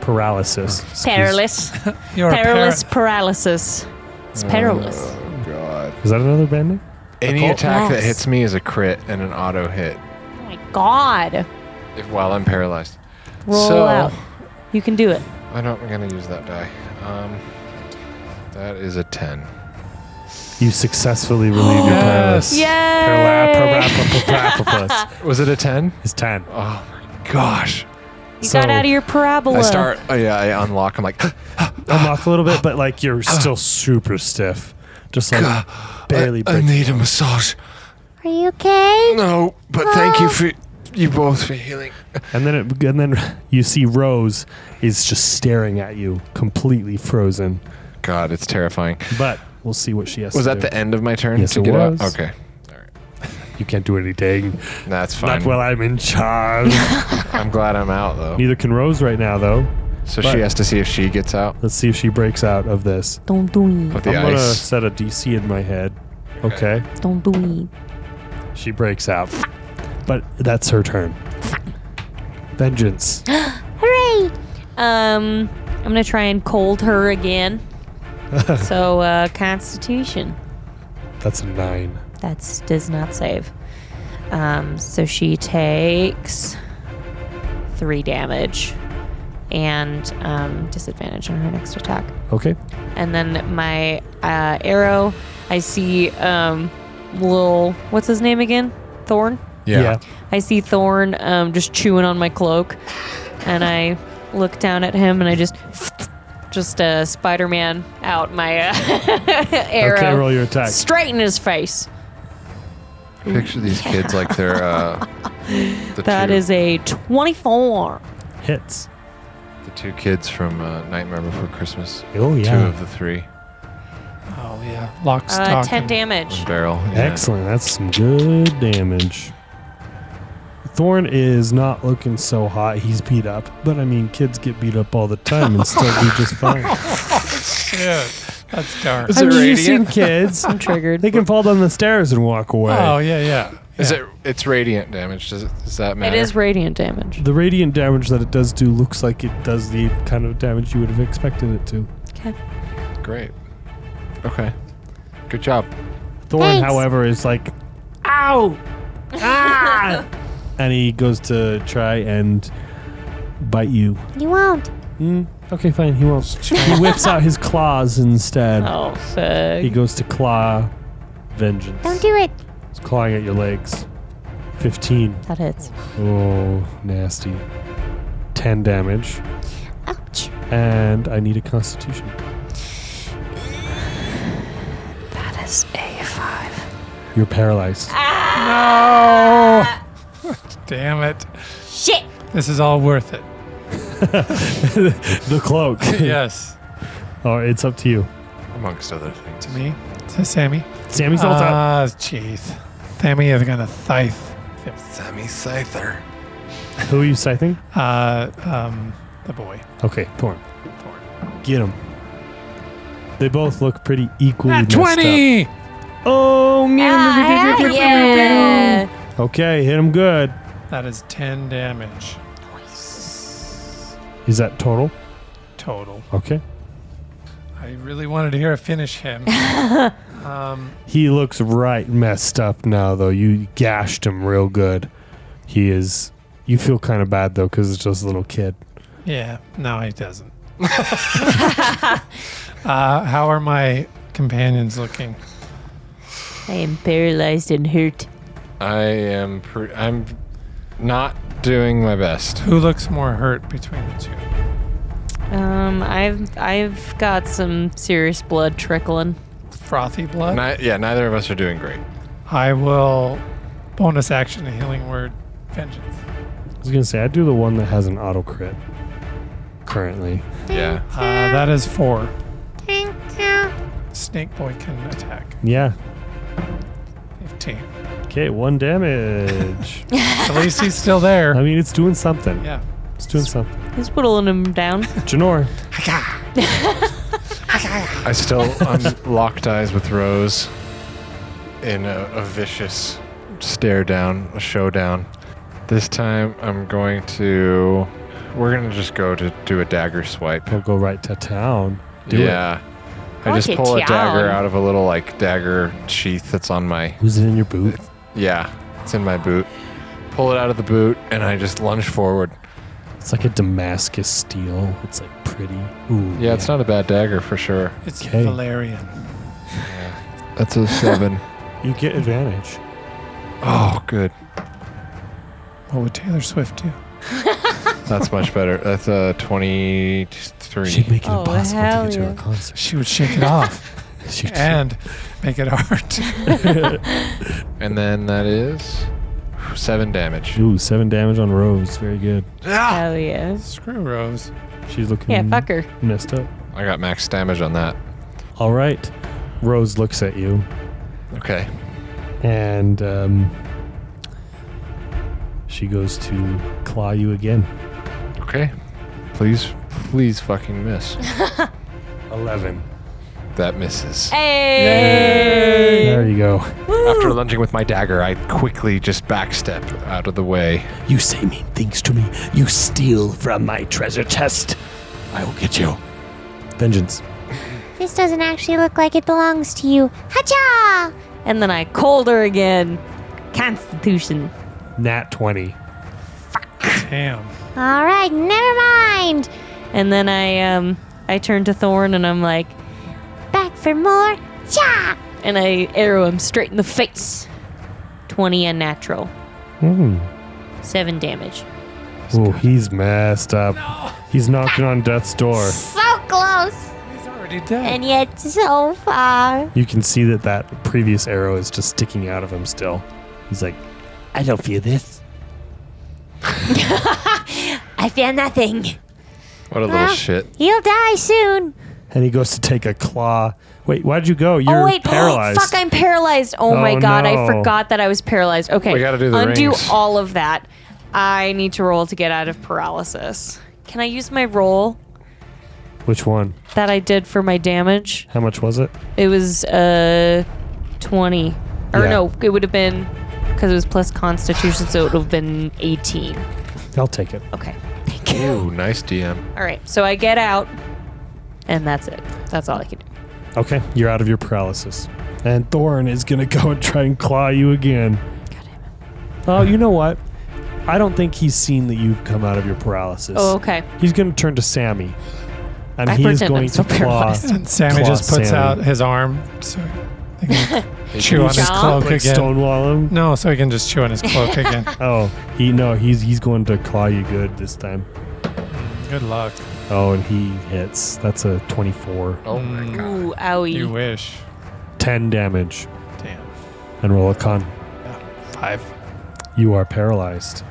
Speaker 3: paralysis. Excuse-
Speaker 4: Perilous.
Speaker 2: You're a par-
Speaker 4: Perilous paralysis. It's perilous.
Speaker 1: Oh God.
Speaker 3: Is that another band name?
Speaker 1: Any
Speaker 3: Nicole?
Speaker 1: attack that
Speaker 4: Yes.
Speaker 1: hits me is a crit and an auto hit
Speaker 4: oh my God.
Speaker 1: if while I'm paralyzed.
Speaker 4: Roll
Speaker 1: so
Speaker 4: out. You can do it.
Speaker 1: I don't, I'm gonna use that die. Um, that is a ten.
Speaker 3: You successfully relieve your paralysis. Parala-
Speaker 4: Yay!
Speaker 3: parappa- parappa-
Speaker 1: Was it a ten?
Speaker 3: It's 10.
Speaker 1: Oh my gosh!
Speaker 4: You
Speaker 3: So-
Speaker 4: got out of your parabola.
Speaker 1: I start. Oh yeah, I unlock. I'm like,
Speaker 3: Unlock a little bit, but like you're still super stiff. Just like barely
Speaker 1: I
Speaker 3: breaking.
Speaker 1: need a massage.
Speaker 5: Are you okay?
Speaker 1: No, but thank you for you both for healing.
Speaker 3: And then it, and then you see Rose is just staring at you, completely frozen.
Speaker 1: God, it's terrifying.
Speaker 3: But we'll see what she has
Speaker 1: Was
Speaker 3: to
Speaker 1: that
Speaker 3: do.
Speaker 1: the end of my turn
Speaker 3: Yes,
Speaker 1: to
Speaker 3: it
Speaker 1: get out?
Speaker 3: was.
Speaker 1: Okay,
Speaker 3: You can't do anything.
Speaker 1: that's fine.
Speaker 3: Not while I'm in charge.
Speaker 1: I'm glad I'm out though.
Speaker 3: Neither can Rose right now, though.
Speaker 1: So
Speaker 3: but-
Speaker 1: she has to see if she gets out
Speaker 3: Let's see if she breaks out of this.
Speaker 4: Don't do it.
Speaker 1: with the
Speaker 3: I'm gonna
Speaker 1: ice.
Speaker 3: set a DC in my head. Okay.
Speaker 4: Don't do it.
Speaker 3: She breaks out. But that's her turn. Vengeance.
Speaker 5: Hooray!
Speaker 4: Um, I'm gonna try and cold her again. so uh, Constitution.
Speaker 3: That's a nine.
Speaker 4: That's does not save. Um, so she takes three damage and um, disadvantage on her next attack.
Speaker 3: Okay.
Speaker 4: And then my uh, arrow, I see um, little what's his name again? Thorn.
Speaker 1: Yeah.
Speaker 4: I see Thorn um, just chewing on my cloak, and I look down at him and I just just uh, Spider Man out my uh, arrow.
Speaker 3: Okay, roll your attack.
Speaker 4: Straight in his face.
Speaker 1: Picture these kids like they're. Uh, the
Speaker 4: That
Speaker 1: two,
Speaker 4: is a 24.
Speaker 3: Hits.
Speaker 1: the two kids from uh, Nightmare Before Christmas.
Speaker 3: Oh,
Speaker 1: Two
Speaker 3: yeah.
Speaker 1: of the three.
Speaker 2: Oh, yeah. Lock,
Speaker 4: Uh,
Speaker 2: stock.
Speaker 4: 10
Speaker 2: and-
Speaker 4: damage.
Speaker 1: Barrel. yeah.
Speaker 3: Excellent. That's some good damage. Thorn is not looking so hot. He's beat up. But I mean, kids get beat up all the time and still do just fine.
Speaker 2: Shit. That's dark.
Speaker 1: Is
Speaker 3: I
Speaker 1: it
Speaker 3: mean, you've seen
Speaker 1: radiant?
Speaker 3: kids.
Speaker 4: I'm triggered.
Speaker 3: They can fall down the stairs and walk away.
Speaker 2: Oh, yeah, yeah.
Speaker 1: Is
Speaker 2: Yeah.
Speaker 1: it? It's radiant damage. Does it? Does that
Speaker 4: It
Speaker 1: matter?
Speaker 4: is radiant damage.
Speaker 3: The radiant damage that it does do looks like it does the kind of damage you would have expected it to.
Speaker 4: Okay.
Speaker 1: Great. Okay. Good job.
Speaker 3: Thorn,
Speaker 5: Thanks.
Speaker 3: however, is like, ow! Ah! and he goes to try and bite you.
Speaker 5: You won't.
Speaker 3: Mm, okay, fine. He won't. he whips out his claws instead.
Speaker 4: Oh,
Speaker 3: He
Speaker 4: fuck.
Speaker 3: goes to claw vengeance.
Speaker 5: Don't do it.
Speaker 3: He's clawing at your legs. 15.
Speaker 4: That hits.
Speaker 3: Oh, nasty. 10 damage.
Speaker 5: Ouch.
Speaker 3: And I need a constitution.
Speaker 4: That is a Ah. 5.
Speaker 3: You're paralyzed.
Speaker 2: Damn it.
Speaker 5: Shit.
Speaker 2: This is all worth it.
Speaker 3: the cloak.
Speaker 2: Yes.
Speaker 3: All right, it's up to you.
Speaker 1: amongst other things.
Speaker 2: to me, to Sammy.
Speaker 3: Sammy's all up.
Speaker 2: Ah, jeez. Sammy is gonna scythe.
Speaker 1: Sammy Scyther.
Speaker 3: Who are you scything?
Speaker 2: Uh, um, the boy.
Speaker 3: Okay, Thorn. Get him. They both look pretty equally
Speaker 2: At
Speaker 3: messed up.
Speaker 2: twenty.
Speaker 3: Oh,
Speaker 4: Ah, yeah.
Speaker 3: okay, hit him good.
Speaker 2: That is ten damage
Speaker 3: Is that total?
Speaker 2: total.
Speaker 3: Okay.
Speaker 2: I really wanted to hear her finish him. um,
Speaker 3: He looks right messed up now, though. You gashed him real good. He is. You feel kind of bad though, because it's just a little kid.
Speaker 2: yeah. No, he doesn't. uh, how are my companions looking?
Speaker 4: I am paralyzed and hurt.
Speaker 1: I am. Pre- I'm not doing my best.
Speaker 2: Who looks more hurt between the two?
Speaker 4: Um, I've I've got some serious blood trickling.
Speaker 2: Frothy blood.
Speaker 1: Ni- yeah, neither of us are doing great.
Speaker 2: I will bonus action a healing word vengeance.
Speaker 3: I was gonna say I do the one that has an auto crit currently.
Speaker 1: Yeah.
Speaker 2: Uh, that is four. Snake boy can attack.
Speaker 3: Yeah.
Speaker 2: 15.
Speaker 3: Okay, one damage.
Speaker 2: At least he's still
Speaker 3: I
Speaker 2: there.
Speaker 3: mean, it's doing something.
Speaker 2: Yeah.
Speaker 3: It's doing something.
Speaker 4: Who's whittling him down?
Speaker 3: Janor.
Speaker 1: I still I'm locked eyes with Rose in a, a vicious stare down, a showdown. This time I'm going to. We're gonna just go to do a dagger swipe.
Speaker 3: We'll go right to town. Do it.
Speaker 1: yeah. I just
Speaker 4: Fuck it,
Speaker 1: pull a dagger
Speaker 4: Tian.
Speaker 1: out of a little like dagger sheath that's on my
Speaker 3: Was it in your boot?
Speaker 1: yeah, it's in my boot. Pull it out of the boot and I just lunge forward.
Speaker 3: It's like a Damascus steel. It's like pretty. Ooh.
Speaker 1: Yeah, it's not a bad dagger for sure.
Speaker 2: It's
Speaker 3: Okay.
Speaker 2: Valerian.
Speaker 1: That's a seven.
Speaker 3: You get advantage.
Speaker 1: oh, good.
Speaker 2: What would Taylor Swift do?
Speaker 1: That's much better. That's a twenty-three.
Speaker 3: She'd make it
Speaker 4: Oh,
Speaker 3: impossible to
Speaker 4: hell
Speaker 3: get to
Speaker 4: yeah.
Speaker 3: her concert.
Speaker 2: She would shake it off
Speaker 3: She'd
Speaker 2: and make it hard.
Speaker 1: And then that is seven damage.
Speaker 3: Ooh, seven damage on Rose. Very good.
Speaker 4: Hell yeah.
Speaker 2: Screw Rose.
Speaker 3: She's looking
Speaker 4: Yeah, fuck her.
Speaker 3: messed up.
Speaker 1: I got max damage on that.
Speaker 3: All right. Rose looks at you
Speaker 1: Okay.
Speaker 3: and um, she goes to claw you again.
Speaker 1: Okay. Please, please fucking miss.
Speaker 3: 11.
Speaker 1: That misses.
Speaker 4: Hey.
Speaker 3: There you go.
Speaker 1: After lunging with my dagger, I quickly just backstep out of the way.
Speaker 6: You say mean things to me. You steal from my treasure chest. I will get you.
Speaker 3: Vengeance.
Speaker 5: This doesn't actually look like it belongs to you. Hacha!
Speaker 4: And then I cold her again. Constitution.
Speaker 3: Nat 20.
Speaker 2: Damn.
Speaker 5: All right, never mind.
Speaker 4: And then I um I turn to Thorn and I'm like,
Speaker 5: Back for more. Cha!
Speaker 4: and I arrow him straight in the face. Twenty unnatural.
Speaker 3: Hmm.
Speaker 4: Seven damage.
Speaker 3: Ooh, he's messed up. He's knocking on death's door.
Speaker 5: So close,
Speaker 2: He's already dead.
Speaker 5: and yet so far.
Speaker 3: You can see that that previous arrow is just sticking out of him still. He's like,
Speaker 6: I don't fear this.
Speaker 5: I feel nothing.
Speaker 1: What a little
Speaker 5: Ah.
Speaker 1: shit.
Speaker 5: He'll die soon.
Speaker 3: and he goes to take a claw. Wait, why'd you go? You're
Speaker 4: oh wait,
Speaker 3: paralyzed.
Speaker 4: fuck! I'm paralyzed. Oh, my
Speaker 3: Oh,
Speaker 4: god,
Speaker 3: no.
Speaker 4: I forgot that I was paralyzed. Okay,
Speaker 1: We gotta do the
Speaker 4: undo
Speaker 1: rings.
Speaker 4: all of that. I need to roll to get out of paralysis. Can I use my roll
Speaker 3: Which one?
Speaker 4: that I did for my damage?
Speaker 3: How much was it?
Speaker 4: It was uh, twenty, or
Speaker 3: Yeah.
Speaker 4: no, it would have been because it was plus Constitution, so it would have been eighteen.
Speaker 3: I'll take it.
Speaker 4: Okay,
Speaker 1: Ooh, nice DM.
Speaker 4: all right. So I get out, and that's it. That's all I can do.
Speaker 3: Okay, you're out of your paralysis. And Thorn is gonna go and try and claw you again.
Speaker 4: God damn it.
Speaker 3: Oh, you know what? I don't think he's seen that you've come out of your paralysis.
Speaker 4: Oh, okay.
Speaker 3: He's gonna turn to Sammy, and
Speaker 4: I
Speaker 3: he is
Speaker 4: pretend
Speaker 3: going
Speaker 4: I'm so
Speaker 3: to claw.
Speaker 4: paralyzed.
Speaker 2: And Sammy
Speaker 3: Claw
Speaker 2: just puts
Speaker 3: Sammy.
Speaker 2: out his arm so he can chew on his
Speaker 4: Jump.
Speaker 2: cloak
Speaker 3: Like
Speaker 2: again.
Speaker 3: stonewall him.
Speaker 2: No, so he can just chew on his cloak again.
Speaker 3: Oh, he no, he's he's going to claw you good this time.
Speaker 2: Good luck.
Speaker 3: Oh, and he hits. That's a 24.
Speaker 1: Oh my god.
Speaker 4: Ooh, owie.
Speaker 2: You wish.
Speaker 3: 10 damage.
Speaker 2: Damn.
Speaker 3: And roll a con.
Speaker 2: Five.
Speaker 3: You are paralyzed.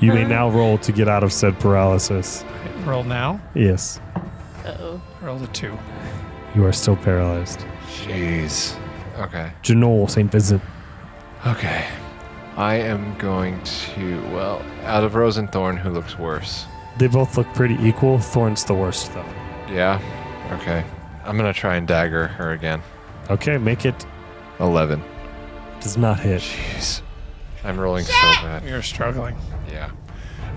Speaker 3: You may now roll to get out of said paralysis.
Speaker 2: Roll now.
Speaker 3: Yes.
Speaker 4: Uh-oh.
Speaker 2: Roll a two.
Speaker 3: You are still paralyzed.
Speaker 1: Jeez. Okay.
Speaker 3: Janol St. Vincent.
Speaker 1: Okay. I am going to, well, out of Rose and Thorn, who looks worse?
Speaker 3: They both look pretty equal. Thorn's the worst, though.
Speaker 1: Yeah. Okay. I'm going to try and dagger her again.
Speaker 3: Okay, make it.
Speaker 1: 11.
Speaker 3: Does not hit.
Speaker 1: Jeez. I'm rolling so bad.
Speaker 2: You're struggling.
Speaker 1: Yeah.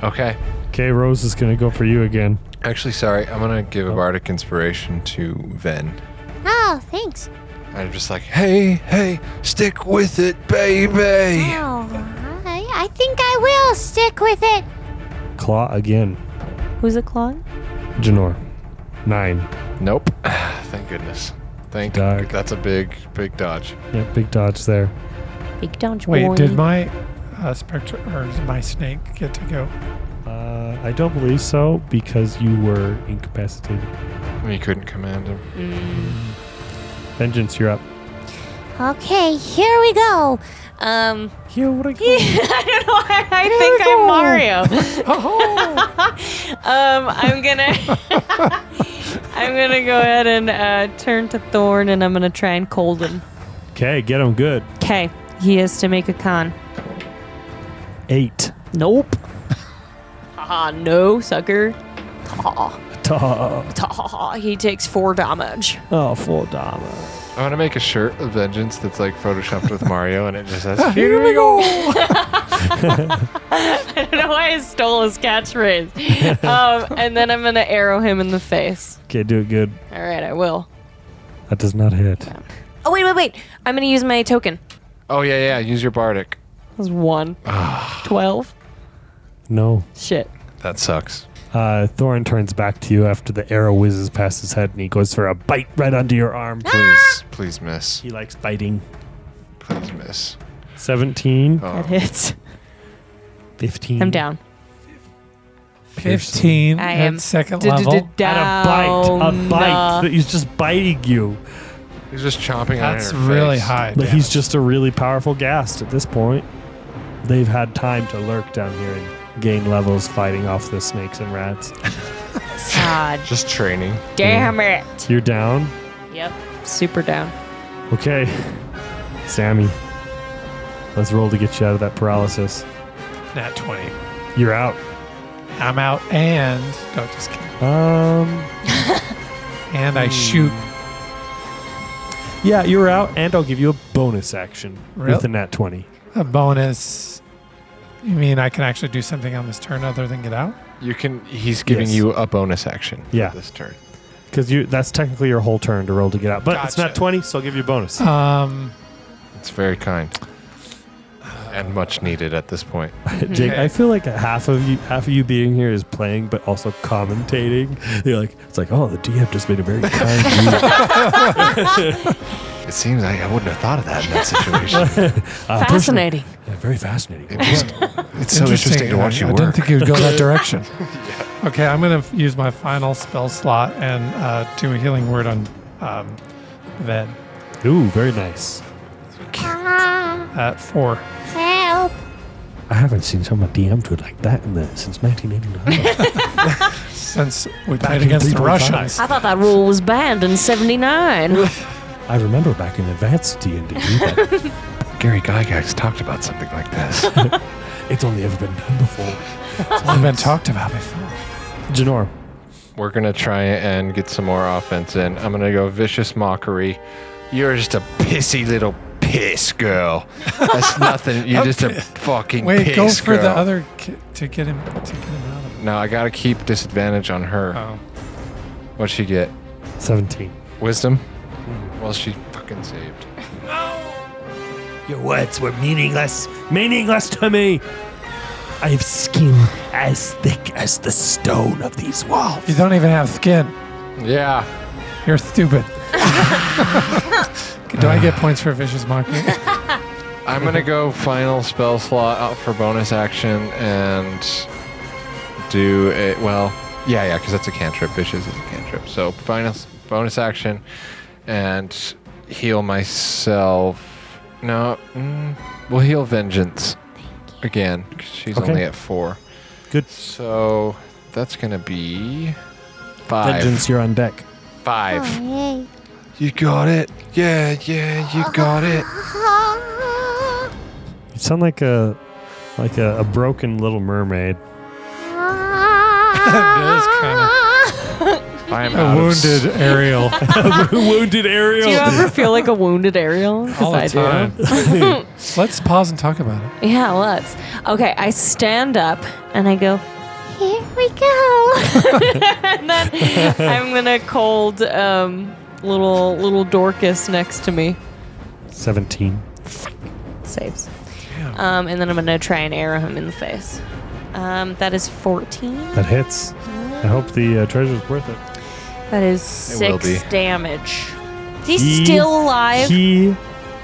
Speaker 1: Okay.
Speaker 3: Okay, Rose is going to go for you again.
Speaker 1: Actually, sorry. I'm going to give a
Speaker 2: Oh.
Speaker 1: bardic inspiration to Ven.
Speaker 5: Oh, thanks.
Speaker 1: I'm just like, hey, hey, stick with it, baby.
Speaker 5: Oh, I, I think I will stick with it.
Speaker 3: Claw again.
Speaker 4: Who's it, Claude?
Speaker 3: Janor. Nine.
Speaker 1: Nope. Thank goodness. Thank
Speaker 3: Dog.
Speaker 1: That's a big, big dodge.
Speaker 3: Yeah, big dodge there.
Speaker 4: Big dodge
Speaker 2: Wait,
Speaker 4: boy.
Speaker 2: did my uh, spectre or does my snake get to go?
Speaker 3: Uh, I don't believe so because you were incapacitated.
Speaker 1: You couldn't command him.
Speaker 3: Vengeance, you're up.
Speaker 5: Okay, here we go. Um,
Speaker 3: Here, what I
Speaker 4: I don't know. why I think I'm Mario.
Speaker 2: Oh,
Speaker 4: um, I'm gonna, I'm gonna go ahead and uh, turn to Thorn, and I'm gonna try and cold him.
Speaker 3: Okay, get him good.
Speaker 4: Okay, he has to make a con.
Speaker 3: Eight.
Speaker 4: Nope. Ah, no, sucker. Ah,
Speaker 3: Ta-
Speaker 4: ah, he takes four damage.
Speaker 3: Oh, full damage.
Speaker 1: I want to make a shirt of vengeance that's like photoshopped with Mario, and it just says, "Here we go."
Speaker 4: I don't know why I stole his catchphrase. um, and then I'm gonna arrow him in the face.
Speaker 3: Okay, do it good.
Speaker 4: All right, I will.
Speaker 3: That does not hit.
Speaker 4: Oh wait, wait, wait! I'm gonna use my token.
Speaker 1: Oh yeah, yeah. Use your bardic.
Speaker 4: That was one. Twelve.
Speaker 3: No.
Speaker 4: Shit.
Speaker 1: That sucks.
Speaker 3: Uh, Thorin turns back to you after the arrow whizzes past his head and he goes for a bite right onto your arm.
Speaker 4: Ah!
Speaker 1: Please, please miss.
Speaker 3: He likes biting.
Speaker 1: Please miss.
Speaker 3: 17,
Speaker 4: That hits.
Speaker 3: 15.
Speaker 4: I'm down.
Speaker 3: piercing.
Speaker 2: Fifteen
Speaker 4: I
Speaker 2: at
Speaker 4: am
Speaker 2: second level.
Speaker 3: And a bite. A
Speaker 4: Down.
Speaker 3: bite. that He's just biting you.
Speaker 1: He's just chomping on
Speaker 2: That's
Speaker 1: her face.
Speaker 2: really high.
Speaker 3: But he's
Speaker 2: damage.
Speaker 3: just a really powerful ghast at this point. They've had time to lurk down here and gain levels fighting off the snakes and rats.
Speaker 4: God
Speaker 1: Just training.
Speaker 4: damn it.
Speaker 3: You're down?
Speaker 4: Yep. Super down.
Speaker 3: Okay. Sammy, let's roll to get you out of that paralysis.
Speaker 2: nat twenty.
Speaker 3: You're out.
Speaker 2: I'm out and no, just kidding.
Speaker 3: Um,
Speaker 2: And I shoot.
Speaker 3: yeah, you're out, and I'll give you a bonus action
Speaker 2: Really?
Speaker 3: with a nat 20.
Speaker 2: A bonus. You mean I can actually do something on this turn other than get out?
Speaker 1: You can. He's giving
Speaker 3: Yes.
Speaker 1: you a bonus action. for
Speaker 3: Yeah.
Speaker 1: This turn.
Speaker 3: Because you that's technically your whole turn to roll to get out. But it's
Speaker 2: Gotcha.
Speaker 3: not 20, so I'll give you a bonus.
Speaker 2: Um,
Speaker 1: It's very kind. And much needed at this point.
Speaker 3: Jake,
Speaker 2: Okay.
Speaker 3: I feel like half of you half of you being here is playing but also commentating. You're like it's like, oh the DM just made a very kind move.
Speaker 1: It seems I, I wouldn't have thought of that in that situation.
Speaker 3: Uh, personally-
Speaker 4: Fascinating.
Speaker 3: Yeah, very fascinating.
Speaker 1: It just- it's so interesting to watch
Speaker 2: I,
Speaker 1: you
Speaker 2: I
Speaker 1: work.
Speaker 2: didn't think you'd go that direction. Okay, I'm going to use my final spell slot and uh, do a healing word on um, Ved
Speaker 3: Ooh, very nice.
Speaker 5: ah,
Speaker 2: at four.
Speaker 5: help.
Speaker 3: I haven't seen someone DM do it like that in the, since 1989.
Speaker 2: Since we played against the
Speaker 3: 3.5.
Speaker 2: Russians,
Speaker 4: I thought that rule was banned in 79.
Speaker 3: I remember back in advanced D&D, but
Speaker 1: Gary Gygax talked about something like this.
Speaker 3: it's only ever been done before.
Speaker 2: I've been talked about before.
Speaker 3: Janor,
Speaker 1: We're gonna try and get some more offense in. I'm gonna go vicious mockery. You're just a pissy little piss girl. That's nothing. You're just a fucking
Speaker 2: Wait,
Speaker 1: piss
Speaker 2: go for
Speaker 1: girl.
Speaker 2: the other ki- to get him to get him out of.
Speaker 1: No, I gotta keep disadvantage on her.
Speaker 2: Oh,
Speaker 1: What'd she get?
Speaker 3: 17.
Speaker 1: Wisdom. Well, she fucking saved.
Speaker 3: Your words were meaningless, meaningless to me. I have skin as thick as the stone of these walls.
Speaker 2: you don't even have skin.
Speaker 1: Yeah.
Speaker 2: You're stupid. Do I get points for vicious mockery?
Speaker 1: I'm gonna go final spell slot out for bonus action and do it. Well, yeah, yeah, because that's a cantrip. Vicious is a cantrip. So final s- bonus action and heal myself. No, mm, we'll heal vengeance again. 'cause She's
Speaker 3: Okay.
Speaker 1: only at four.
Speaker 3: Good.
Speaker 1: So that's gonna be five.
Speaker 3: Vengeance, you're on deck.
Speaker 1: Five.
Speaker 5: Oh, yay.
Speaker 1: You got it. Yeah, yeah,
Speaker 3: Uh-huh.
Speaker 1: you got it.
Speaker 3: You sound like a like a, a broken Little Mermaid.
Speaker 1: I am
Speaker 2: A wounded Ariel.
Speaker 3: Wounded Ariel.
Speaker 4: Do you ever feel like a wounded Ariel? 'Cause
Speaker 2: All the
Speaker 4: I do.
Speaker 2: time. Let's pause and talk about it.
Speaker 4: Yeah, let's. Okay, I stand up and I go,
Speaker 5: Here we go.
Speaker 4: and then I'm gonna cold um, little little Dorcas next to me
Speaker 3: Seventeen.
Speaker 4: saves, um, and then I'm gonna try and arrow him in the face. Um, that is 14.
Speaker 3: That hits. I hope the uh, treasure's worth it.
Speaker 4: That is
Speaker 1: It will
Speaker 4: six
Speaker 1: be.
Speaker 4: damage. He's
Speaker 3: He-
Speaker 4: still alive.
Speaker 3: He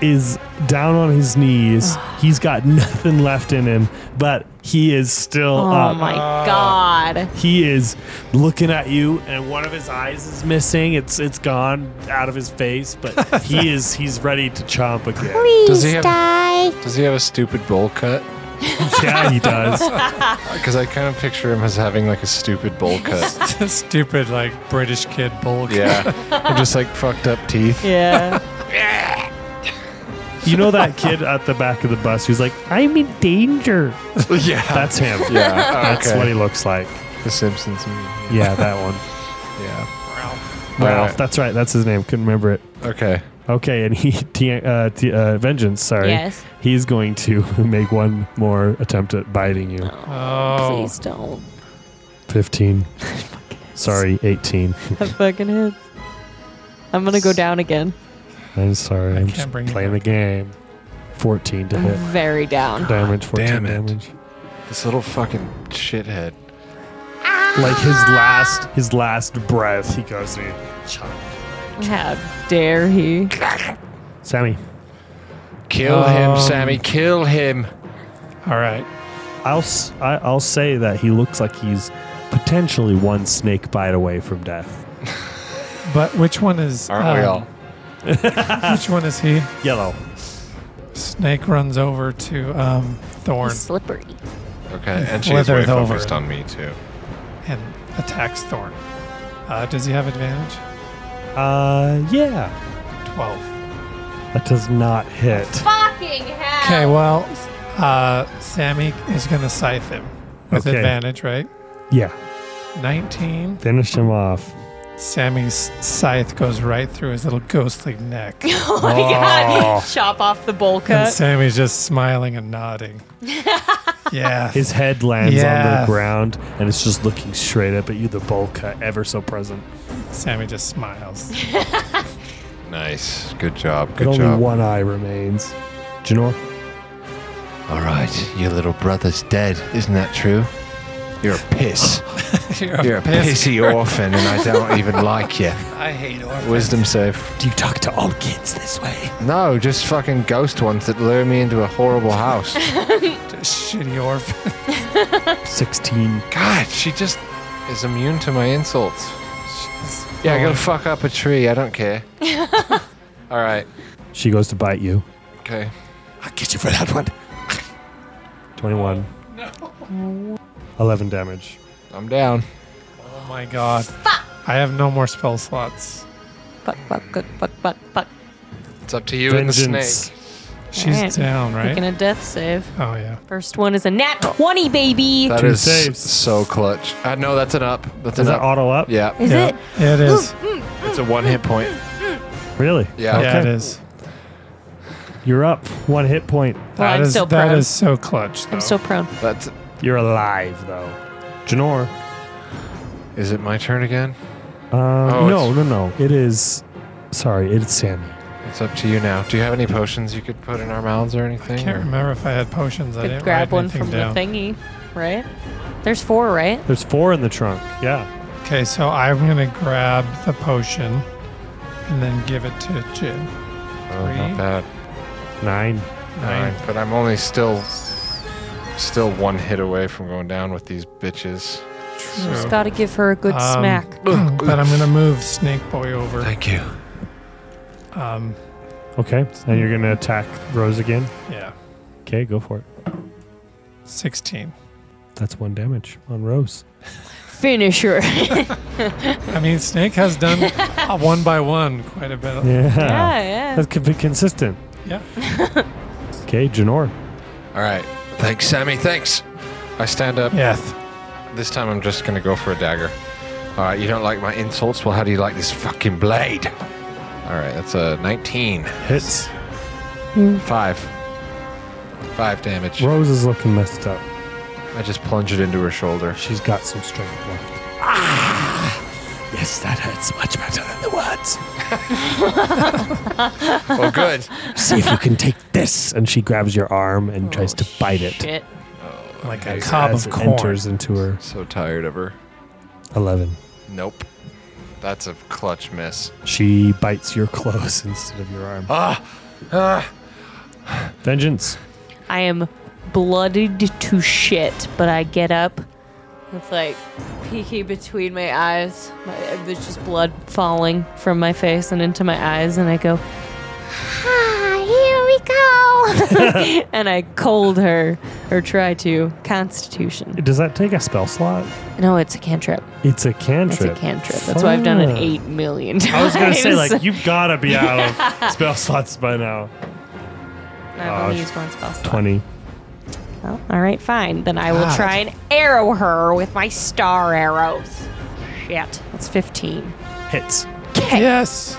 Speaker 3: is down on his knees. He's got nothing left in him, but he is still
Speaker 4: oh
Speaker 3: up.
Speaker 4: my god.
Speaker 3: He is looking at you, and one of his eyes is missing. It's it's gone out of his face, but he is he's ready to chomp again.
Speaker 1: Does
Speaker 5: Please
Speaker 1: he have-
Speaker 5: die.
Speaker 1: Does he have a stupid bowl cut?
Speaker 3: yeah, he does.
Speaker 1: Because I kind of picture him as having like a stupid bowl cut.
Speaker 2: Stupid, like, British kid bull.
Speaker 1: yeah. Or just like fucked up teeth.
Speaker 4: Yeah.
Speaker 3: You know that kid at the back of the bus who's like, "I'm in danger."
Speaker 1: yeah.
Speaker 3: That's him.
Speaker 1: Yeah.
Speaker 3: That's
Speaker 1: okay.
Speaker 3: what he looks like.
Speaker 1: The Simpsons. movie.
Speaker 3: Yeah, that one.
Speaker 1: Yeah.
Speaker 3: Ralph.
Speaker 1: Alright.
Speaker 3: That's right. That's his name. Couldn't remember it.
Speaker 1: Okay.
Speaker 3: Okay, and he t- uh, t- uh, vengeance. Sorry,
Speaker 4: Yes.
Speaker 3: he's going to make one more attempt at biting you.
Speaker 2: Oh.
Speaker 4: Please don't.
Speaker 3: Fifteen. sorry, eighteen.
Speaker 4: That fucking hits. I'm gonna go down again.
Speaker 3: I'm sorry.
Speaker 2: I
Speaker 3: I'm
Speaker 2: can't
Speaker 3: just
Speaker 2: bring you
Speaker 3: playing the game. Fourteen to
Speaker 4: I'm
Speaker 3: hit.
Speaker 4: very down.
Speaker 3: Damage. Fourteen
Speaker 1: Damn it.
Speaker 3: damage.
Speaker 1: This little fucking shithead.
Speaker 3: Like his last, his last breath, he goes in.
Speaker 4: How dare he?
Speaker 3: Sammy,
Speaker 1: Kill
Speaker 2: Um,
Speaker 1: him, Sammy. Kill him.
Speaker 2: All right.
Speaker 3: I'll s- I, will si will say that he looks like he's potentially one snake bite away from death.
Speaker 2: But which one is.
Speaker 1: Aren't we all?
Speaker 2: um, Which one is he?
Speaker 3: Yellow.
Speaker 2: Snake runs over to um, Thorn
Speaker 5: He's slippery.
Speaker 1: Okay. And she's
Speaker 2: Leather
Speaker 1: way
Speaker 2: over.
Speaker 1: focused on me too.
Speaker 2: and attacks Thorn. Uh, does he have advantage?
Speaker 3: Uh, yeah.
Speaker 2: 12.
Speaker 3: That does not hit.
Speaker 4: Fucking hell.
Speaker 2: Okay, well, uh, Sammy is going to scythe him with
Speaker 3: Okay.
Speaker 2: advantage, right?
Speaker 3: Yeah.
Speaker 2: 19.
Speaker 3: Finish him off.
Speaker 2: Sammy's scythe goes right through his little ghostly neck.
Speaker 4: Oh my god. Chop off the bowl
Speaker 2: and
Speaker 4: cut.
Speaker 2: Sammy's just smiling and nodding. yeah.
Speaker 3: His head lands on
Speaker 2: Yeah.
Speaker 3: the ground and it's just looking straight up at you, the bowl cut ever so present.
Speaker 2: Sammy just smiles.
Speaker 1: Nice. Good job.
Speaker 3: and
Speaker 1: Good
Speaker 3: only
Speaker 1: job.
Speaker 3: one eye remains. Janor?
Speaker 1: All right. Your little brother's dead. Isn't that true? You're a piss. You're a pissy orphan, and I don't even like you.
Speaker 2: I hate orphans.
Speaker 1: Wisdom save.
Speaker 6: Do you talk to all kids this way?
Speaker 1: No, just fucking ghost ones that lure me into a horrible house.
Speaker 2: Shitty orphan.
Speaker 3: 16.
Speaker 1: God, she just is immune to my insults. Yeah,
Speaker 6: Oh.
Speaker 1: go fuck up a tree. I don't care. All right.
Speaker 3: She goes to bite you.
Speaker 1: Okay.
Speaker 6: I'll get you for that one.
Speaker 3: 21. No. 11 damage.
Speaker 1: I'm down.
Speaker 2: Oh my god. I have no more spell slots.
Speaker 4: Fuck, fuck, fuck, fuck, fuck, fuck.
Speaker 1: It's up to you and the
Speaker 3: Vengeance.
Speaker 1: snake.
Speaker 2: She's
Speaker 4: Alright.
Speaker 2: down,
Speaker 4: Making
Speaker 2: right?
Speaker 4: a death save.
Speaker 2: Oh, yeah.
Speaker 4: First one is a nat 20, baby.
Speaker 1: That
Speaker 3: Two
Speaker 1: is
Speaker 3: saves.
Speaker 1: so clutch. Uh, no, that's an up. That's
Speaker 3: Is
Speaker 1: an
Speaker 3: that
Speaker 1: up.
Speaker 3: auto up?
Speaker 1: yeah,
Speaker 5: Is
Speaker 2: Yeah,
Speaker 5: it?
Speaker 2: It is.
Speaker 1: it's a one hit point.
Speaker 3: Really?
Speaker 1: Yeah.
Speaker 2: Yeah, it
Speaker 3: Okay.
Speaker 2: is.
Speaker 3: You're up. One hit point.
Speaker 4: Well,
Speaker 2: That
Speaker 4: I'm
Speaker 2: is-
Speaker 4: still
Speaker 2: that
Speaker 4: prone.
Speaker 2: is so clutch, though.
Speaker 4: I'm so prone.
Speaker 1: That's.
Speaker 3: You're alive, though. Janor.
Speaker 1: Is it my turn again?
Speaker 3: Uh,
Speaker 1: Oh,
Speaker 3: no,
Speaker 1: it's-
Speaker 3: no, no. It is. Sorry, it's Sammy.
Speaker 1: It's up to you now. Do you have any potions you could put in our mouths or anything?
Speaker 2: can't
Speaker 1: or-
Speaker 2: remember if I had potions. I
Speaker 4: Could
Speaker 2: didn't
Speaker 4: grab
Speaker 2: write
Speaker 4: one
Speaker 2: anything
Speaker 4: from
Speaker 2: down.
Speaker 4: the thingy, right? There's four, right?
Speaker 3: There's four in the trunk. Yeah.
Speaker 2: Okay, so I'm gonna grab the potion and then give it to Jin.
Speaker 1: Oh,
Speaker 2: Three.
Speaker 1: not bad.
Speaker 3: Nine.
Speaker 1: Nine. But I'm only still, still one hit away from going down with these bitches.
Speaker 4: Just gotta give her a good
Speaker 2: Um,
Speaker 4: smack.
Speaker 2: but I'm gonna move Snake Boy over.
Speaker 1: Thank you.
Speaker 2: Um,
Speaker 3: Okay. And you're going to attack Rose again.
Speaker 2: yeah,
Speaker 3: Okay, go for it.
Speaker 2: sixteen.
Speaker 3: That's one damage on Rose.
Speaker 4: finish her.
Speaker 2: I mean, Snake has done a one by one quite a bit.
Speaker 3: Yeah.
Speaker 4: Ah, yeah.
Speaker 3: That could be consistent.
Speaker 2: Yeah.
Speaker 3: Okay, Janor.
Speaker 1: All right. Thanks, Sammy. Thanks. I stand up.
Speaker 2: Yes.
Speaker 1: This time I'm just going to go for a dagger. All right. You don't like my insults? Well, how do you like this fucking blade? All right. That's a 19.
Speaker 3: Hits.
Speaker 1: Five. Five damage.
Speaker 3: Rose is looking messed up.
Speaker 1: I just plunge it into her shoulder.
Speaker 3: She's got some strength left.
Speaker 6: Ah, Yes, that hurts much better than the words.
Speaker 1: Oh, good.
Speaker 6: See if you can take this.
Speaker 3: And she grabs your arm and tries to bite it.
Speaker 4: Oh, Shit.
Speaker 2: Like a
Speaker 1: As-
Speaker 2: cob
Speaker 3: as
Speaker 2: of
Speaker 3: it
Speaker 2: corn.
Speaker 3: enters into her
Speaker 1: so tired of her.
Speaker 3: 11.
Speaker 1: Nope. That's a clutch miss.
Speaker 3: She bites your clothes instead of your arm.
Speaker 1: Ah! Ah!
Speaker 3: Vengeance.
Speaker 4: I am bloodied to shit, but I get up with like peeky between my eyes. My, there's just blood falling from my face and into my eyes, and I go,
Speaker 5: Ah, here we go.
Speaker 4: and I cold her or try to. Constitution.
Speaker 3: Does that take a spell slot?
Speaker 4: No, it's a cantrip.
Speaker 3: It's a cantrip.
Speaker 4: It's a cantrip. That's why I've done it
Speaker 3: Fuck.
Speaker 4: eight million times.
Speaker 3: I was gonna say like you've gotta be out of spell slots by now.
Speaker 4: I've only
Speaker 3: gosh.
Speaker 4: used one spell slot.
Speaker 3: Twenty.
Speaker 4: Well, all right, fine. Then I will try and arrow her with my star arrows. Shit, that's 15.
Speaker 3: Hits.
Speaker 2: Yes.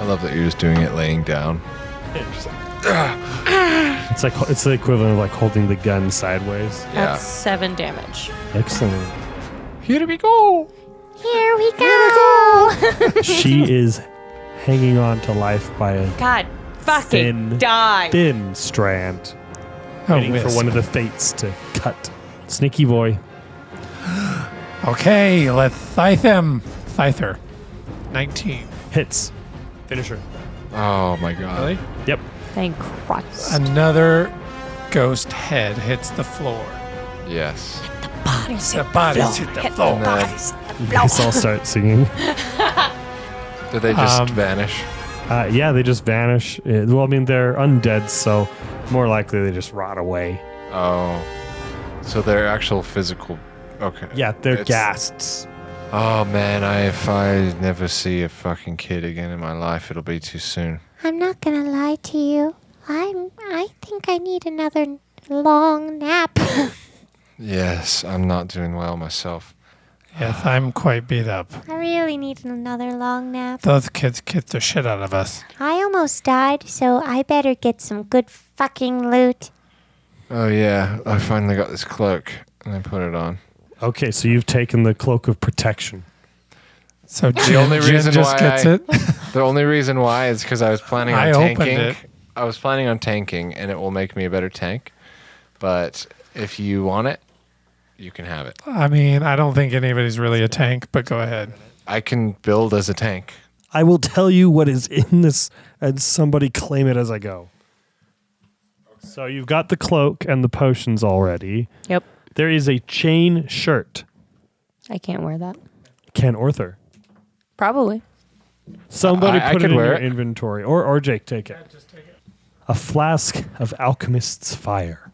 Speaker 1: I love that you're just doing it laying down.
Speaker 3: It's like it's the equivalent of like holding the gun sideways.
Speaker 1: Yeah.
Speaker 4: That's seven damage.
Speaker 3: Excellent.
Speaker 1: Here we go!
Speaker 5: Here we go.
Speaker 3: she is hanging on to life by a
Speaker 4: God, fucking
Speaker 3: Thin.
Speaker 4: die.
Speaker 3: thin strand,
Speaker 2: Oh,
Speaker 3: waiting for
Speaker 2: wisp.
Speaker 3: one of the fates to cut. Sneaky boy.
Speaker 2: Okay, let's scythe him. Scyther. 19.
Speaker 3: Hits. Finisher.
Speaker 1: Oh my god.
Speaker 3: Yep.
Speaker 4: Thank Christ.
Speaker 2: Another ghost head hits the floor.
Speaker 1: Yes.
Speaker 2: The bodies hit the floor.
Speaker 1: And then-
Speaker 3: You guys all start singing.
Speaker 1: did they just
Speaker 2: Um,
Speaker 1: vanish?
Speaker 3: Uh, yeah, they just vanish. Uh, well, I mean, they're undead, so more likely they just rot away.
Speaker 1: Oh. So their actual physical. Okay.
Speaker 3: Yeah, they're
Speaker 1: It's-
Speaker 3: ghasts.
Speaker 1: Oh man, I, if I never see a fucking kid again in my life, it'll be too soon.
Speaker 5: I'm not gonna lie to you. I'm. I think I need another n- long nap.
Speaker 1: Yes, I'm not doing well myself.
Speaker 2: Yes, I'm quite beat up.
Speaker 5: I really need another long nap.
Speaker 2: Those kids kick the shit out of us.
Speaker 5: I almost died, so I better get some good fucking loot.
Speaker 1: Oh yeah, I finally got this cloak and I put it on.
Speaker 3: Okay, so you've taken the cloak of protection.
Speaker 2: So Jin, the
Speaker 1: only reason
Speaker 2: just
Speaker 1: why
Speaker 2: gets
Speaker 1: I-
Speaker 2: it.
Speaker 1: The only reason why is because I was planning on
Speaker 2: I opened
Speaker 1: tanking.
Speaker 2: it.
Speaker 1: I was planning on tanking, and it will make me a better tank. But if you want it, you can have it.
Speaker 2: I mean, I don't think anybody's really a tank, but go ahead.
Speaker 1: I can build as a tank.
Speaker 3: I will tell you what is in this, and somebody claim it as I go. So you've got the cloak and the potions already.
Speaker 4: Yep.
Speaker 3: There is a chain shirt.
Speaker 4: I can't wear that.
Speaker 3: Ken Orther.
Speaker 4: Probably.
Speaker 3: Somebody
Speaker 1: I- I
Speaker 3: put
Speaker 1: could
Speaker 3: it in
Speaker 1: wear
Speaker 3: your
Speaker 1: it.
Speaker 3: inventory, or or Jake, take it. A flask of alchemist's fire.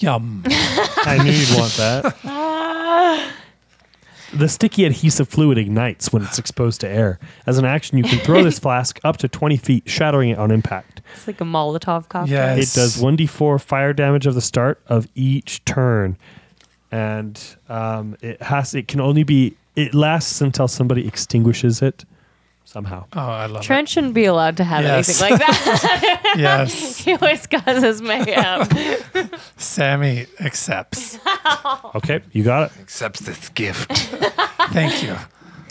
Speaker 2: Yum.
Speaker 3: I knew you'd want that. The sticky adhesive fluid ignites when it's exposed to air. As an action, you can throw this flask up to 20 feet, shattering it on impact.
Speaker 4: It's like a Molotov cocktail.
Speaker 2: Yes.
Speaker 3: It does 1d4 fire damage of the start of each turn, and um, it has it can only be it lasts until somebody extinguishes it somehow.
Speaker 2: Oh, I love
Speaker 4: Trent shouldn't be allowed to have
Speaker 2: Yes.
Speaker 4: anything like that.
Speaker 2: it. Yes.
Speaker 4: he always causes mayhem.
Speaker 2: Sammy accepts.
Speaker 3: Okay, you got it.
Speaker 1: Accepts this gift.
Speaker 2: Thank you.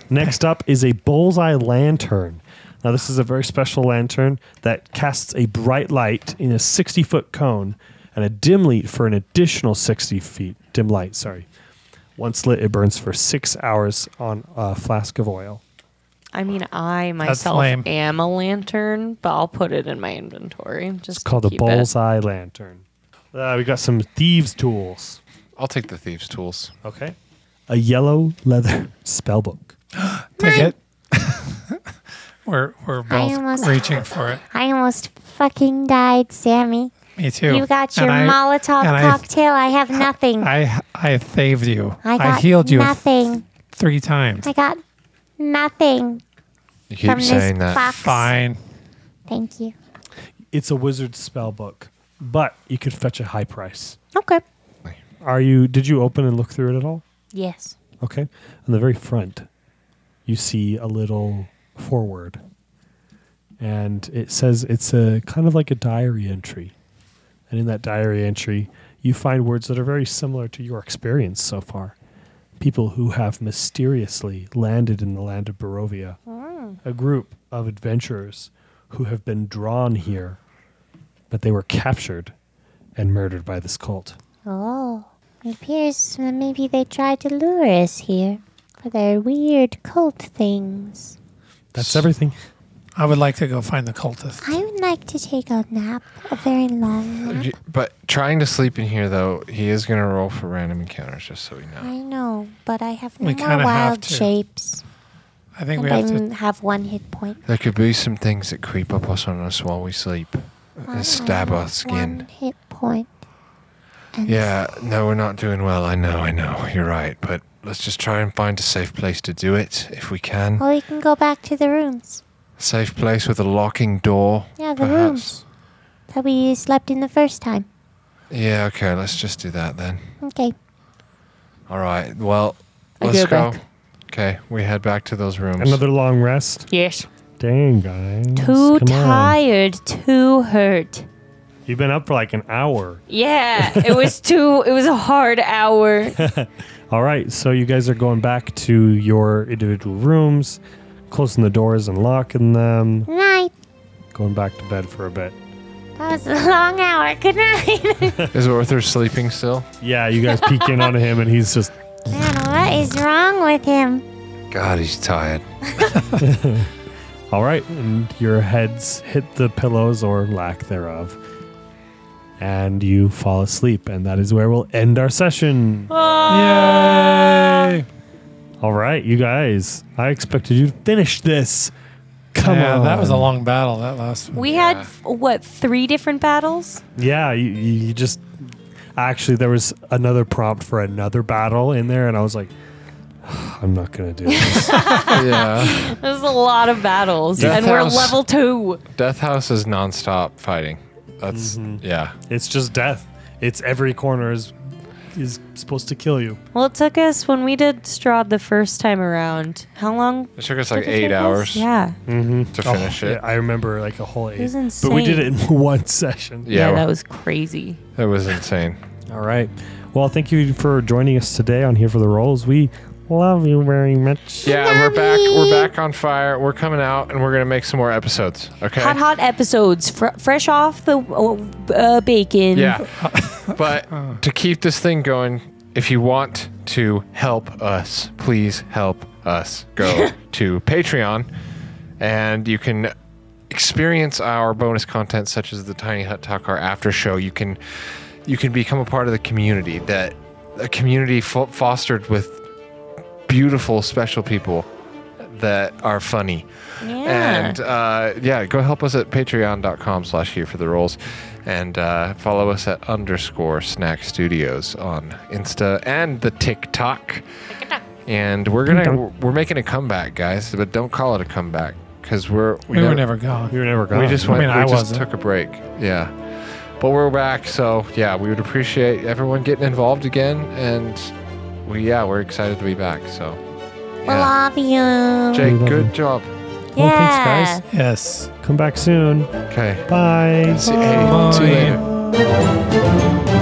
Speaker 3: Next up is a bullseye lantern. Now, this is a very special lantern that casts a bright light in a 60 foot cone and a dim light for an additional 60 feet. Dim light, sorry. Once lit, it burns for six hours on a flask of oil.
Speaker 4: I mean, I myself
Speaker 2: lame.
Speaker 4: am a lantern, but I'll put it in my inventory. Just
Speaker 3: It's called
Speaker 4: to
Speaker 3: a
Speaker 4: keep
Speaker 3: bullseye lantern. Uh, we got some thieves' tools.
Speaker 1: I'll take the thieves' tools.
Speaker 3: Okay. A yellow leather spellbook.
Speaker 2: Take it. we're we're both
Speaker 5: almost-
Speaker 2: reaching for it.
Speaker 5: I almost fucking died, Sammy.
Speaker 2: Me too.
Speaker 5: You got
Speaker 2: And
Speaker 5: your
Speaker 2: I-
Speaker 5: Molotov
Speaker 2: and I-
Speaker 5: cocktail. I, have nothing.
Speaker 2: I I saved you.
Speaker 5: I got
Speaker 2: healed you.
Speaker 5: nothing.
Speaker 2: three times.
Speaker 5: I got nothing
Speaker 1: You keep
Speaker 5: from
Speaker 1: saying that.
Speaker 5: this box.
Speaker 2: Fine.
Speaker 5: Thank you.
Speaker 3: It's a wizard spell book, but you could fetch a high price.
Speaker 5: Okay.
Speaker 3: Are you? Did you open and look through it at all?
Speaker 5: Yes.
Speaker 3: Okay. On the very front, you see a little forward. And it says it's a kind of like a diary entry. And in that diary entry, you find words that are very similar to your experience so far. People who have mysteriously landed in the land of Barovia, a group of adventurers who have been drawn here, but they were captured and murdered by this cult.
Speaker 5: Oh. It appears uh, maybe they tried to lure us here for their weird cult things.
Speaker 3: That's everything.
Speaker 2: I would like to go find the cultist.
Speaker 5: I would like to take a nap, a very long nap.
Speaker 1: Y- But trying to sleep in here, though, he is going to roll for random encounters, just so you know.
Speaker 5: I know, but I have no
Speaker 2: We
Speaker 5: more
Speaker 2: kinda have
Speaker 5: wild
Speaker 2: to.
Speaker 5: shapes.
Speaker 2: I think we
Speaker 5: And
Speaker 2: have
Speaker 5: I
Speaker 2: to.
Speaker 5: m- have one hit point.
Speaker 1: There could be some things that creep up us on us while we sleep
Speaker 5: I
Speaker 1: and stab
Speaker 5: have
Speaker 1: our
Speaker 5: One
Speaker 1: skin.
Speaker 5: hit point. And
Speaker 1: Yeah, no, we're not doing well. I know, I know. You're right. But let's just try and find a safe place to do it if we can.
Speaker 5: Or we can go back to the rooms
Speaker 1: Safe place with a locking door.
Speaker 5: Yeah, the
Speaker 1: perhaps.
Speaker 5: that we slept in the first time.
Speaker 1: Yeah, okay, let's just do that then.
Speaker 5: Okay.
Speaker 1: All right, well,
Speaker 4: I
Speaker 1: let's
Speaker 4: go
Speaker 1: go.
Speaker 4: back.
Speaker 1: Okay, we head back to those rooms.
Speaker 3: Another long rest.
Speaker 4: Yes.
Speaker 3: Dang, guys.
Speaker 4: Too
Speaker 3: Come on.
Speaker 4: tired, too hurt.
Speaker 3: You've been up for like an hour.
Speaker 4: Yeah, it was too. It was a hard hour.
Speaker 3: All right, so you guys are going back to your individual rooms, closing the doors and locking them,
Speaker 5: Night.
Speaker 3: going back to bed for a bit.
Speaker 5: That was a long hour. Good night.
Speaker 1: Is Arthur sleeping still?
Speaker 3: Yeah, you guys peek in on him, and he's just
Speaker 5: Man, what is wrong with him?
Speaker 1: God, he's tired.
Speaker 3: all right, and your heads hit the pillows or lack thereof, and you fall asleep, and that is where we'll end our session.
Speaker 2: Yay!
Speaker 3: All right, you guys, I expected you to finish this. Come
Speaker 2: yeah,
Speaker 3: on,
Speaker 2: that was a long battle. That last one.
Speaker 4: We had f- what three different battles?
Speaker 3: Yeah, you, you you just actually there was another prompt for another battle in there, and I was like, I'm not gonna do this.
Speaker 1: yeah.
Speaker 4: It was a lot of battles,
Speaker 1: Death
Speaker 4: and we're
Speaker 1: House.
Speaker 4: level two.
Speaker 1: Death House is nonstop fighting. That's, yeah.
Speaker 3: it's just death. It's every corner is is supposed to kill you.
Speaker 4: Well, it took us when we did Strahd the first time around. How long?
Speaker 1: It took us like
Speaker 4: did it
Speaker 1: eight
Speaker 4: take us?
Speaker 1: hours
Speaker 4: Yeah.
Speaker 1: to finish
Speaker 3: Yeah,
Speaker 1: it.
Speaker 3: I remember like a whole eight,
Speaker 4: was
Speaker 3: but we did it
Speaker 4: insane.
Speaker 3: in one session.
Speaker 1: Yeah,
Speaker 4: that was crazy.
Speaker 1: that was insane.
Speaker 3: All right. Well, thank you for joining us today on here for the rolls. We love you very much.
Speaker 1: Yeah, we're back. We're back on fire. We're coming out, and we're gonna make some more episodes. Okay.
Speaker 4: Hot, hot episodes, fr- fresh off the uh, bacon.
Speaker 1: Yeah. but to keep this thing going, if you want to help us, please help us go to Patreon and you can experience our bonus content such as the Tiny Hut Talk our after show. You can you can become a part of the community that a community fo- fostered with beautiful special people that are funny.
Speaker 4: Yeah.
Speaker 1: And uh, yeah, go help us at patreon.com slash here for the rolls. And uh, follow us at underscore snack studios on Insta and the TikTok. And we're gonna
Speaker 3: TikTok.
Speaker 1: we're making a comeback, guys, but don't call it a comeback because we're
Speaker 2: We were never gone.
Speaker 3: We were never gone.
Speaker 1: we just
Speaker 2: I
Speaker 1: went
Speaker 2: mean,
Speaker 1: we
Speaker 2: I
Speaker 1: just
Speaker 2: wasn't.
Speaker 1: took a break. Yeah. But we're back, so yeah, we would appreciate everyone getting involved again and we yeah, we're excited to be back. So
Speaker 5: We
Speaker 1: yeah.
Speaker 5: love you.
Speaker 1: Jake,
Speaker 3: We love
Speaker 1: good
Speaker 3: you.
Speaker 1: job.
Speaker 3: Well, thanks,
Speaker 5: Yeah.
Speaker 3: guys.
Speaker 2: Yes.
Speaker 3: Come back soon.
Speaker 1: Okay.
Speaker 3: Bye.
Speaker 1: See, hey, see you
Speaker 2: Bye.
Speaker 1: later.